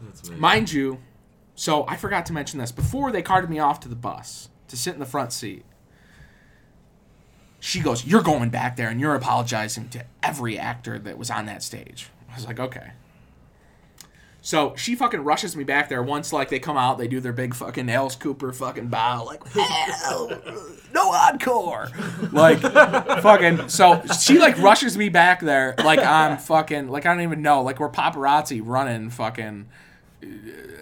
[SPEAKER 2] That's amazing.
[SPEAKER 1] Mind you, so I forgot to mention this. Before they carted me off to the bus to sit in the front seat, she goes, You're going back there and you're apologizing to every actor that was on that stage. I was like, Okay. So she fucking rushes me back there once, like, they come out, they do their big fucking Els Cooper fucking bow, like, "Well, no encore. Like, fucking, so she, like, rushes me back there, like, I'm fucking, like, I don't even know, like, we're paparazzi running fucking uh,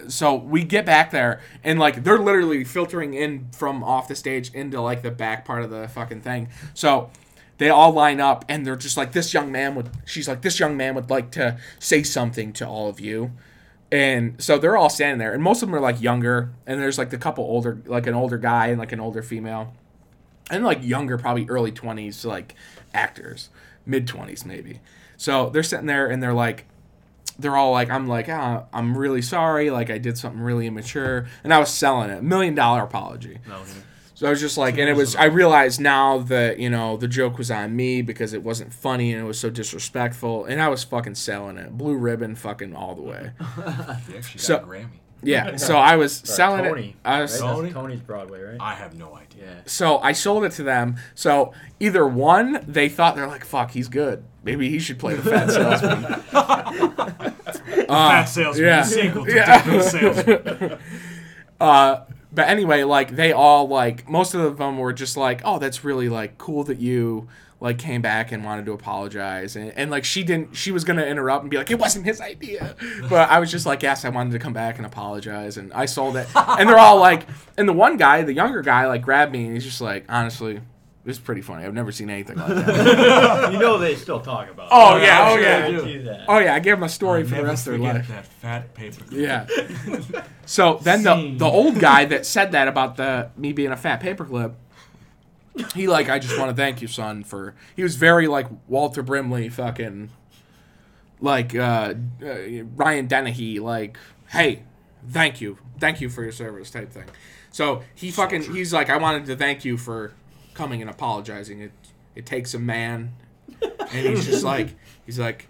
[SPEAKER 1] so we get back there and like they're literally filtering in from off the stage into like the back part of the fucking thing so they all line up and they're just like this young man would she's like this young man would like to say something to all of you and so they're all standing there and most of them are like younger and there's like the couple older like an older guy and like an older female and like younger, probably early 20s, to like actors, mid 20s maybe. So they're sitting there and they're like, they're all like, I'm like, ah, I'm really sorry. Like, I did something really immature. And I was selling it. Million dollar apology.
[SPEAKER 2] No,
[SPEAKER 1] So I was just like, and it was, I realized now that, you know, the joke was on me because it wasn't funny and it was so disrespectful. And I was fucking selling it. Blue ribbon, fucking all the way.
[SPEAKER 2] he actually
[SPEAKER 1] So-
[SPEAKER 2] got a Grammy.
[SPEAKER 1] Yeah. So I was
[SPEAKER 3] Or
[SPEAKER 1] selling
[SPEAKER 3] Tony,
[SPEAKER 1] it. I was,
[SPEAKER 3] right?
[SPEAKER 2] Tony?
[SPEAKER 3] That's Tony's Broadway, right?
[SPEAKER 2] I have no idea.
[SPEAKER 3] yeah.
[SPEAKER 1] so I sold it to them. So either one, they thought they're like, "Fuck, he's good. Maybe he should play the fat salesman."
[SPEAKER 5] Fat salesman.
[SPEAKER 1] Uh, yeah.
[SPEAKER 5] the sequel to
[SPEAKER 1] Yeah.
[SPEAKER 5] Deadpool salesman.
[SPEAKER 1] uh, but anyway, like they all like most of them were just like, "Oh, that's really like cool that you like came back and wanted to apologize." And, and like she didn't, she was gonna interrupt and be like, "It wasn't his idea," but I was just like, "Yes, I wanted to come back and apologize." And I sold it, and they're all like, and the one guy, the younger guy, like grabbed me and he's just like, "Honestly." It's pretty funny. I've never seen anything like that.
[SPEAKER 3] you know they still talk about.
[SPEAKER 1] Oh,
[SPEAKER 3] it.
[SPEAKER 1] yeah,
[SPEAKER 3] I'm
[SPEAKER 1] oh,
[SPEAKER 3] sure
[SPEAKER 1] yeah.
[SPEAKER 3] they do that.
[SPEAKER 1] Oh yeah, I gave them a story for the
[SPEAKER 2] Never
[SPEAKER 1] rest of their life.
[SPEAKER 2] forget that fat paper.
[SPEAKER 1] Yeah. So then the the old guy that said that about the me being a fat paperclip, he like I just want to thank you, son, for he was very like Walter Brimley, fucking like uh, uh, Ryan Dennehy, like hey, thank you, thank you for your service type thing. So he fucking he's like I wanted to thank you for coming and apologizing. It it takes a man, and he's just like he's like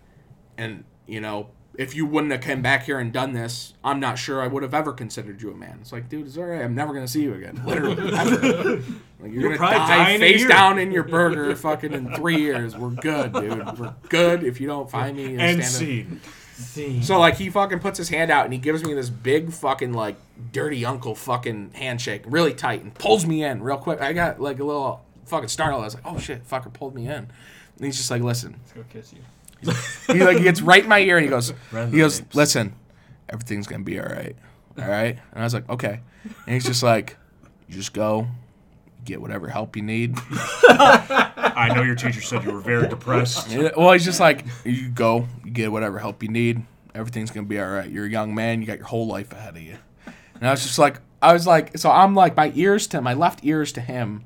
[SPEAKER 1] and you know if you wouldn't have come back here and done this i'm not sure i would have ever considered you a man it's like dude it's all right i'm never gonna see you again literally ever like, you're, gonna
[SPEAKER 5] probably
[SPEAKER 1] die
[SPEAKER 5] dying a
[SPEAKER 1] face
[SPEAKER 5] year.
[SPEAKER 1] down in your burger fucking in three years we're good dude we're good if you don't find me
[SPEAKER 5] End
[SPEAKER 1] stand up.
[SPEAKER 5] scene.
[SPEAKER 1] so like he fucking puts his hand out and he gives me this big fucking like dirty uncle fucking handshake really tight and pulls me in real quick i got like a little fucking startled i was like oh shit fucker pulled me in and he's just like listen
[SPEAKER 4] Let's go kiss you.
[SPEAKER 1] he like gets right in my ear and he goes,
[SPEAKER 2] Rather
[SPEAKER 1] he goes,
[SPEAKER 2] than apes.
[SPEAKER 1] listen, everything's gonna be all right, all right. And I was like, okay. And he's just like, you just go, get whatever help you need.
[SPEAKER 5] I know your teacher said you were very depressed.
[SPEAKER 1] Yeah, Well, he's just like, you go, you get whatever help you need. Everything's gonna be all right. You're a young man. You got your whole life ahead of you. And I was just like, I was like, so I'm like, my ears to my left ears to him,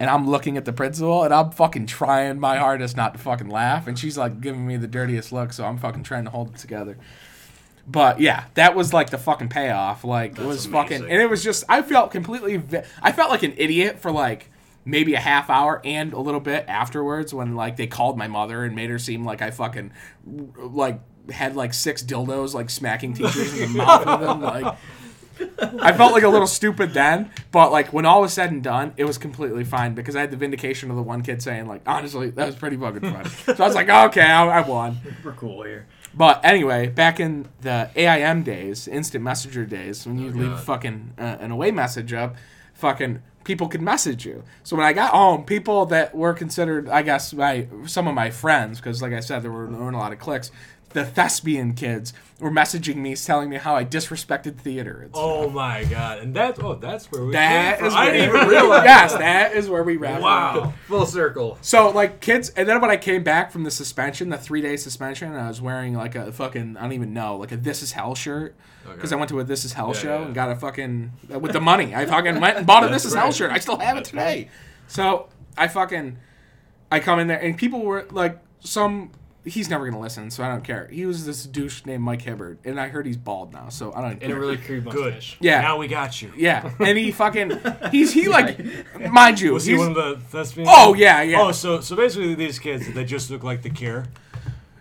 [SPEAKER 1] and I'm looking at the principal, and I'm fucking trying my hardest not to fucking laugh, and she's like giving me the dirtiest look, so I'm fucking trying to hold it together. But yeah, that was like the fucking payoff. Like it was fucking,
[SPEAKER 2] amazing.
[SPEAKER 1] and it was just I felt completely, vi- I felt like an idiot for like maybe a half hour and a little bit afterwards when like they called my mother and made her seem like I fucking like had like six dildos like smacking teachers in the mouth of them. Like I felt like a little stupid then, but like when all was said and done, it was completely fine because I had the vindication of the one kid saying like honestly that was pretty fucking funny. so I was like okay, I, I won.
[SPEAKER 3] We're cool here.
[SPEAKER 1] But anyway, back in the AIM days, instant messenger days, when you leave
[SPEAKER 2] God.
[SPEAKER 1] fucking uh, an away message up, fucking people could message you. So when I got home, people that were considered, I guess, my some of my friends, because like I said, there were, there weren't a lot of clicks. The thespian kids were messaging me, telling me how I disrespected theater. It's,
[SPEAKER 2] Oh my god! And that's oh, that's where we.
[SPEAKER 1] that
[SPEAKER 2] came
[SPEAKER 1] is
[SPEAKER 2] from. I
[SPEAKER 1] where
[SPEAKER 2] didn't
[SPEAKER 1] we-
[SPEAKER 2] even realize.
[SPEAKER 1] Yes, that is where we wrap. it up.
[SPEAKER 2] Wow.
[SPEAKER 3] Full circle.
[SPEAKER 1] So like kids, and then when I came back from the suspension, the three day suspension, I was wearing like a fucking I don't even know like a This Is Hell shirt because
[SPEAKER 2] Okay.
[SPEAKER 1] I went to a This Is Hell
[SPEAKER 2] Yeah,
[SPEAKER 1] show
[SPEAKER 2] yeah, yeah.
[SPEAKER 1] and got a fucking uh, with the money I fucking went and bought a This Is Hell
[SPEAKER 2] right.
[SPEAKER 1] shirt. I still have it today. So I fucking I come in there and people were like some. He's never gonna listen, so I don't care. He was this douche named Mike Hibbard, and I heard he's bald now, so I don't.
[SPEAKER 4] And a
[SPEAKER 1] Care.
[SPEAKER 4] really creepy
[SPEAKER 5] Good.
[SPEAKER 4] mustache.
[SPEAKER 1] Yeah.
[SPEAKER 5] Now we got you.
[SPEAKER 1] Yeah, and he fucking he's he like mind you
[SPEAKER 5] Was he
[SPEAKER 1] he's-
[SPEAKER 5] one of the thespians?
[SPEAKER 1] Oh, yeah, yeah.
[SPEAKER 5] Oh, so so basically these kids they just look like the Cure.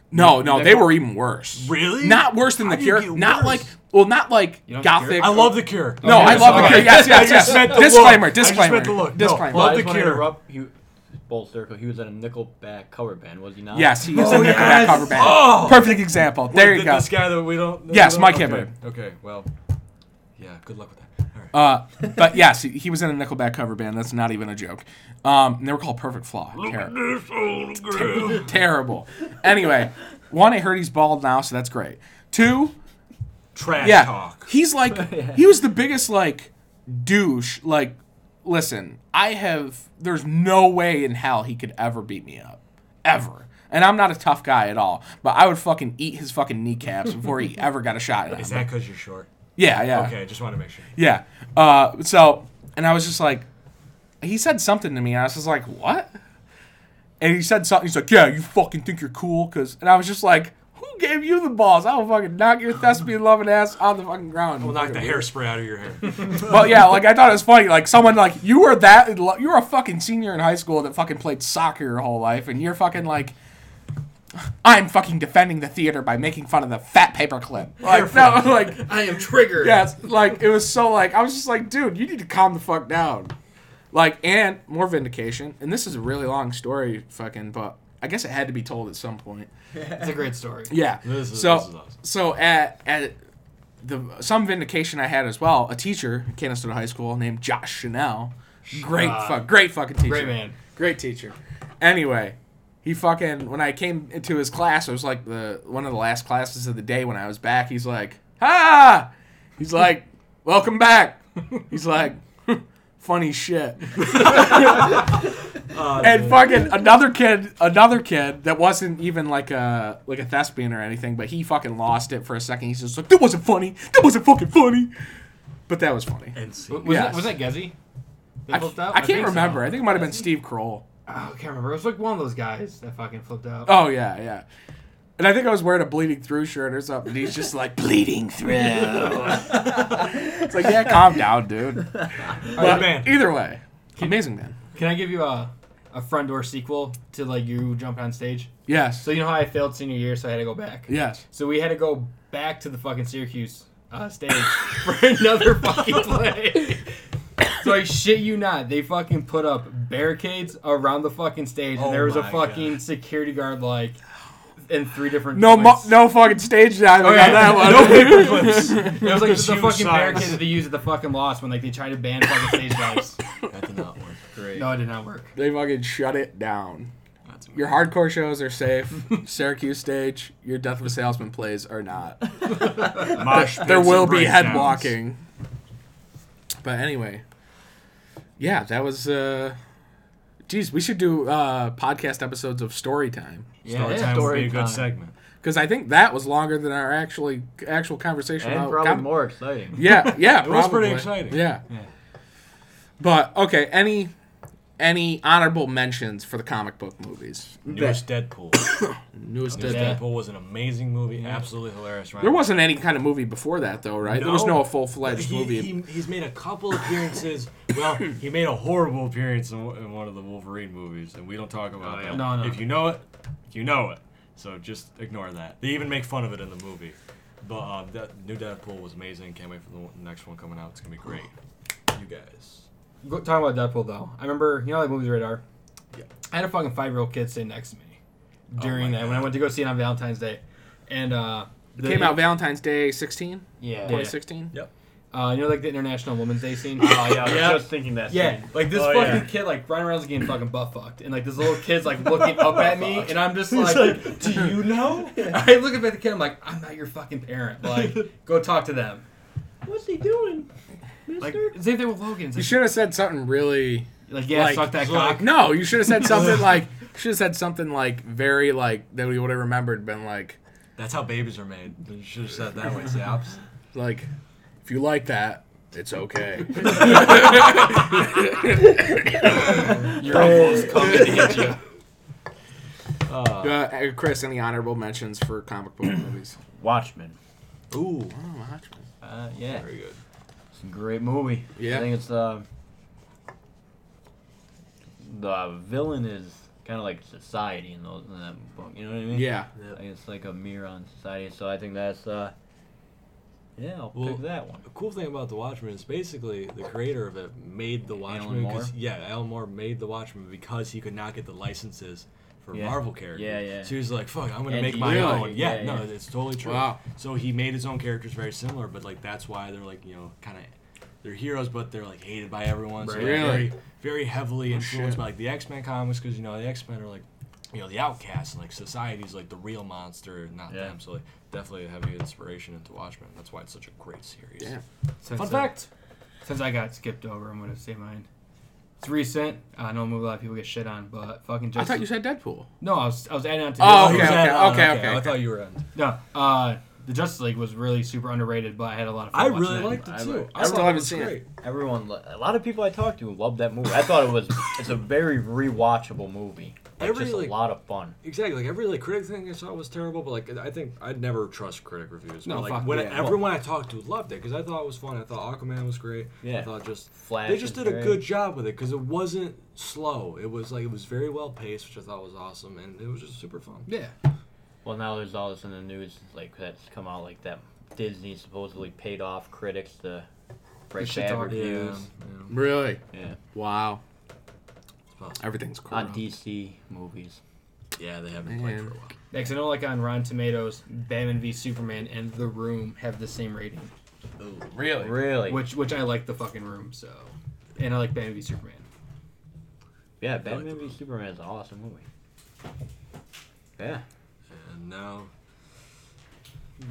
[SPEAKER 1] No, no, they were even worse.
[SPEAKER 5] Really?
[SPEAKER 1] Not worse than the
[SPEAKER 5] do you
[SPEAKER 1] Cure.
[SPEAKER 5] get
[SPEAKER 1] Not
[SPEAKER 5] worse?
[SPEAKER 1] like well, not like
[SPEAKER 4] don't have the
[SPEAKER 1] gothic.
[SPEAKER 5] I love the Cure.
[SPEAKER 1] No, I love the
[SPEAKER 5] sorry.
[SPEAKER 1] Cure. Yes, yes,
[SPEAKER 5] I just
[SPEAKER 1] yes.
[SPEAKER 5] meant the
[SPEAKER 1] Disclaimer,
[SPEAKER 5] look. I just meant the
[SPEAKER 1] disclaimer,
[SPEAKER 5] look. No,
[SPEAKER 1] disclaimer.
[SPEAKER 5] love
[SPEAKER 3] I
[SPEAKER 5] the
[SPEAKER 3] just wanna
[SPEAKER 5] Cure.
[SPEAKER 3] interrupt. He, full circle. He was in a Nickelback cover band, was he not?
[SPEAKER 1] Yes, he is a Nickelback cover band.
[SPEAKER 5] Oh!
[SPEAKER 1] Perfect example. There you
[SPEAKER 5] Th-
[SPEAKER 1] go.
[SPEAKER 5] This guy that we don't. that
[SPEAKER 1] Yes,
[SPEAKER 5] we don't-
[SPEAKER 1] Mike
[SPEAKER 5] okay.
[SPEAKER 1] Hibbert.
[SPEAKER 2] Okay. Well. Yeah. Good luck with that. All right.
[SPEAKER 1] Uh, but yes, he, he was in a Nickelback cover band. That's not even a joke. Um, and they were called Perfect Flaw. Terrible.
[SPEAKER 5] This old girl.
[SPEAKER 1] Terrible. Anyway, one, I heard he's bald now, so that's great. Two,
[SPEAKER 5] Trash
[SPEAKER 1] yeah,
[SPEAKER 5] talk.
[SPEAKER 1] he's like he was the biggest like douche. Like, listen, I have there's no way in hell he could ever beat me up, ever. And I'm not a tough guy at all, but I would fucking eat his fucking kneecaps before he ever got a shot at
[SPEAKER 5] Is
[SPEAKER 1] him.
[SPEAKER 5] that because you're short?
[SPEAKER 1] Yeah, yeah,
[SPEAKER 5] Okay, just want to make sure.
[SPEAKER 1] yeah. Uh, so, and I was just like, he said something to me, and I was just like, "What?" And he said something. He's like, "Yeah, you fucking think you're cool?" Cause, and I was just like, "Who gave you the balls? I will fucking knock your thespian loving ass on the fucking ground."
[SPEAKER 2] We'll knock the hairspray out of your hair.
[SPEAKER 1] But yeah, like I thought it was funny. Like someone like you were that you were a fucking senior in high school that fucking played soccer your whole life, and you're fucking like, I'm fucking defending the theater by making fun of the fat paperclip. Like no, like
[SPEAKER 4] I am triggered.
[SPEAKER 1] yeah, it's, like it was so like I was just like, dude, you need to calm the fuck down. Like, and more vindication. And this is a really long story, fucking, but I guess it had to be told at some point.
[SPEAKER 4] It's a great story.
[SPEAKER 1] Yeah.
[SPEAKER 2] This is-
[SPEAKER 1] so
[SPEAKER 2] this is awesome.
[SPEAKER 1] so at at the some vindication I had as well. A teacher, at Canistota High School, named Josh Chanel. Great
[SPEAKER 4] Ah.
[SPEAKER 1] fuck, great fucking teacher.
[SPEAKER 4] Great man.
[SPEAKER 1] Great teacher. Anyway, he fucking when I came into his class, it was like the one of the last classes of the day when I was back. He's like, "Ha!" He's like, "Welcome back." He's like, "Funny shit."
[SPEAKER 2] Uh,
[SPEAKER 1] and fucking another kid, another kid that wasn't even like a like a thespian or anything, but he fucking lost it for a second. He's just like, "That wasn't funny. That wasn't fucking funny." But that was funny.
[SPEAKER 2] and see.
[SPEAKER 4] Was,
[SPEAKER 1] Yes.
[SPEAKER 4] that, was that Gezi? That
[SPEAKER 1] I,
[SPEAKER 4] flipped out?
[SPEAKER 1] I can't
[SPEAKER 4] think so.
[SPEAKER 1] remember. I think it might have been Steve Kroll.
[SPEAKER 4] Oh, I can't remember. It was like one of those guys that fucking flipped out.
[SPEAKER 1] Oh yeah, yeah. And I think I was wearing a bleeding through shirt or something. And he's just like bleeding through. it's like yeah, calm down, dude. But
[SPEAKER 2] man.
[SPEAKER 1] Either way, amazing man.
[SPEAKER 4] Can I give you a a front door sequel to like you jumping on stage?
[SPEAKER 1] Yes,
[SPEAKER 4] So you know how I failed senior year, so I had to go back.
[SPEAKER 1] yes.
[SPEAKER 4] So we had to go back to the fucking Syracuse uh, stage for another fucking play. so I shit you not, they fucking put up barricades around the fucking stage,
[SPEAKER 2] Oh
[SPEAKER 4] and there was a
[SPEAKER 2] my
[SPEAKER 4] fucking security guard like in three different
[SPEAKER 1] No, mo-
[SPEAKER 4] points.
[SPEAKER 1] no fucking stage diving
[SPEAKER 4] Okay.
[SPEAKER 1] on that one.
[SPEAKER 4] No paper
[SPEAKER 1] clips.
[SPEAKER 4] It was like
[SPEAKER 2] Just
[SPEAKER 4] the
[SPEAKER 2] huge
[SPEAKER 4] fucking
[SPEAKER 2] signs.
[SPEAKER 4] barricade that they used at the fucking loss when like they tried to ban fucking stage dives.
[SPEAKER 2] That did not work. Great.
[SPEAKER 4] No, it did not work.
[SPEAKER 1] they fucking shut it down.
[SPEAKER 2] That's
[SPEAKER 1] Your hardcore shows are safe. Syracuse stage, your Death of a Salesman plays are not.
[SPEAKER 5] Mosh
[SPEAKER 1] there
[SPEAKER 5] pits
[SPEAKER 1] will
[SPEAKER 5] and
[SPEAKER 1] be head
[SPEAKER 5] breakdowns.
[SPEAKER 1] walking. But anyway, yeah, that was. uh Geez, we should do uh podcast episodes of story time
[SPEAKER 4] Yeah,
[SPEAKER 2] Story
[SPEAKER 4] yeah.
[SPEAKER 2] time would
[SPEAKER 3] story
[SPEAKER 2] be a good
[SPEAKER 3] time.
[SPEAKER 2] segment.
[SPEAKER 1] because I think that was longer than our actually actual conversation.
[SPEAKER 3] And
[SPEAKER 1] about
[SPEAKER 3] probably
[SPEAKER 1] com-
[SPEAKER 3] more exciting.
[SPEAKER 1] Yeah, yeah, it
[SPEAKER 2] was pretty exciting.
[SPEAKER 1] Yeah.
[SPEAKER 2] Yeah.
[SPEAKER 1] But okay, any any honorable mentions for the comic book movies?
[SPEAKER 2] Newest Deadpool.
[SPEAKER 1] Newest
[SPEAKER 2] Newest
[SPEAKER 1] Deadpool.
[SPEAKER 2] Deadpool was an amazing movie. Absolutely hilarious. Ryan
[SPEAKER 1] There wasn't any kind of movie before that though, right? There was
[SPEAKER 2] No.
[SPEAKER 1] no full fledged
[SPEAKER 2] he,
[SPEAKER 1] movie.
[SPEAKER 2] he- he's made a couple appearances. well, he made a horrible appearance in, in one of the Wolverine movies, and we don't talk about that.
[SPEAKER 4] No, no.
[SPEAKER 2] If you know it, you know it. So just ignore that. They even make fun of it in the movie. But uh, that new Deadpool was amazing. Can't wait for the one- next one coming out. It's gonna be great. You guys.
[SPEAKER 4] Go, talking about Deadpool though, I remember you know like movies radar.
[SPEAKER 2] Yeah.
[SPEAKER 4] I had a fucking five year old kid sitting next to me during
[SPEAKER 2] my
[SPEAKER 4] that when I
[SPEAKER 2] God.
[SPEAKER 4] went to go see it on Valentine's Day, and uh,
[SPEAKER 1] It came out Valentine's Day 16,
[SPEAKER 3] Yeah.
[SPEAKER 4] Yeah.
[SPEAKER 1] 2016.
[SPEAKER 4] Uh, you know like the International Women's Day scene.
[SPEAKER 3] Oh yeah, I was
[SPEAKER 2] Yeah.
[SPEAKER 3] just thinking that.
[SPEAKER 4] Yeah,
[SPEAKER 3] same.
[SPEAKER 4] like this
[SPEAKER 2] Oh,
[SPEAKER 4] fucking
[SPEAKER 2] yeah.
[SPEAKER 4] kid, like Ryan Reynolds is getting fucking butt fucked, and like this little kid's like looking up at me, and I'm just like,
[SPEAKER 2] do you know?
[SPEAKER 4] I look up at the kid, I'm like, I'm not your fucking parent, like go talk to them.
[SPEAKER 3] What's he doing, Mister?
[SPEAKER 4] Like same thing with Logan,
[SPEAKER 1] You
[SPEAKER 4] it's like,
[SPEAKER 1] should have said something really.
[SPEAKER 4] like yeah,
[SPEAKER 1] like,
[SPEAKER 4] suck that
[SPEAKER 2] like-
[SPEAKER 4] cock.
[SPEAKER 1] No, you should have said something like. Should have said something like very like that we would have remembered. Been like
[SPEAKER 2] That's how babies are made. You should have said it that way. It's the opposite.
[SPEAKER 1] like if you like that, it's okay.
[SPEAKER 4] Your uncle is coming to hit you.
[SPEAKER 1] Uh, uh, Chris, any honorable mentions for comic book movies?
[SPEAKER 3] Watchmen.
[SPEAKER 2] Ooh,
[SPEAKER 1] Oh, Watchmen.
[SPEAKER 3] Uh, yeah,
[SPEAKER 2] very good.
[SPEAKER 3] it's a great movie.
[SPEAKER 1] Yeah.
[SPEAKER 3] I think it's uh, the villain is kind of like society in those in that book. You know what I mean?
[SPEAKER 1] yeah,
[SPEAKER 3] Like, it's like a mirror on society. So I think that's uh, yeah, I'll
[SPEAKER 2] Well,
[SPEAKER 3] pick that one.
[SPEAKER 2] The cool thing about The Watchmen is basically the creator of it made The
[SPEAKER 3] Alan
[SPEAKER 2] Watchmen.
[SPEAKER 3] Moore?
[SPEAKER 2] 'cause- Yeah, Alan Moore made The Watchmen because he could not get the licenses for
[SPEAKER 3] Yeah.
[SPEAKER 2] Marvel characters.
[SPEAKER 3] Yeah, yeah.
[SPEAKER 2] So he was like, "Fuck, I'm gonna
[SPEAKER 3] And
[SPEAKER 2] make
[SPEAKER 3] he-
[SPEAKER 2] my
[SPEAKER 1] Really?
[SPEAKER 2] own." Yeah,
[SPEAKER 3] Yeah,
[SPEAKER 2] no,
[SPEAKER 3] yeah.
[SPEAKER 2] it's totally true.
[SPEAKER 1] Wow.
[SPEAKER 2] So he made his own characters very similar, but like that's why they're like you know kind of they're heroes, but they're like hated by everyone. So
[SPEAKER 1] Right.
[SPEAKER 2] they're
[SPEAKER 1] Really?
[SPEAKER 2] Very, very heavily
[SPEAKER 3] Oh,
[SPEAKER 2] influenced
[SPEAKER 1] shit.
[SPEAKER 2] by like the X Men comics because you know the X Men are like you know the outcasts and like society's like the real monster, not
[SPEAKER 3] Yeah.
[SPEAKER 2] them. So like definitely a heavy inspiration into Watchmen. That's why it's such a great series.
[SPEAKER 1] yeah.
[SPEAKER 4] Since,
[SPEAKER 2] Fun
[SPEAKER 4] uh,
[SPEAKER 2] fact.
[SPEAKER 4] Since I got skipped over, I'm gonna say mine. It's recent. I know a lot of people get shit on, but fucking
[SPEAKER 1] I
[SPEAKER 4] just
[SPEAKER 1] thought you said Deadpool.
[SPEAKER 4] no. I was I was adding on to
[SPEAKER 1] Oh, okay,
[SPEAKER 2] Oh, was
[SPEAKER 1] okay,
[SPEAKER 2] that- oh,
[SPEAKER 1] okay, okay,
[SPEAKER 2] I
[SPEAKER 1] okay.
[SPEAKER 2] thought you were on.
[SPEAKER 4] no. Uh, the Justice League was really super underrated, but I had a lot of fun
[SPEAKER 2] I
[SPEAKER 4] watching
[SPEAKER 2] really
[SPEAKER 4] it.
[SPEAKER 2] liked it
[SPEAKER 1] I
[SPEAKER 2] too.
[SPEAKER 1] like- I still
[SPEAKER 2] thought
[SPEAKER 1] haven't
[SPEAKER 2] was
[SPEAKER 1] seen it.
[SPEAKER 2] great.
[SPEAKER 3] Everyone, lo- a lot of people I talked to loved that movie. I thought it was it's a very rewatchable movie. It's
[SPEAKER 2] Every,
[SPEAKER 3] just a
[SPEAKER 2] like-
[SPEAKER 3] lot of fun.
[SPEAKER 2] Exactly. Like every like critic thing I saw was terrible, but like I think I'd never trust critic reviews.
[SPEAKER 4] No,
[SPEAKER 2] but, like
[SPEAKER 4] fuck
[SPEAKER 2] when
[SPEAKER 4] yeah.
[SPEAKER 2] everyone I talked to loved it because I thought it was fun. I thought Aquaman was great.
[SPEAKER 3] Yeah.
[SPEAKER 2] I thought just
[SPEAKER 3] Flash
[SPEAKER 2] they just
[SPEAKER 3] is
[SPEAKER 2] did a
[SPEAKER 3] great.
[SPEAKER 2] good job with it because it wasn't slow. It was like it was very well paced, which I thought was awesome, and it was just super fun.
[SPEAKER 4] Yeah.
[SPEAKER 3] Well, now there's all this in the news like that's come out like that Disney supposedly paid off critics to break
[SPEAKER 4] shit
[SPEAKER 3] bad
[SPEAKER 4] talk.
[SPEAKER 3] reviews.
[SPEAKER 2] yeah.
[SPEAKER 1] Really?
[SPEAKER 3] Yeah.
[SPEAKER 1] Wow.
[SPEAKER 2] Well,
[SPEAKER 1] Everything's cool.
[SPEAKER 3] On DC movies.
[SPEAKER 2] yeah, they haven't played for a
[SPEAKER 1] Man.
[SPEAKER 2] while.
[SPEAKER 4] Yeah, 'cause I know, like on Rotten Tomatoes, Batman v Superman and The Room have the same rating,
[SPEAKER 2] Oh,
[SPEAKER 1] Really?
[SPEAKER 3] Really?
[SPEAKER 4] which which I like the fucking Room. So, and I like Batman v Superman.
[SPEAKER 3] yeah,
[SPEAKER 2] the
[SPEAKER 3] Batman v Superman is an awesome movie. Yeah.
[SPEAKER 2] And now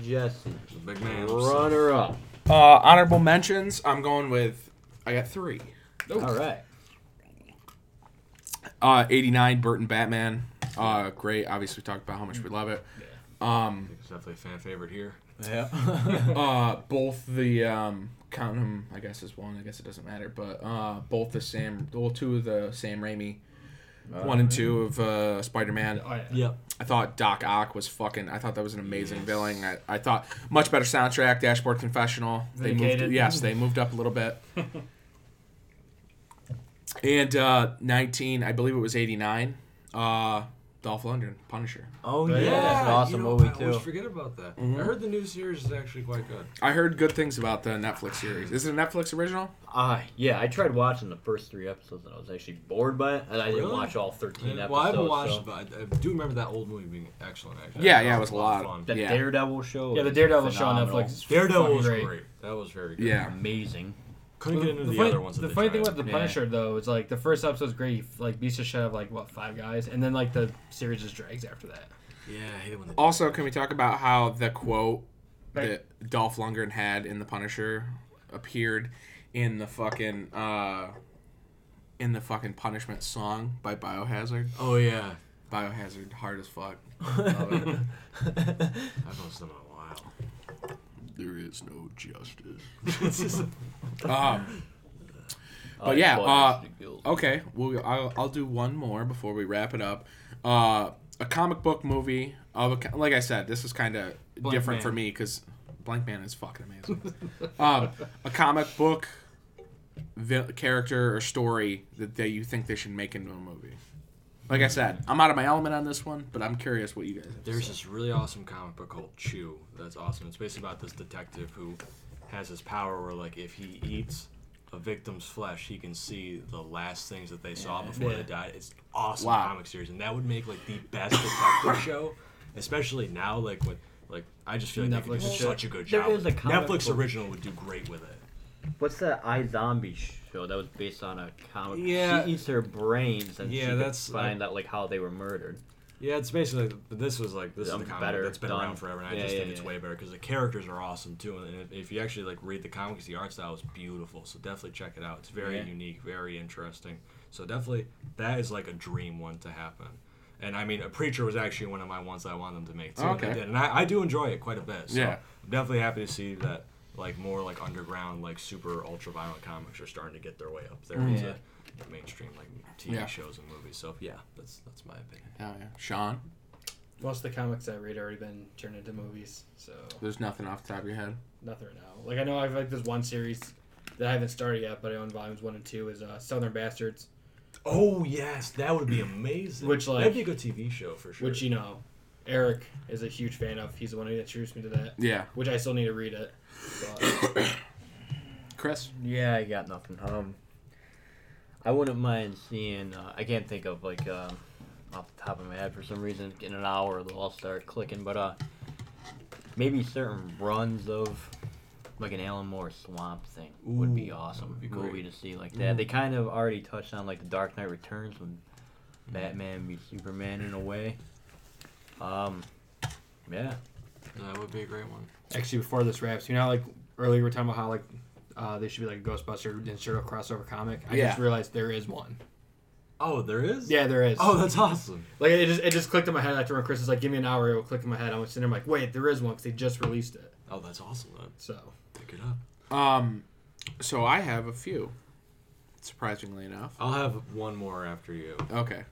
[SPEAKER 3] Jesse.
[SPEAKER 2] the big man.
[SPEAKER 3] Runner up.
[SPEAKER 1] Uh, honorable mentions. I'm going with. I got three.
[SPEAKER 3] All right.
[SPEAKER 1] Uh, 89 Burton Batman. Uh, great. Obviously, we talked about how much we love it. Um,
[SPEAKER 2] It's definitely a fan favorite here.
[SPEAKER 3] Yeah.
[SPEAKER 1] uh, both the um, count 'em, I guess is one. I guess it doesn't matter, but uh, both the Sam, well, two of the Sam Raimi, one and two of uh, Spider Man.
[SPEAKER 4] Oh yeah.
[SPEAKER 2] Yep.
[SPEAKER 1] I thought Doc Ock was fucking. I thought that was an amazing villain. I, I thought much better soundtrack. Dashboard Confessional. They moved.
[SPEAKER 4] Vindicated.
[SPEAKER 1] Yes, they moved up a little bit. and uh, nineteen, I believe it was eighty nine. Uh, Dolph Lundgren, Punisher.
[SPEAKER 3] Oh
[SPEAKER 4] Yeah,
[SPEAKER 3] yeah, that's an
[SPEAKER 2] you
[SPEAKER 3] awesome
[SPEAKER 2] know,
[SPEAKER 3] movie
[SPEAKER 2] I always
[SPEAKER 3] too.
[SPEAKER 2] forget about that.
[SPEAKER 1] Mm-hmm.
[SPEAKER 2] I heard the new series is actually quite good.
[SPEAKER 1] I heard good things about the Netflix series. Is it a Netflix original?
[SPEAKER 3] Uh, yeah, I tried watching the first three episodes and I was actually bored by it, and I didn't
[SPEAKER 2] Really?
[SPEAKER 3] watch all thirteen
[SPEAKER 2] Yeah,
[SPEAKER 3] episodes.
[SPEAKER 2] well, I haven't watched,
[SPEAKER 3] so-
[SPEAKER 2] it, but I, I do remember that old movie being excellent. Actually,
[SPEAKER 1] Yeah,
[SPEAKER 2] That
[SPEAKER 1] yeah, it was a lot.
[SPEAKER 2] of
[SPEAKER 3] The
[SPEAKER 2] fun.
[SPEAKER 1] Yeah.
[SPEAKER 3] Daredevil show.
[SPEAKER 4] Yeah, the
[SPEAKER 3] is
[SPEAKER 4] Daredevil show on
[SPEAKER 3] phenomenal.
[SPEAKER 4] Netflix is
[SPEAKER 2] Daredevil
[SPEAKER 4] fucking
[SPEAKER 2] was
[SPEAKER 4] great.
[SPEAKER 2] great. That was very good.
[SPEAKER 1] Yeah.
[SPEAKER 3] Amazing.
[SPEAKER 2] couldn't get into the,
[SPEAKER 4] funny,
[SPEAKER 2] other ones.
[SPEAKER 4] the
[SPEAKER 2] that they
[SPEAKER 4] funny thing
[SPEAKER 2] tried.
[SPEAKER 4] with the
[SPEAKER 3] Yeah.
[SPEAKER 4] Punisher though is like the first episode's great. He, like beats the shit out of like what five guys, and then like the series just drags after that.
[SPEAKER 2] yeah, I hate it when they
[SPEAKER 1] Also, can we talk about how the quote
[SPEAKER 4] Right.
[SPEAKER 1] that Dolph Lundgren had in The Punisher appeared in the fucking uh, in the fucking Punishment song by Biohazard?
[SPEAKER 2] Oh yeah,
[SPEAKER 1] Biohazard, hard as fuck. Love it.
[SPEAKER 2] I've watched them in a while.
[SPEAKER 1] there is no justice.
[SPEAKER 2] It's just-
[SPEAKER 1] Um,
[SPEAKER 3] Oh,
[SPEAKER 1] yeah,
[SPEAKER 3] Blood
[SPEAKER 1] uh,
[SPEAKER 3] is the Guild.
[SPEAKER 1] okay, well, I'll, I'll do one more before we wrap it up. Uh, a comic book movie of a, co- like I said, this is kind of different
[SPEAKER 4] Man.
[SPEAKER 1] for me because Blank Man is fucking amazing. um, a comic book vi- character or story that, that you think they should make into a movie. Like I said, I'm out of my element on this one, but I'm curious what you guys. Have
[SPEAKER 2] There's
[SPEAKER 1] to say.
[SPEAKER 2] this really awesome comic book called Chew. That's awesome. It's basically about this detective who has his power where, like, if he eats a victim's flesh, he can see the last things that they saw before
[SPEAKER 4] Yeah.
[SPEAKER 2] they died. It's awesome
[SPEAKER 1] Wow.
[SPEAKER 2] comic series, and that would make like the best detective show, especially now. Like with like, I just feel like they could
[SPEAKER 4] Netflix
[SPEAKER 2] do
[SPEAKER 4] and shit.
[SPEAKER 2] such a good
[SPEAKER 3] There
[SPEAKER 2] job.
[SPEAKER 3] is
[SPEAKER 2] with
[SPEAKER 3] a
[SPEAKER 2] it.
[SPEAKER 3] comic
[SPEAKER 2] Netflix
[SPEAKER 3] book-
[SPEAKER 2] original would do great with it.
[SPEAKER 3] What's that I Zombie show that was based on a comic?
[SPEAKER 2] Yeah.
[SPEAKER 3] She eats her brains and
[SPEAKER 2] Yeah,
[SPEAKER 3] she
[SPEAKER 2] that's-
[SPEAKER 3] could find out like how they were murdered.
[SPEAKER 2] Yeah, it's basically but this was like this is
[SPEAKER 3] Done
[SPEAKER 2] the comic
[SPEAKER 3] better,
[SPEAKER 2] that's been
[SPEAKER 3] done.
[SPEAKER 2] around forever, and I
[SPEAKER 3] Yeah,
[SPEAKER 2] just
[SPEAKER 3] yeah,
[SPEAKER 2] think it's
[SPEAKER 3] yeah.
[SPEAKER 2] way better because the characters are awesome too, and if, if you actually like read the comics, the art style is beautiful. So definitely check it out. It's very
[SPEAKER 3] Yeah.
[SPEAKER 2] unique, very interesting. So definitely that is like a dream one to happen. And I mean, a preacher was actually one of my ones that I wanted them to make too,
[SPEAKER 1] Okay.
[SPEAKER 2] and they did, and I, I do enjoy it quite a bit. So
[SPEAKER 1] Yeah.
[SPEAKER 2] I'm definitely happy to see that like more like underground, like super ultra violent comics are starting to get their way up there
[SPEAKER 3] Mm.
[SPEAKER 2] into mainstream like TV
[SPEAKER 1] Yeah.
[SPEAKER 2] shows and movies. So yeah, that's that's my opinion.
[SPEAKER 1] Oh, yeah. Sean,
[SPEAKER 4] Most of the comics I read already been turned into movies, so
[SPEAKER 1] there's nothing off the top of your head.
[SPEAKER 4] nothing right now. Like I know I've like this one series that I haven't started yet, but I own volumes one and two is uh, Southern Bastards,
[SPEAKER 2] Oh yes, that would be amazing.
[SPEAKER 4] Which, like-
[SPEAKER 2] that'd be a good TV show for sure.
[SPEAKER 4] which you know, Eric is a huge fan of. He's the one who introduced me to that,
[SPEAKER 1] Yeah,
[SPEAKER 4] which I still need to read it. But
[SPEAKER 1] Chris.
[SPEAKER 3] Yeah, I got nothing. Um, I wouldn't mind seeing. Uh, I can't think of like um, off the top of my head for some reason. In an hour, they'll all start clicking. But uh, maybe certain runs of like an Alan Moore Swamp thing would be
[SPEAKER 2] Ooh,
[SPEAKER 3] awesome.
[SPEAKER 2] be great.
[SPEAKER 3] movie to see like that. They kind of already touched on like the Dark Knight Returns when
[SPEAKER 2] Mm-hmm.
[SPEAKER 3] Batman meets Superman in a way. Um, yeah.
[SPEAKER 2] that would be a great one.
[SPEAKER 4] actually, before this wraps, you know, how, like earlier we were talking about how like uh, they should be like a Ghostbuster and Serial crossover comic. I
[SPEAKER 1] Yeah.
[SPEAKER 4] just realized there is one.
[SPEAKER 2] Oh, there is.
[SPEAKER 4] Yeah, there is.
[SPEAKER 2] Oh, that's awesome.
[SPEAKER 4] Like it just it just clicked in my head after when Chris was like, "Give me an hour," it will click in my head. I'm sitting there, I'm like, "Wait, there is one because they just released it."
[SPEAKER 2] Oh, that's awesome. Man.
[SPEAKER 4] So
[SPEAKER 2] Pick it up.
[SPEAKER 1] Um, so I have a few, surprisingly enough.
[SPEAKER 2] I'll have one more after you.
[SPEAKER 1] Okay,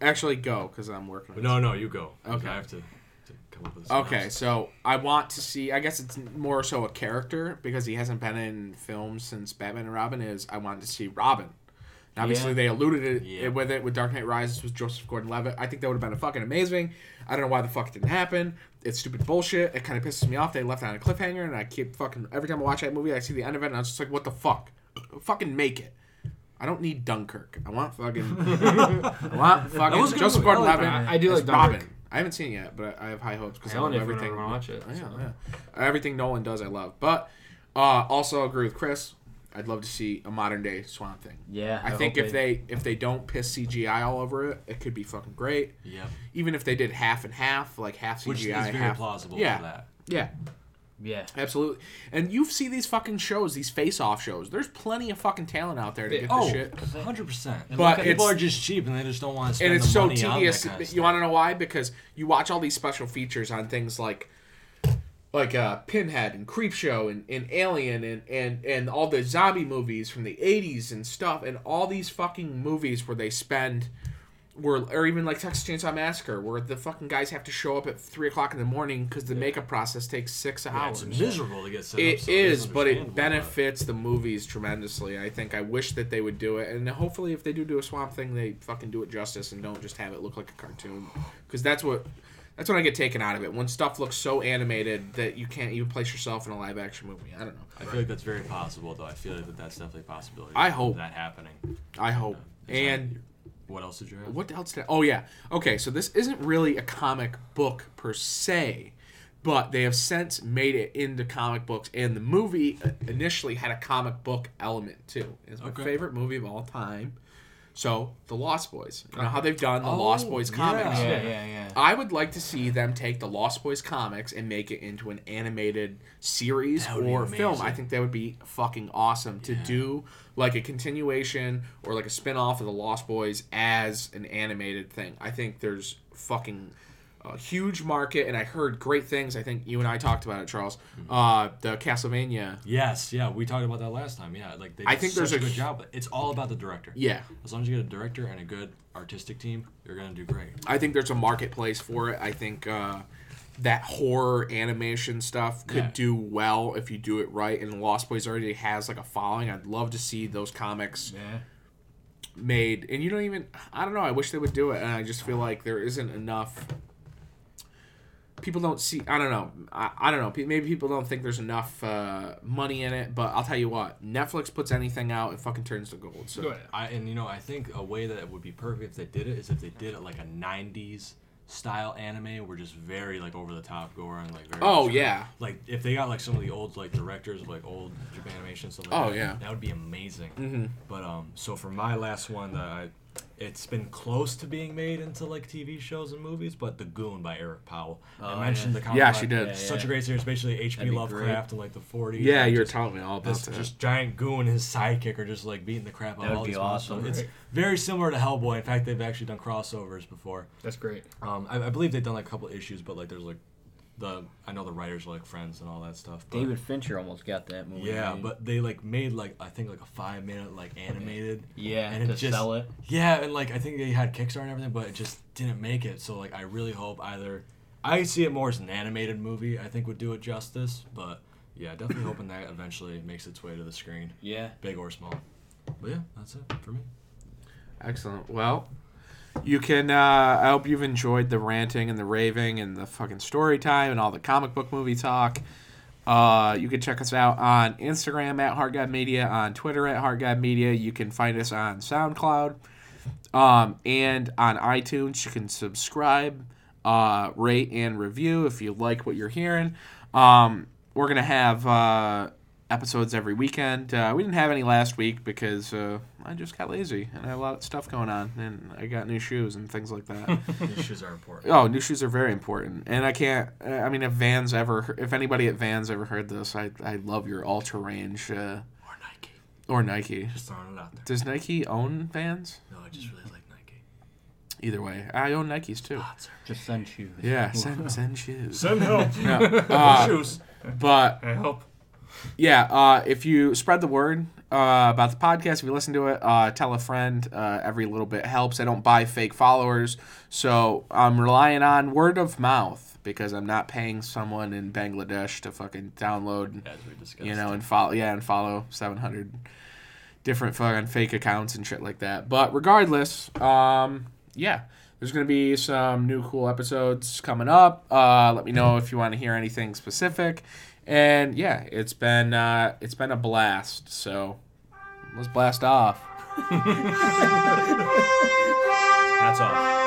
[SPEAKER 1] actually go because I'm working.
[SPEAKER 2] But
[SPEAKER 1] on
[SPEAKER 2] no, no, you go. 'cause
[SPEAKER 1] Okay.
[SPEAKER 2] I have to, to come up with.
[SPEAKER 1] it. Okay,
[SPEAKER 2] synopsis.
[SPEAKER 1] so I want to see. I guess it's more so a character because he hasn't been in films since Batman and Robin. Is I want to see Robin. And obviously,
[SPEAKER 3] Yeah.
[SPEAKER 1] they alluded it,
[SPEAKER 2] Yeah.
[SPEAKER 1] it with it with Dark Knight Rises with Joseph Gordon-Levitt. I think that would have been a fucking amazing. I don't know why the fuck it didn't happen. It's stupid bullshit. It kind of pisses me off. They left it on a cliffhanger, and I keep fucking every time I watch that movie, I see the end of it, and I'm just like, what the fuck? Fucking make it. I don't need Dunkirk. I want fucking. I want fucking
[SPEAKER 2] was a good
[SPEAKER 1] Joseph
[SPEAKER 2] movie. I
[SPEAKER 1] Gordon-Levitt.
[SPEAKER 2] like
[SPEAKER 4] that. I- I do
[SPEAKER 1] as
[SPEAKER 4] like Dunkirk.
[SPEAKER 1] I haven't seen it yet, but I have high hopes because
[SPEAKER 4] I
[SPEAKER 1] I,
[SPEAKER 4] own
[SPEAKER 1] love
[SPEAKER 4] it if everyone
[SPEAKER 1] everything.
[SPEAKER 4] want to watch it.
[SPEAKER 1] Yeah,
[SPEAKER 4] so.
[SPEAKER 1] yeah. Everything Nolan does, I love. But uh, also agree with Chris. I'd love to see a modern day Swamp Thing.
[SPEAKER 3] Yeah.
[SPEAKER 1] I think
[SPEAKER 3] hope
[SPEAKER 1] if they if they don't piss CGI all over it, it could be fucking great.
[SPEAKER 2] Yep.
[SPEAKER 1] Even if they did half and half, like half CGI,
[SPEAKER 2] Which is very
[SPEAKER 1] half
[SPEAKER 2] plausible
[SPEAKER 1] Yeah.
[SPEAKER 2] for that.
[SPEAKER 1] yeah,
[SPEAKER 3] Yeah.
[SPEAKER 1] absolutely. And you see these fucking shows, these face-off shows. There's plenty of fucking talent out there to get
[SPEAKER 2] Oh,
[SPEAKER 1] this shit.
[SPEAKER 2] 100%.
[SPEAKER 1] But
[SPEAKER 2] people
[SPEAKER 1] it's-
[SPEAKER 2] are just cheap and they just don't want to spend
[SPEAKER 1] and it's
[SPEAKER 2] the
[SPEAKER 1] so
[SPEAKER 2] money on that
[SPEAKER 1] tedious.
[SPEAKER 2] kind of
[SPEAKER 1] you want to know why? Because you watch all these special features on things like, like uh, Pinhead and Creepshow and, and Alien and, and and all the zombie movies from the '80s and stuff, and all these fucking movies where they spend, where or even like Texas Chainsaw Massacre, where the fucking guys have to show up at three o'clock in the morning because the makeup process takes six
[SPEAKER 2] Yeah,
[SPEAKER 1] hours.
[SPEAKER 2] it's miserable to get set up.
[SPEAKER 1] It
[SPEAKER 2] so
[SPEAKER 1] is, but it
[SPEAKER 2] understandable,
[SPEAKER 1] benefits the movies tremendously. I think I wish that they would do it, and hopefully, if they do do a Swamp Thing, they fucking do it justice and don't just have it look like a cartoon, because that's what that's when I get taken out of it. When stuff looks so animated that you can't even place yourself in a live action movie. I don't know.
[SPEAKER 2] I feel like that's very possible, though. I feel like that that's definitely a possibility.
[SPEAKER 1] I
[SPEAKER 2] of
[SPEAKER 1] hope.
[SPEAKER 2] that happening.
[SPEAKER 1] I hope.
[SPEAKER 2] Is that-
[SPEAKER 1] And
[SPEAKER 2] what else did you have?
[SPEAKER 1] what else did? I, oh yeah. Okay, so this isn't really a comic book per se. But they have since made it into comic books, and the movie uh, initially had a comic book element too. It's my
[SPEAKER 2] Okay.
[SPEAKER 1] favorite movie of all time. So the Lost Boys. You know how they've done
[SPEAKER 2] Oh,
[SPEAKER 1] the Lost Boys comics.
[SPEAKER 3] Yeah, yeah, yeah.
[SPEAKER 1] I would like to see them take the Lost Boys comics and make it into an animated series
[SPEAKER 2] That would be
[SPEAKER 1] or film.
[SPEAKER 2] amazing.
[SPEAKER 1] I think that would be fucking awesome to do like a continuation or like a spin off of the Lost Boys as an animated thing. I think there's fucking a huge market and I heard great things. I think you and I talked about it, Charles.
[SPEAKER 2] Mm-hmm.
[SPEAKER 1] Uh, the Castlevania.
[SPEAKER 2] Yes, yeah, we talked about that last time. Yeah, like they did
[SPEAKER 1] I think
[SPEAKER 2] such
[SPEAKER 1] there's a
[SPEAKER 2] good
[SPEAKER 1] hu-
[SPEAKER 2] job. It's all about the director.
[SPEAKER 1] Yeah.
[SPEAKER 2] As long as you get a director and a good artistic team, you're gonna do great.
[SPEAKER 1] I think there's a marketplace for it. I think uh, that horror animation stuff could
[SPEAKER 2] Yeah.
[SPEAKER 1] do well if you do it right. And Lost Boys already has like a following. I'd love to see those comics
[SPEAKER 4] Yeah.
[SPEAKER 1] made. And you don't even, I don't know. I wish they would do it. And I just feel like there isn't enough. People don't see. I don't know. I, I don't know. Pe- Maybe people don't think there's enough uh, money in it. But I'll tell you what. Netflix puts anything out, it fucking turns to gold. So
[SPEAKER 4] Go ahead.
[SPEAKER 2] I and you know I think a way that would be perfect if they did it is if they did it like a '90s style anime, where just very like over the top gore and like very
[SPEAKER 1] Oh,
[SPEAKER 2] absurd.
[SPEAKER 1] yeah.
[SPEAKER 2] like if they got like some of the old like directors of like old Japan animation stuff. Like
[SPEAKER 1] Oh,
[SPEAKER 2] that,
[SPEAKER 1] yeah. Mm-hmm.
[SPEAKER 2] that would be amazing. But um, so for my last one that I. It's been close to being made into like TV shows and movies, but The Goon by Eric Powell.
[SPEAKER 3] Oh,
[SPEAKER 2] I mentioned
[SPEAKER 3] yeah.
[SPEAKER 2] the comic
[SPEAKER 1] Yeah,
[SPEAKER 2] book.
[SPEAKER 1] she did.
[SPEAKER 2] Such
[SPEAKER 3] Yeah,
[SPEAKER 2] a great series, basically H.P.
[SPEAKER 3] That'd be great.
[SPEAKER 2] Lovecraft in like the 40s.
[SPEAKER 1] yeah,
[SPEAKER 2] and
[SPEAKER 1] you were
[SPEAKER 2] just-
[SPEAKER 1] telling me all about
[SPEAKER 2] this
[SPEAKER 1] that.
[SPEAKER 2] just giant goo and his sidekick are just like beating the crap out
[SPEAKER 3] That would
[SPEAKER 2] of all
[SPEAKER 3] be
[SPEAKER 2] these monsters.
[SPEAKER 3] awesome.
[SPEAKER 2] It's very similar to Hellboy. In fact, they've actually done crossovers before.
[SPEAKER 4] That's great.
[SPEAKER 2] Um, I, I believe they've done like a couple issues, but like there's like the I know the writers are like friends and all that stuff. But,
[SPEAKER 3] David Fincher almost got that movie.
[SPEAKER 2] Yeah,
[SPEAKER 3] made.
[SPEAKER 2] but they like made like I think like a five minute like animated.
[SPEAKER 3] yeah,
[SPEAKER 2] and it
[SPEAKER 3] to
[SPEAKER 2] just-
[SPEAKER 3] sell it.
[SPEAKER 2] Yeah, and like I think they had Kickstarter and everything, but it just didn't make it. So like I really hope either I see it more as an animated movie. I think would do it justice, but yeah, definitely hoping that eventually makes its way to the screen
[SPEAKER 3] Yeah.
[SPEAKER 2] big or small. But yeah, that's it for me.
[SPEAKER 1] Excellent. Well, you can. Uh, I hope you've enjoyed the ranting and the raving and the fucking story time and all the comic book movie talk. Uh, you can check us out on Instagram at Hard Guy Media, on Twitter at Hard Guy Media. You can find us on SoundCloud um, and on iTunes. You can subscribe, uh, rate, and review if you like what you're hearing. Um, we're gonna have uh, episodes every weekend. Uh, we didn't have any last week because uh, I just got lazy and I had a lot of stuff going on, and I got new shoes and things like that.
[SPEAKER 2] These shoes are important.
[SPEAKER 1] oh, new shoes are very important, and I can't. uh, I mean, if Vans ever, if anybody at Vans ever heard this, I I love your ultra range. Uh,
[SPEAKER 2] Or Nike.
[SPEAKER 1] or Nike.
[SPEAKER 2] Just throwing it out there.
[SPEAKER 1] Does Nike own fans?
[SPEAKER 2] No, I just really like Nike.
[SPEAKER 1] Either way, I own Nikes too.
[SPEAKER 2] Lots of
[SPEAKER 3] Just send shoes.
[SPEAKER 1] Yeah, send send shoes.
[SPEAKER 2] Send help.
[SPEAKER 1] No, uh,
[SPEAKER 2] Shoes.
[SPEAKER 1] but
[SPEAKER 2] Help.
[SPEAKER 1] yeah, uh, if you spread the word uh, about the podcast, if you listen to it, uh, tell a friend. Uh, every little bit helps. I don't buy fake followers, so I'm relying on word of mouth because I'm not paying someone in Bangladesh to fucking download
[SPEAKER 2] As we discussed.
[SPEAKER 1] you know, and follow yeah, and follow seven hundred different fucking fake accounts and shit like that. But regardless, um, yeah, there's gonna be some new cool episodes coming up. Uh, let me know if you want to hear anything specific. And yeah, it's been uh, it's been a blast. So let's blast off.
[SPEAKER 2] Hats off.